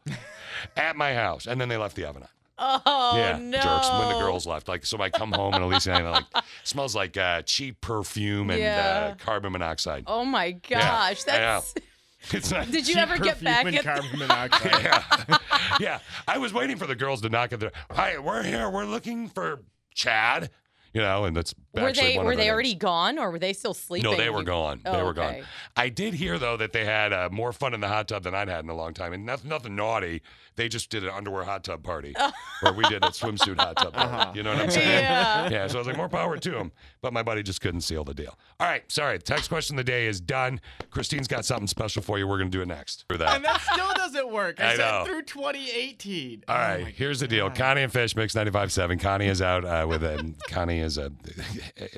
Speaker 7: at my house. And then they left the oven on.
Speaker 12: Oh
Speaker 7: yeah,
Speaker 12: no.
Speaker 7: jerks. When the girls left, like, so I come home and Elise and I like smells like uh, cheap perfume and
Speaker 12: Yeah.
Speaker 7: uh, carbon monoxide.
Speaker 12: Oh my
Speaker 7: Yeah,
Speaker 12: gosh.
Speaker 7: I know.
Speaker 12: That's
Speaker 7: It's not
Speaker 12: Did you Cheap ever get perfume back and at- carbon
Speaker 7: monoxide. yeah. yeah. I was waiting for the girls to knock at the Hi, we're here. We're looking for Chad. You know, and that's
Speaker 12: were
Speaker 7: actually
Speaker 12: they
Speaker 7: one
Speaker 12: were
Speaker 7: of the
Speaker 12: they
Speaker 7: names.
Speaker 12: already gone or were they still sleeping?
Speaker 7: No, they were
Speaker 12: You-
Speaker 7: gone. They
Speaker 12: Oh,
Speaker 7: were gone.
Speaker 12: okay.
Speaker 7: I did hear though that they had uh, more fun in the hot tub than I'd had in a long time, and nothing, nothing naughty. They just did an underwear hot tub party, where we did a swimsuit hot tub party. You know what I'm saying?
Speaker 2: Yeah.
Speaker 7: yeah. So I was like, more power to them. But my buddy just couldn't seal the deal. All right, sorry. Text question of the day is done. Christine's got something special for you. We're gonna do it next. Through that.
Speaker 8: and that still doesn't work. I,
Speaker 7: I
Speaker 8: said
Speaker 7: know.
Speaker 8: through 2018.
Speaker 7: All right, here's the deal. Connie and Fish mix 95.7. Connie is out uh, with a Connie is a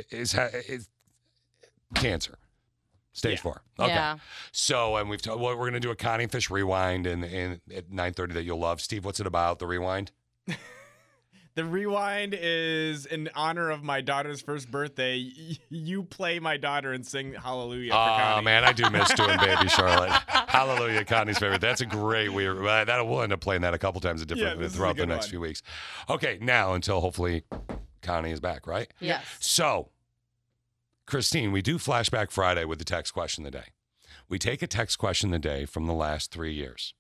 Speaker 7: is, ha- is cancer. Stage four. Okay.
Speaker 2: Yeah.
Speaker 7: So, and we've told, well, we're going to do a Connie and Fish rewind and, and at 9.30 that you'll love. Steve, what's it about, the rewind?
Speaker 8: The rewind is in honor of my daughter's first birthday. Y- you play my daughter and sing Hallelujah. for
Speaker 7: Oh,
Speaker 8: Connie.
Speaker 7: man, I do miss doing Baby Charlotte. Hallelujah, Connie's favorite. That's a great weird. uh, That we'll end up playing that a couple times a different
Speaker 8: this is a
Speaker 7: throughout the
Speaker 8: good
Speaker 7: next
Speaker 8: one.
Speaker 7: few weeks. Okay, now until hopefully Connie is back, right?
Speaker 12: Yes.
Speaker 7: So, Christine, we do Flashback Friday with the text question of the day. We take a text question of the day from the last three years.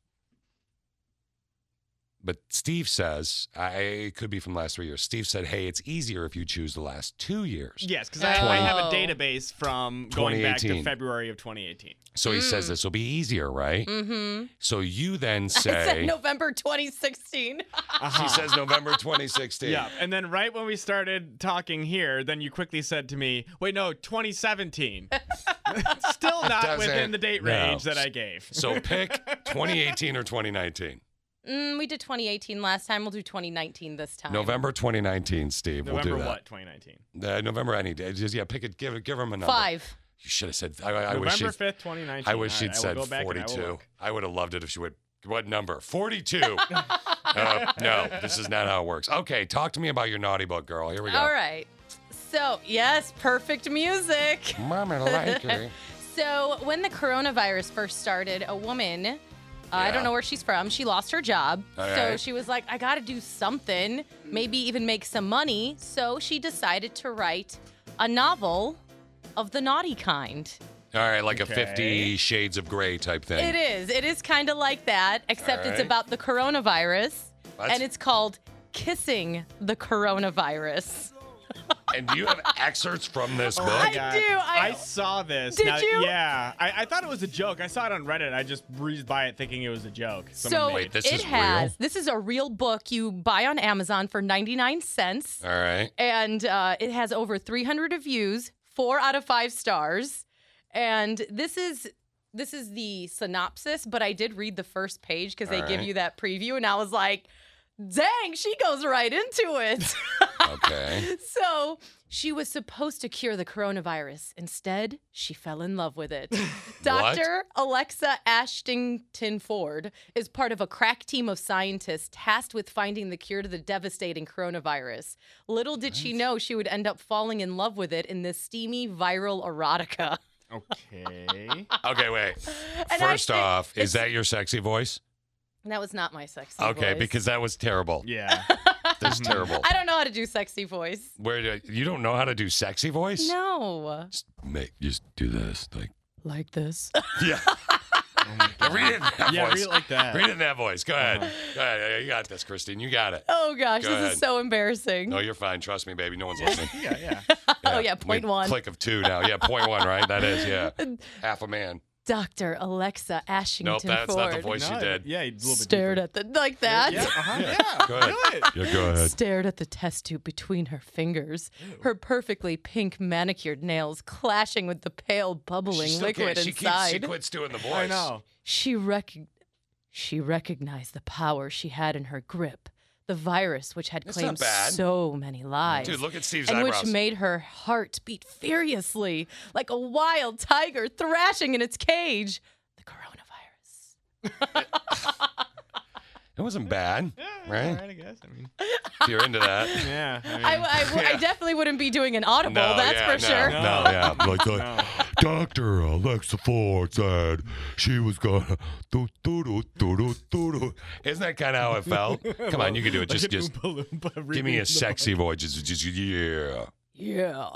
Speaker 7: But Steve says, I it could be from the last three years. Steve said, "Hey, it's easier if you choose the last two years."
Speaker 8: Yes, because I, I have a
Speaker 7: 20
Speaker 8: database from going back to
Speaker 7: 2018.
Speaker 8: February of 2018.
Speaker 7: So he says this will be easier, right?
Speaker 12: Mm-hmm.
Speaker 7: So you then
Speaker 12: Mm. I said Uh-huh.
Speaker 7: say,
Speaker 12: November 2016.
Speaker 8: Uh-huh.
Speaker 7: she says November 2016.
Speaker 8: Yeah, and then right when we started talking here, then you quickly said to me, "Wait, no, 2017." Still not
Speaker 7: Doesn't-
Speaker 8: within the date
Speaker 7: no.
Speaker 8: range that I gave.
Speaker 7: So pick 2018 or 2019.
Speaker 12: Mm, we did 2018 last time. We'll do 2019 this time.
Speaker 7: November 2019, Steve.
Speaker 8: November
Speaker 7: we'll do
Speaker 8: what?
Speaker 7: that.
Speaker 8: 2019.
Speaker 7: Uh, November any day. Just yeah, pick it. Give it. Give him a number.
Speaker 12: Five.
Speaker 7: You should have said. I, I wish
Speaker 8: November
Speaker 7: she'd-
Speaker 8: 5th, 2019.
Speaker 7: I wish
Speaker 8: All
Speaker 7: she'd
Speaker 8: right, I will
Speaker 7: said
Speaker 8: go back and I will
Speaker 7: 42.
Speaker 8: look.
Speaker 7: I would have loved it if she would. What number? 42. uh, no, this is not how it works. Okay, talk to me about your naughty book, girl. Here we go.
Speaker 12: All right. So, yes, perfect music.
Speaker 7: Mama like her.
Speaker 12: So, when the coronavirus first started, a woman, uh, I
Speaker 7: Yeah.
Speaker 12: don't know where she's from, she lost her job.
Speaker 7: All
Speaker 12: so,
Speaker 7: right.
Speaker 12: she was like, I got to do something, maybe even make some money. So, she decided to write a novel of the naughty kind.
Speaker 7: All right, like a
Speaker 8: Okay.
Speaker 7: 50 Shades of Grey type thing.
Speaker 12: It is. It is kind of like that, except it's
Speaker 7: right.
Speaker 12: about the coronavirus.
Speaker 7: What?
Speaker 12: And it's called Kissing the Coronavirus.
Speaker 7: And do you have excerpts from this book?
Speaker 8: my God.
Speaker 12: do, Oh I-
Speaker 8: saw this.
Speaker 12: Did
Speaker 8: Now-
Speaker 12: you?
Speaker 8: Yeah. I, I thought it was a joke. I saw it on Reddit. I just breezed by it thinking it was a joke. Someone
Speaker 12: so
Speaker 8: made
Speaker 12: it has. This is a real book you buy on Amazon for 99 cents.
Speaker 7: All right.
Speaker 12: And uh, it has over 300 reviews, four out of five stars. And this is. This is the synopsis, but I did read the first page because they
Speaker 7: All
Speaker 12: give
Speaker 7: right.
Speaker 12: you that preview, and I was like, dang, she goes right into it.
Speaker 7: Okay.
Speaker 12: So she was supposed to cure the coronavirus. Instead, she fell in love with it. Dr. Alexa Ashtington Ford is part of a crack team of scientists tasked with finding the cure to the devastating coronavirus. Little did she know she would end up falling in love with it in this steamy viral erotica.
Speaker 8: Okay.
Speaker 7: Okay, wait.
Speaker 12: And I
Speaker 7: First
Speaker 12: think
Speaker 7: off, is that your sexy voice?
Speaker 12: That was not my sexy
Speaker 7: Okay,
Speaker 12: voice.
Speaker 7: because that was terrible.
Speaker 8: Yeah.
Speaker 7: That's terrible.
Speaker 12: I don't know how to do sexy voice.
Speaker 7: Where do you don't know how to do sexy voice?
Speaker 12: No.
Speaker 7: Mate, just do this. Like
Speaker 12: Like this.
Speaker 7: Yeah. read it in that
Speaker 8: Yeah, read
Speaker 7: voice.
Speaker 8: it like that. Uh-huh.
Speaker 7: Read it in that voice. Go ahead. Go ahead. You got this, Christine. You got it.
Speaker 12: Oh gosh,
Speaker 7: Go
Speaker 12: this
Speaker 7: ahead.
Speaker 12: is so embarrassing.
Speaker 7: No, you're fine. Trust me, baby. No one's listening. yeah, yeah.
Speaker 12: oh yeah, point
Speaker 7: We-
Speaker 12: one.
Speaker 7: Click of two now. Yeah, point one, right? That is, yeah. Half a man.
Speaker 12: Dr. Alexa Ashington
Speaker 7: Nope, that's
Speaker 12: Ford
Speaker 7: not the voice you did. Yeah, a little
Speaker 12: stared at the like that.
Speaker 8: Uh-huh.
Speaker 7: Go ahead. Yeah, go ahead.
Speaker 12: Stared at the test tube between her fingers, her perfectly pink manicured nails clashing with the pale bubbling
Speaker 7: She still
Speaker 12: liquid
Speaker 7: can't- she keeps-
Speaker 12: inside.
Speaker 7: she quits doing the voice. know.
Speaker 12: She rec- she recognized the power she had in her grip, the virus which had
Speaker 7: That's not
Speaker 12: claimed
Speaker 7: bad.
Speaker 12: so many lives.
Speaker 7: Dude, look at Steve's
Speaker 12: and
Speaker 7: eyebrows.
Speaker 12: which made her heart beat furiously, like a wild tiger thrashing in its cage.
Speaker 7: It wasn't bad,
Speaker 8: All
Speaker 7: right?
Speaker 8: right, I guess. I mean,
Speaker 7: If you're into that.
Speaker 8: yeah. I,
Speaker 12: I, I w- I
Speaker 7: Uh-huh. Yeah.
Speaker 12: definitely wouldn't be doing an audible,
Speaker 7: No,
Speaker 12: that's
Speaker 7: yeah,
Speaker 12: for
Speaker 7: no,
Speaker 12: sure.
Speaker 7: No, yeah.
Speaker 15: like the Dr. Alexa Ford said she was gonna do do do do do do do.
Speaker 7: Isn't that kind of how it felt? Come on, you can do it. Just, just give me a sexy voice. Just, just, yeah.
Speaker 12: Yeah.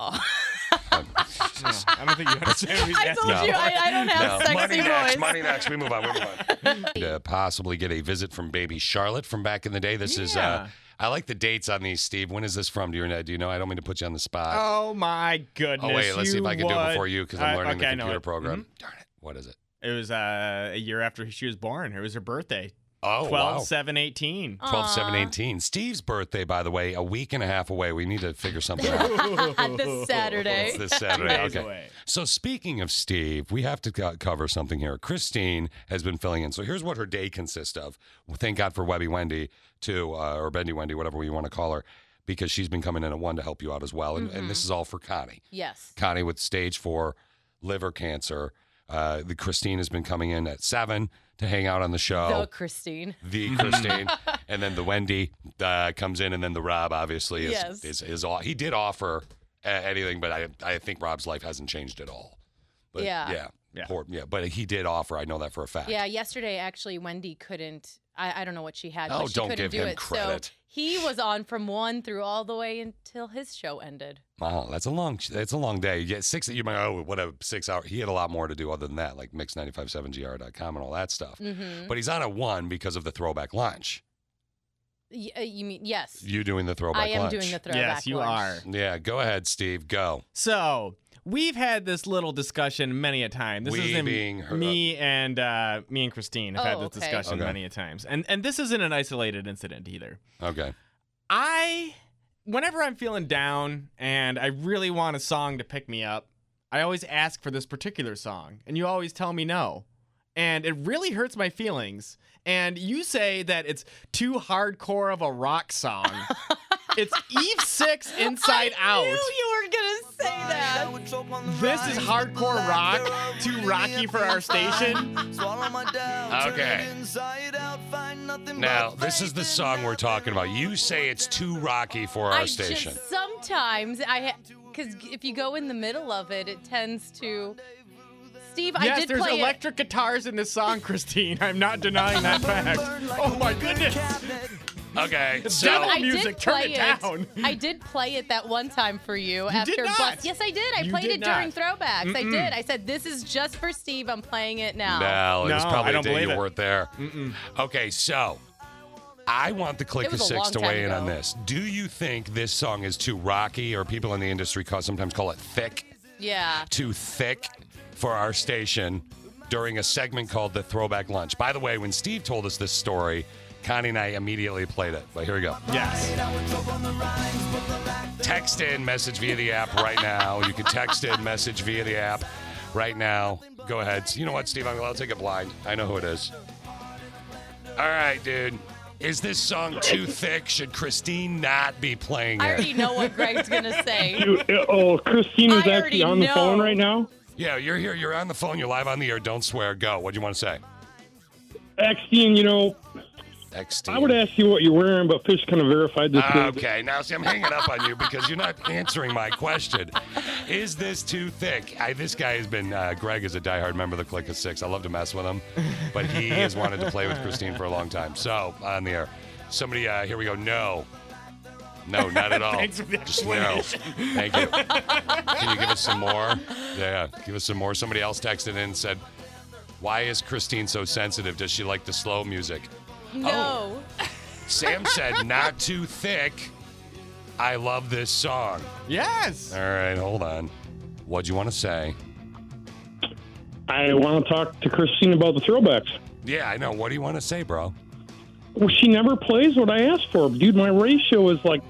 Speaker 8: I don't think you understand what he's
Speaker 12: I
Speaker 8: asking.
Speaker 12: told you I, I don't have
Speaker 7: No.
Speaker 12: sexy
Speaker 7: money
Speaker 12: voice.
Speaker 7: Next, money next. We move on. We move on. to possibly get a visit from baby Charlotte from back in the day. This is. Uh,
Speaker 8: Yeah.
Speaker 7: I like the dates on these, Steve. When is this from? Do you know? Do you know? I don't mean to put you on the spot.
Speaker 8: Oh my goodness.
Speaker 7: Uh, Oh, wait, let's see if I can do it
Speaker 8: would-
Speaker 7: before you because I'm
Speaker 8: Uh,
Speaker 7: learning
Speaker 8: okay, I
Speaker 7: the
Speaker 8: know
Speaker 7: computer
Speaker 8: it.
Speaker 7: program.
Speaker 8: Mhm.
Speaker 7: Darn it. What is it?
Speaker 8: It was uh, a year after she was born. It was her birthday.
Speaker 7: Oh,
Speaker 8: 12,
Speaker 7: wow.
Speaker 8: 7, 18.
Speaker 7: 12, 7, 18. Steve's birthday, by the way, a week and a half away. We need to figure something out.
Speaker 12: this Saturday.
Speaker 7: It's this Saturday.
Speaker 8: Days
Speaker 7: okay.
Speaker 8: away.
Speaker 7: So speaking of Steve, we have to co- cover something here. Christine has been filling in. So here's what her day consists of. Well, thank God for Webby Wendy, too, uh, or Bendy Wendy, whatever you want to call her, because she's been coming in at one to help you out as well. And, and this is all for Connie.
Speaker 12: Mm-hmm. Yes.
Speaker 7: Connie with stage four liver cancer. Uh, the Christine has been coming in at seven to hang out on the
Speaker 12: The
Speaker 7: show.
Speaker 12: Christine.
Speaker 7: Oh. The Christine, and then the Wendy uh, comes in, and then the Rob obviously is
Speaker 12: Yes.
Speaker 7: is, is all he did offer uh, anything, but I I think Rob's life hasn't changed at all. But
Speaker 12: Yeah.
Speaker 7: yeah, Poor- yeah, But he did offer. I know that for a fact.
Speaker 12: Yeah, yesterday actually Wendy couldn't. I, I don't know what she had.
Speaker 7: Oh,
Speaker 12: but she
Speaker 7: don't
Speaker 12: couldn't
Speaker 7: give him
Speaker 12: do it.
Speaker 7: credit.
Speaker 12: So he was on from one through all the way until his show ended.
Speaker 7: Wow, that's a long that's a long day. Yeah, six. You might oh what a six hour. He had a lot more to do other than that, like mix 957 grcom and all that stuff.
Speaker 12: Mhm.
Speaker 7: But he's on at one because of the throwback lunch.
Speaker 12: Y- uh, you mean yes?
Speaker 7: You doing the throwback
Speaker 12: I am
Speaker 7: lunch.
Speaker 12: doing the throwback
Speaker 8: Yes, you lunch.
Speaker 7: Yeah, go ahead, Steve. Go.
Speaker 8: So we've had this little discussion many a time. This
Speaker 7: We
Speaker 8: isn't
Speaker 7: being her-
Speaker 8: me and uh, me and Christine have had
Speaker 7: Oh,
Speaker 8: this
Speaker 7: okay.
Speaker 8: discussion
Speaker 7: Okay.
Speaker 8: many a times, and and this isn't an isolated incident either.
Speaker 7: Okay.
Speaker 8: I, whenever I'm feeling down and I really want a song to pick me up, I always ask for this particular song, and you always tell me no. And it really hurts my feelings. And you say that it's too hardcore of a rock song. it's Eve 6 Inside Out.
Speaker 12: you were gonna say that.
Speaker 8: This is hardcore rock, too rocky for our station.
Speaker 7: Okay. Now, this is the song we're talking about. You say it's too rocky for our
Speaker 12: I
Speaker 7: station.
Speaker 12: just sometimes I because if you go in the middle of it, it tends to. Steve, I
Speaker 8: yes,
Speaker 12: did
Speaker 8: there's
Speaker 12: play it.
Speaker 8: electric guitars in this song, Christine. I'm not denying that fact. Oh my goodness.
Speaker 7: Okay.
Speaker 8: It's
Speaker 7: So
Speaker 8: devil music. Turn
Speaker 12: play
Speaker 8: it down.
Speaker 12: I did play it that one time for you,
Speaker 8: did
Speaker 12: after
Speaker 8: not.
Speaker 12: Bus- Yes, I did. I
Speaker 8: You
Speaker 12: played
Speaker 8: did
Speaker 12: it during
Speaker 8: not.
Speaker 12: throwbacks. I
Speaker 8: Mm-mm.
Speaker 12: did. I said this is just for Steve. I'm playing it now.
Speaker 7: No, it was
Speaker 8: No,
Speaker 7: probably
Speaker 8: I don't
Speaker 7: the day
Speaker 8: believe
Speaker 7: you
Speaker 8: it.
Speaker 7: weren't there. Okay, so I want the
Speaker 12: It
Speaker 7: click of
Speaker 12: was a
Speaker 7: six
Speaker 12: long
Speaker 7: to
Speaker 12: time
Speaker 7: weigh in
Speaker 12: ago.
Speaker 7: on this. Do you think this song is too rocky, or people in the industry call, sometimes call it thick,
Speaker 12: Yeah.
Speaker 7: too thick for our station during a segment called the Throwback Lunch? By the way, when Steve told us this story, Connie and I immediately played it. But here we go.
Speaker 8: Yes.
Speaker 7: Text in, message via the app right now. You can text in, message via the app right now. Go ahead. You know what, Steve? I'm- I'll take it blind. I know who it is. All right, dude. Is this song too thick? Should Christine not be playing it?
Speaker 12: I already know what Greg's gonna say.
Speaker 16: Dude, uh, oh, Christina's
Speaker 12: I
Speaker 16: actually
Speaker 12: already
Speaker 16: on the
Speaker 12: know.
Speaker 16: phone right now.
Speaker 7: Yeah, you're here. You're on the phone. You're live on the air. Don't swear. Go. What do you want to say?
Speaker 16: Eckstein, you know,
Speaker 7: Eckstein. Ah,
Speaker 16: I would ask you what you're wearing, but Fish kind of verified this. the other day.
Speaker 7: Okay, now see, I'm hanging up on you because you're not answering my question. Is this too thick? I, this guy has been, uh, Greg is a diehard member of the Click of Six. I love to mess with him, but he has wanted to play with Christine for a long time. So, on the air. Somebody, uh, here we go. No. No, not at all.
Speaker 8: Thanks for the
Speaker 7: Just no.
Speaker 8: explanation.
Speaker 7: Thank you. Can you give us some more? Yeah, give us some more. Somebody else texted in and said, Why is Christine so sensitive? Does she like the slow music?
Speaker 12: No.
Speaker 7: Sam said, not too thick. I love this song.
Speaker 8: Yes.
Speaker 7: All right, hold on. What'd you want to say?
Speaker 16: I want to talk to Christine about the throwbacks.
Speaker 7: Yeah, I know. What do you want to say, bro?
Speaker 16: Well, she never plays what I asked for, dude. My ratio is like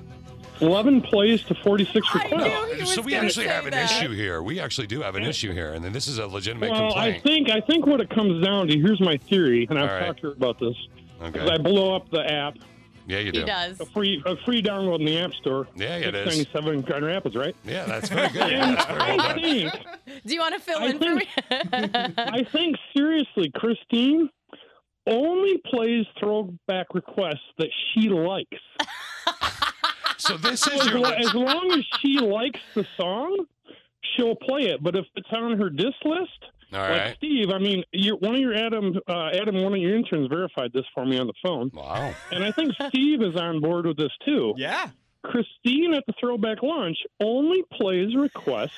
Speaker 16: 11 plays to 46 requests.
Speaker 7: so we actually have an
Speaker 16: that.
Speaker 7: issue here. We actually do have an issue here, and then this is a legitimate
Speaker 16: Well, I
Speaker 7: complaint.
Speaker 16: think I think what it comes down to. Here's my theory, and I've
Speaker 7: All right.
Speaker 16: talked to her about this.
Speaker 7: Okay.
Speaker 16: 'Cause I blow up the app.
Speaker 7: Yeah, you do.
Speaker 16: A free a free download in the App Store.
Speaker 7: Yeah, it is.
Speaker 16: 697 Grand Rapids, right?
Speaker 7: Yeah, that's very good.
Speaker 16: And
Speaker 7: That's very well
Speaker 16: I
Speaker 7: done.
Speaker 16: think
Speaker 12: Oh. Do you want to fill in for me?
Speaker 16: I think seriously, Christine only plays throwback requests that she likes.
Speaker 7: So this
Speaker 16: is your as long as she likes the song, she'll play it. But if it's on her disc list,
Speaker 7: All
Speaker 16: like
Speaker 7: right.
Speaker 16: Steve, I mean, you one of your Adam, uh, Adam, one of your interns verified this for me on the phone.
Speaker 7: Wow.
Speaker 16: And I think Steve is on board with this too.
Speaker 8: Yeah.
Speaker 16: Christine at the throwback lunch only plays requests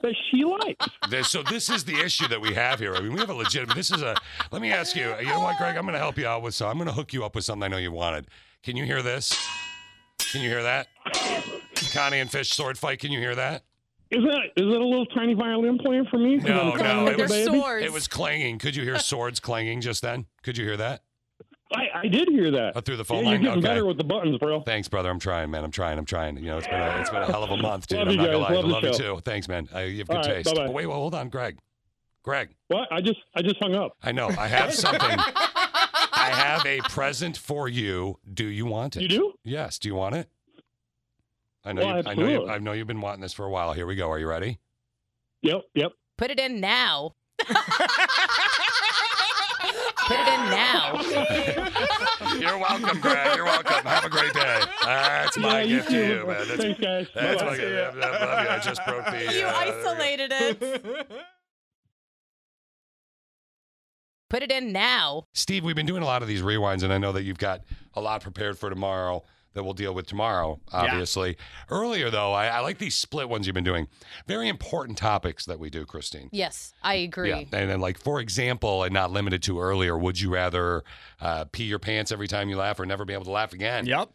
Speaker 16: that she likes.
Speaker 7: This- so this is the issue that we have here. I mean, we have a legitimate. This is a. Let me ask you. You know what, Greg? I'm going to help you out with. So I'm going to hook you up with something I know you wanted. Can you hear this? Can you hear that? Connie and Fish sword fight. Can you hear that?
Speaker 16: Is that is that a little tiny violin playing for me? 'Cause I'm
Speaker 7: No,
Speaker 16: crying
Speaker 7: no,
Speaker 16: like
Speaker 7: it
Speaker 16: a
Speaker 7: was
Speaker 16: baby?
Speaker 7: it was clanging. Could you hear swords clanging just then? Could you hear that?
Speaker 16: I, I did hear that.
Speaker 7: Oh, through the phone
Speaker 16: Yeah, you're
Speaker 7: line.
Speaker 16: getting
Speaker 7: okay.
Speaker 16: better with the buttons, bro.
Speaker 7: Thanks, brother. I'm trying, man. I'm trying. I'm trying. You know, it's been a, it's been a hell of a month, dude.
Speaker 16: Love
Speaker 7: I'm
Speaker 16: you
Speaker 7: not gonna
Speaker 16: guys.
Speaker 7: lie.
Speaker 16: Love
Speaker 7: I
Speaker 16: the
Speaker 7: love you
Speaker 16: show.
Speaker 7: too. Thanks, man. I, you have good
Speaker 16: All right,
Speaker 7: taste.
Speaker 16: bye-bye.
Speaker 7: But wait, well, hold on, Greg. Greg.
Speaker 16: What? I just I just hung up.
Speaker 7: I know. I have something. I have a present for you. Do you want it? You
Speaker 16: do?
Speaker 7: Yes. Do you want it? I know.
Speaker 16: Well,
Speaker 7: you, I know. You,
Speaker 16: absolutely.
Speaker 7: I know you've been wanting this for a while. Here we go. Are you ready?
Speaker 16: Yep. Yep.
Speaker 12: Put it in now. Put it in now.
Speaker 7: You're welcome, Greg. You're welcome. Have a great day. That's my
Speaker 16: Yeah, you
Speaker 7: gift
Speaker 16: too.
Speaker 7: to you, man. That's,
Speaker 16: Thanks, guys.
Speaker 7: That's
Speaker 16: Bye-bye.
Speaker 7: my gift. I love you. I just broke the.
Speaker 12: You
Speaker 7: uh,
Speaker 12: isolated it. Put it in now.
Speaker 7: Steve, we've been doing a lot of these rewinds, and I know that you've got a lot prepared for tomorrow. that we'll deal with tomorrow, obviously. Earlier, though, I, I like these split ones you've been doing. Very important topics that we do, Christine.
Speaker 12: Yes, I agree.
Speaker 7: Yeah, and then like for example, and not limited to earlier, would you rather uh, pee your pants every time you laugh or never be able to laugh again? Yep.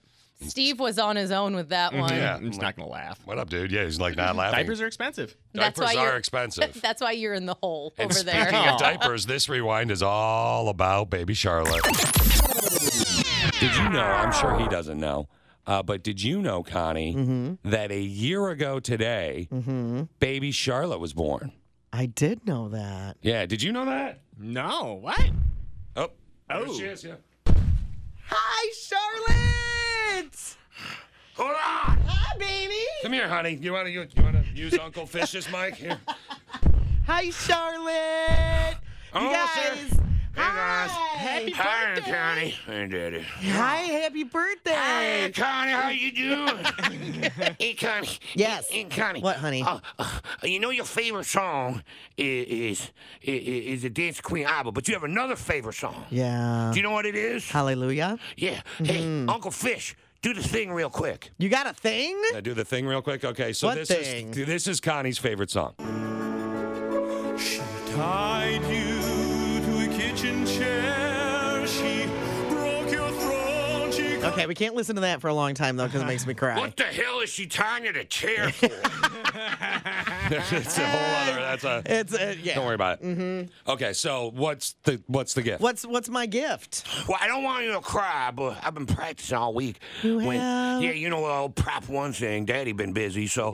Speaker 12: Steve was on his own with that one.
Speaker 7: Mm-hmm. Yeah, he's not
Speaker 8: gonna laugh.
Speaker 7: What up, dude? Yeah, he's like not laughing.
Speaker 8: Diapers are expensive.
Speaker 12: That's why
Speaker 7: Diapers
Speaker 12: you're
Speaker 7: are expensive.
Speaker 12: That's why you're in the hole
Speaker 7: and
Speaker 12: over
Speaker 7: speaking
Speaker 12: there.
Speaker 8: Oh.
Speaker 7: of diapers, this rewind is all about baby Charlotte.
Speaker 17: Did you know? I'm sure he doesn't know. Uh, but did you know, Connie,
Speaker 12: Mm-hmm.
Speaker 17: that a year ago today, baby Charlotte was born?
Speaker 5: Mm-hmm. I did know that.
Speaker 17: Yeah, did you know that?
Speaker 8: No, what?
Speaker 17: Oh,
Speaker 7: There she is, yeah.
Speaker 18: Hi, Charlotte.
Speaker 7: Hold
Speaker 18: on. Hi, baby.
Speaker 7: Come here, honey. You wanna you, you wanna use Uncle Fish's mic here?
Speaker 18: Hi, Charlotte. you
Speaker 7: Almost there.
Speaker 18: guys.
Speaker 7: Hi.
Speaker 18: Happy
Speaker 7: Hi, Connie. Hi, Daddy.
Speaker 18: Hi, happy birthday. Hi,
Speaker 7: Connie. How you doing?
Speaker 18: hey, Connie.
Speaker 5: Yes.
Speaker 18: Hey, Connie.
Speaker 5: What, honey?
Speaker 18: Uh,
Speaker 5: uh,
Speaker 18: you know your favorite song is is is the Dance Queen ABBA, but you have another favorite song.
Speaker 5: yeah.
Speaker 18: Do you know what it is?
Speaker 5: Hallelujah.
Speaker 18: Yeah. Hey, Uncle Fish, do the thing real quick.
Speaker 5: You got a thing?
Speaker 7: I do the thing real quick. Okay, so
Speaker 18: What
Speaker 7: this
Speaker 18: thing?
Speaker 7: is this is Connie's favorite song.
Speaker 9: Tied you to a kitchen chair. She broke your throne. She
Speaker 5: Okay, we can't listen to that for a long time though, because it makes me cry.
Speaker 18: What the hell is she tying you to the chair for?
Speaker 7: it's a whole other. That's a.
Speaker 5: It's a, yeah.
Speaker 7: Don't worry about it.
Speaker 5: Mhm.
Speaker 7: Okay, so what's the what's the gift?
Speaker 5: What's what's my gift?
Speaker 18: Well, I don't want you to cry, but I've been practicing all week.
Speaker 5: You
Speaker 18: When-
Speaker 5: have?
Speaker 18: yeah, you know the old prop one thing. Daddy been busy, so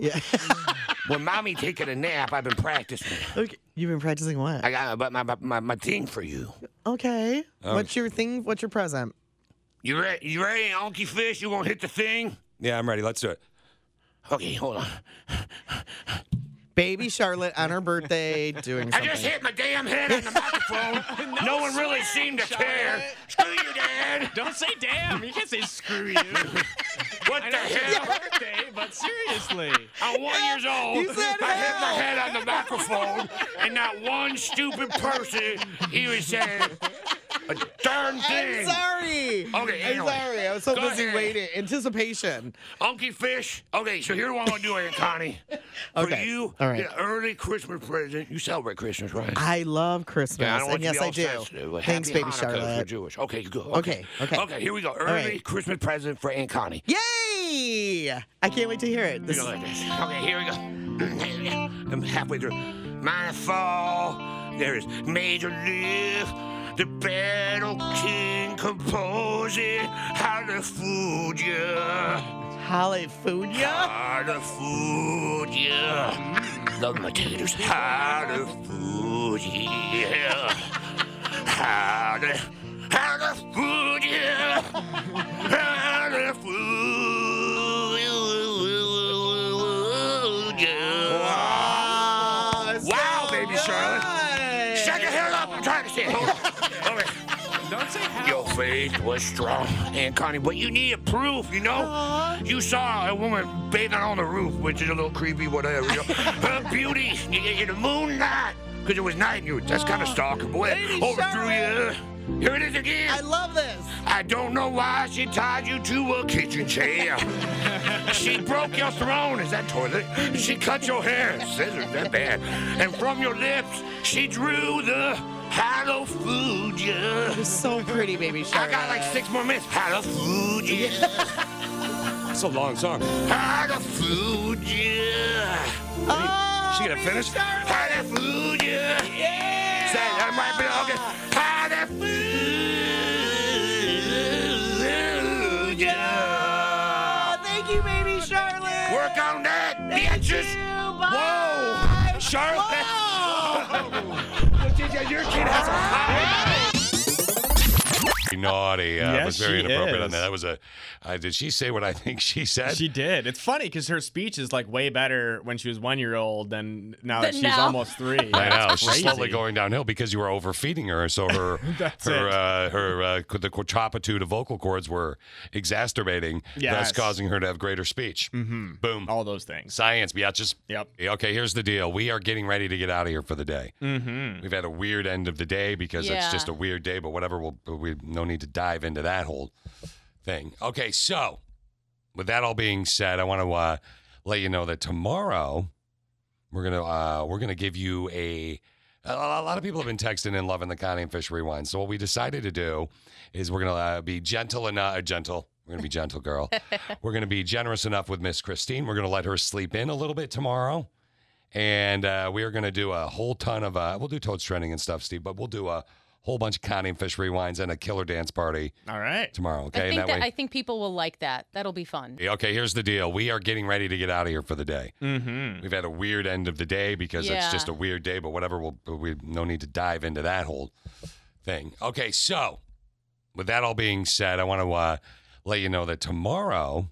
Speaker 18: when mommy taking a nap, I've been practicing.
Speaker 5: Okay, you've been practicing what?
Speaker 18: I got my my, my, my thing for you.
Speaker 5: Okay.
Speaker 18: Um,
Speaker 5: what's your thing? What's your present?
Speaker 18: You ready? You ready, Unky Fish? You gonna hit the thing?
Speaker 7: Yeah, I'm ready. Let's do it.
Speaker 18: Okay, hold on.
Speaker 5: Baby Charlotte on her birthday doing
Speaker 18: I
Speaker 5: something.
Speaker 18: just hit my damn head on the microphone. no, one really seemed to care. Screw you, Dad.
Speaker 8: Don't say damn. You can't say screw you.
Speaker 18: what the hell?
Speaker 8: birthday, but seriously.
Speaker 18: I'm one years old.
Speaker 8: You said
Speaker 18: I hit my
Speaker 8: hell.
Speaker 18: head on the microphone, and not one stupid person even said a darn
Speaker 5: I'm
Speaker 18: thing.
Speaker 5: sorry.
Speaker 18: Okay, anyway.
Speaker 5: I'm sorry. I was so
Speaker 18: Go
Speaker 5: busy
Speaker 18: ahead.
Speaker 5: waiting. Anticipation.
Speaker 18: Unky Fish. Okay, so here's what I'm gonna do here, Connie. For
Speaker 5: Okay,
Speaker 18: you,
Speaker 5: all right.
Speaker 18: an early Christmas present. You celebrate Christmas, right?
Speaker 5: I love Christmas.
Speaker 18: Yeah, I don't want
Speaker 5: and
Speaker 18: you to
Speaker 5: yes,
Speaker 18: be
Speaker 5: I
Speaker 18: all
Speaker 5: do.
Speaker 18: sensitive, but
Speaker 5: Thanks,
Speaker 18: happy
Speaker 5: baby
Speaker 18: Hanukkah if You're
Speaker 5: Charlotte.
Speaker 18: Jewish. Oh. Okay, good.
Speaker 5: Okay, okay.
Speaker 18: Okay, here we go.
Speaker 5: All
Speaker 18: Early
Speaker 5: right.
Speaker 18: Christmas present for Aunt Connie.
Speaker 5: Yay! I can't wait to hear it.
Speaker 18: This
Speaker 5: This
Speaker 18: go like
Speaker 5: is
Speaker 18: this. Okay, here we go. I'm halfway through. Minor fall. There is major lift. The battle king composing. Hallelujah.
Speaker 5: Hallelujah.
Speaker 18: Hallelujah. Love my taters. Hallelujah. Hallelujah. Hallelujah. Wow, wow baby Charlotte. Shut your hair up. I'm trying to say it. Hold on. Okay. Your faith was strong, Aunt Connie, but you needed proof, you know? You saw a woman bathing on the roof, which is a little creepy, whatever. You know? Her beauty in in the moonlight, because it was night, and you that's kind of stalking, boy.
Speaker 5: Lady
Speaker 18: Overthrew you. Here it is again. I
Speaker 5: love this.
Speaker 18: I don't know why she tied you to a kitchen chair. she broke your throne. Is that toilet? She cut your hair. Scissors, that bad. And from your lips, she drew the hallelujah.
Speaker 5: You're so pretty, baby
Speaker 18: I got like six more minutes. Hallelujah.
Speaker 7: It's a long song.
Speaker 18: Hallelujah.
Speaker 5: Oh,
Speaker 7: she gonna finish?
Speaker 18: Hallelujah. Yeah. Say that might be okay. Hallelujah.
Speaker 5: Oh, Thank you, baby Charlotte.
Speaker 18: Work on that,
Speaker 5: Thank
Speaker 18: bitches.
Speaker 5: you.
Speaker 18: Whoa. Charlotte. What you said, Your kid has a
Speaker 7: Naughty. Uh,
Speaker 8: Yes,
Speaker 7: was very
Speaker 8: she
Speaker 7: inappropriate on
Speaker 8: is.
Speaker 7: that. That was a. Uh, did she say what I think she said?
Speaker 8: She did. It's funny because her speech is like way better when she was one year old than now
Speaker 12: Than
Speaker 8: that she's
Speaker 12: now.
Speaker 8: almost three.
Speaker 7: I
Speaker 8: Yeah,
Speaker 7: know
Speaker 8: it's
Speaker 7: she's slowly
Speaker 8: crazy.
Speaker 7: going downhill because you were overfeeding her, so her
Speaker 8: That's
Speaker 7: her
Speaker 8: it.
Speaker 7: uh, her uh, qu- the quadrupitude of vocal cords were exacerbating,
Speaker 8: Yes.
Speaker 7: thus causing her to have greater speech.
Speaker 8: Mhm.
Speaker 7: Boom,
Speaker 8: all those things.
Speaker 7: Science, biatches.
Speaker 8: Yep.
Speaker 7: Okay, here's the deal. We are getting ready to get out of here for the day.
Speaker 8: Mm-hmm.
Speaker 7: We've had a weird end of the day because
Speaker 8: Yeah.
Speaker 7: it's just a weird day, but whatever. We'll, we no need to dive into that whole thing. Okay, so With that all being said, I want to uh, let you know that tomorrow we're gonna uh, we're gonna give you a. A a lot of people have been texting and loving the Connie and Fish rewind. So what we decided to do is we're gonna uh, be gentle and uh, gentle. We're gonna be gentle, girl. we're gonna be generous enough with Miss Christine. We're gonna let her sleep in a little bit tomorrow, and uh, we are gonna do a whole ton of. Uh, we'll do totes trending and stuff, Steve, but we'll do a whole bunch of Connie and Fish rewinds and a killer dance party.
Speaker 23: All right,
Speaker 7: tomorrow. Okay,
Speaker 12: I
Speaker 7: And
Speaker 12: think
Speaker 7: that way.
Speaker 12: I think people will like that. That'll be fun.
Speaker 7: Yeah, Okay, here's the deal. We are getting ready to get out of here for the day.
Speaker 23: Mm-hmm.
Speaker 7: We've had a weird end of the day because
Speaker 12: Yeah.
Speaker 7: it's just a weird day, but whatever. We'll, we no need to dive into that whole thing. Okay, so with that all being said, I want to uh, let you know that tomorrow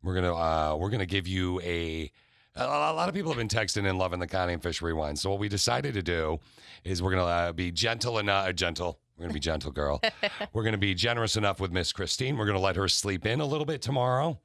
Speaker 7: we're gonna uh, we're gonna give you a. A a lot of people have been texting and loving the Connie and Fish rewind. So what we decided to do is we're gonna uh, be gentle and uh, gentle. We're gonna be gentle, girl. we're gonna be generous enough with Miss Christine. We're gonna let her sleep in a little bit tomorrow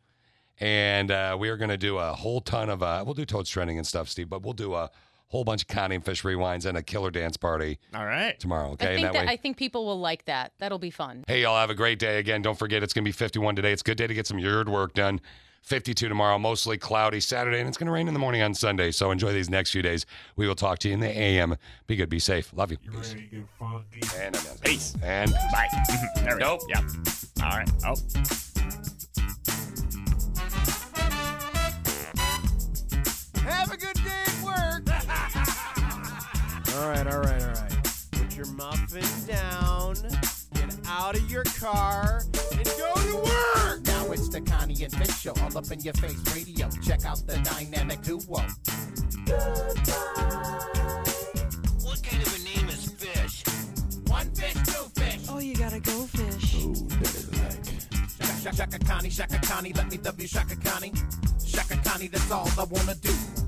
Speaker 7: and uh, we are going to do a whole ton of uh, we'll do totes trending and stuff, Steve, but we'll do a whole bunch of Connie and Fish rewinds and a killer dance party.
Speaker 23: All right,
Speaker 7: tomorrow. Okay,
Speaker 12: I think
Speaker 7: and that, way.
Speaker 12: I think people will like that. That'll be fun.
Speaker 7: hey, y'all have a great day again. Don't forget it's going to be 51 today. It's a good day to get some yard work done. 52 tomorrow, mostly cloudy Saturday, and it's going to rain in the morning on Sunday. So enjoy these next few days. We will talk to you in the AM. Be good, be safe. Love you. Peace. And I'm out.
Speaker 23: Peace.
Speaker 7: And
Speaker 23: bye. there we nope. go. Yep. All right. Oh.
Speaker 8: Have a good day at work. all right, all right, all right. Put your muffin down, get out of your car, and go to work.
Speaker 3: Now it's the Connie and Fish show, all up in your face radio. Check out the dynamic duo.
Speaker 18: What kind of a name is Fish?
Speaker 3: One fish, two fish. Oh, you gotta go fish. Ooh, Shaka, shaka, shaka, Connie, shaka, Connie, let me love you, shaka, Connie. Shaka, Connie, that's all I wanna do.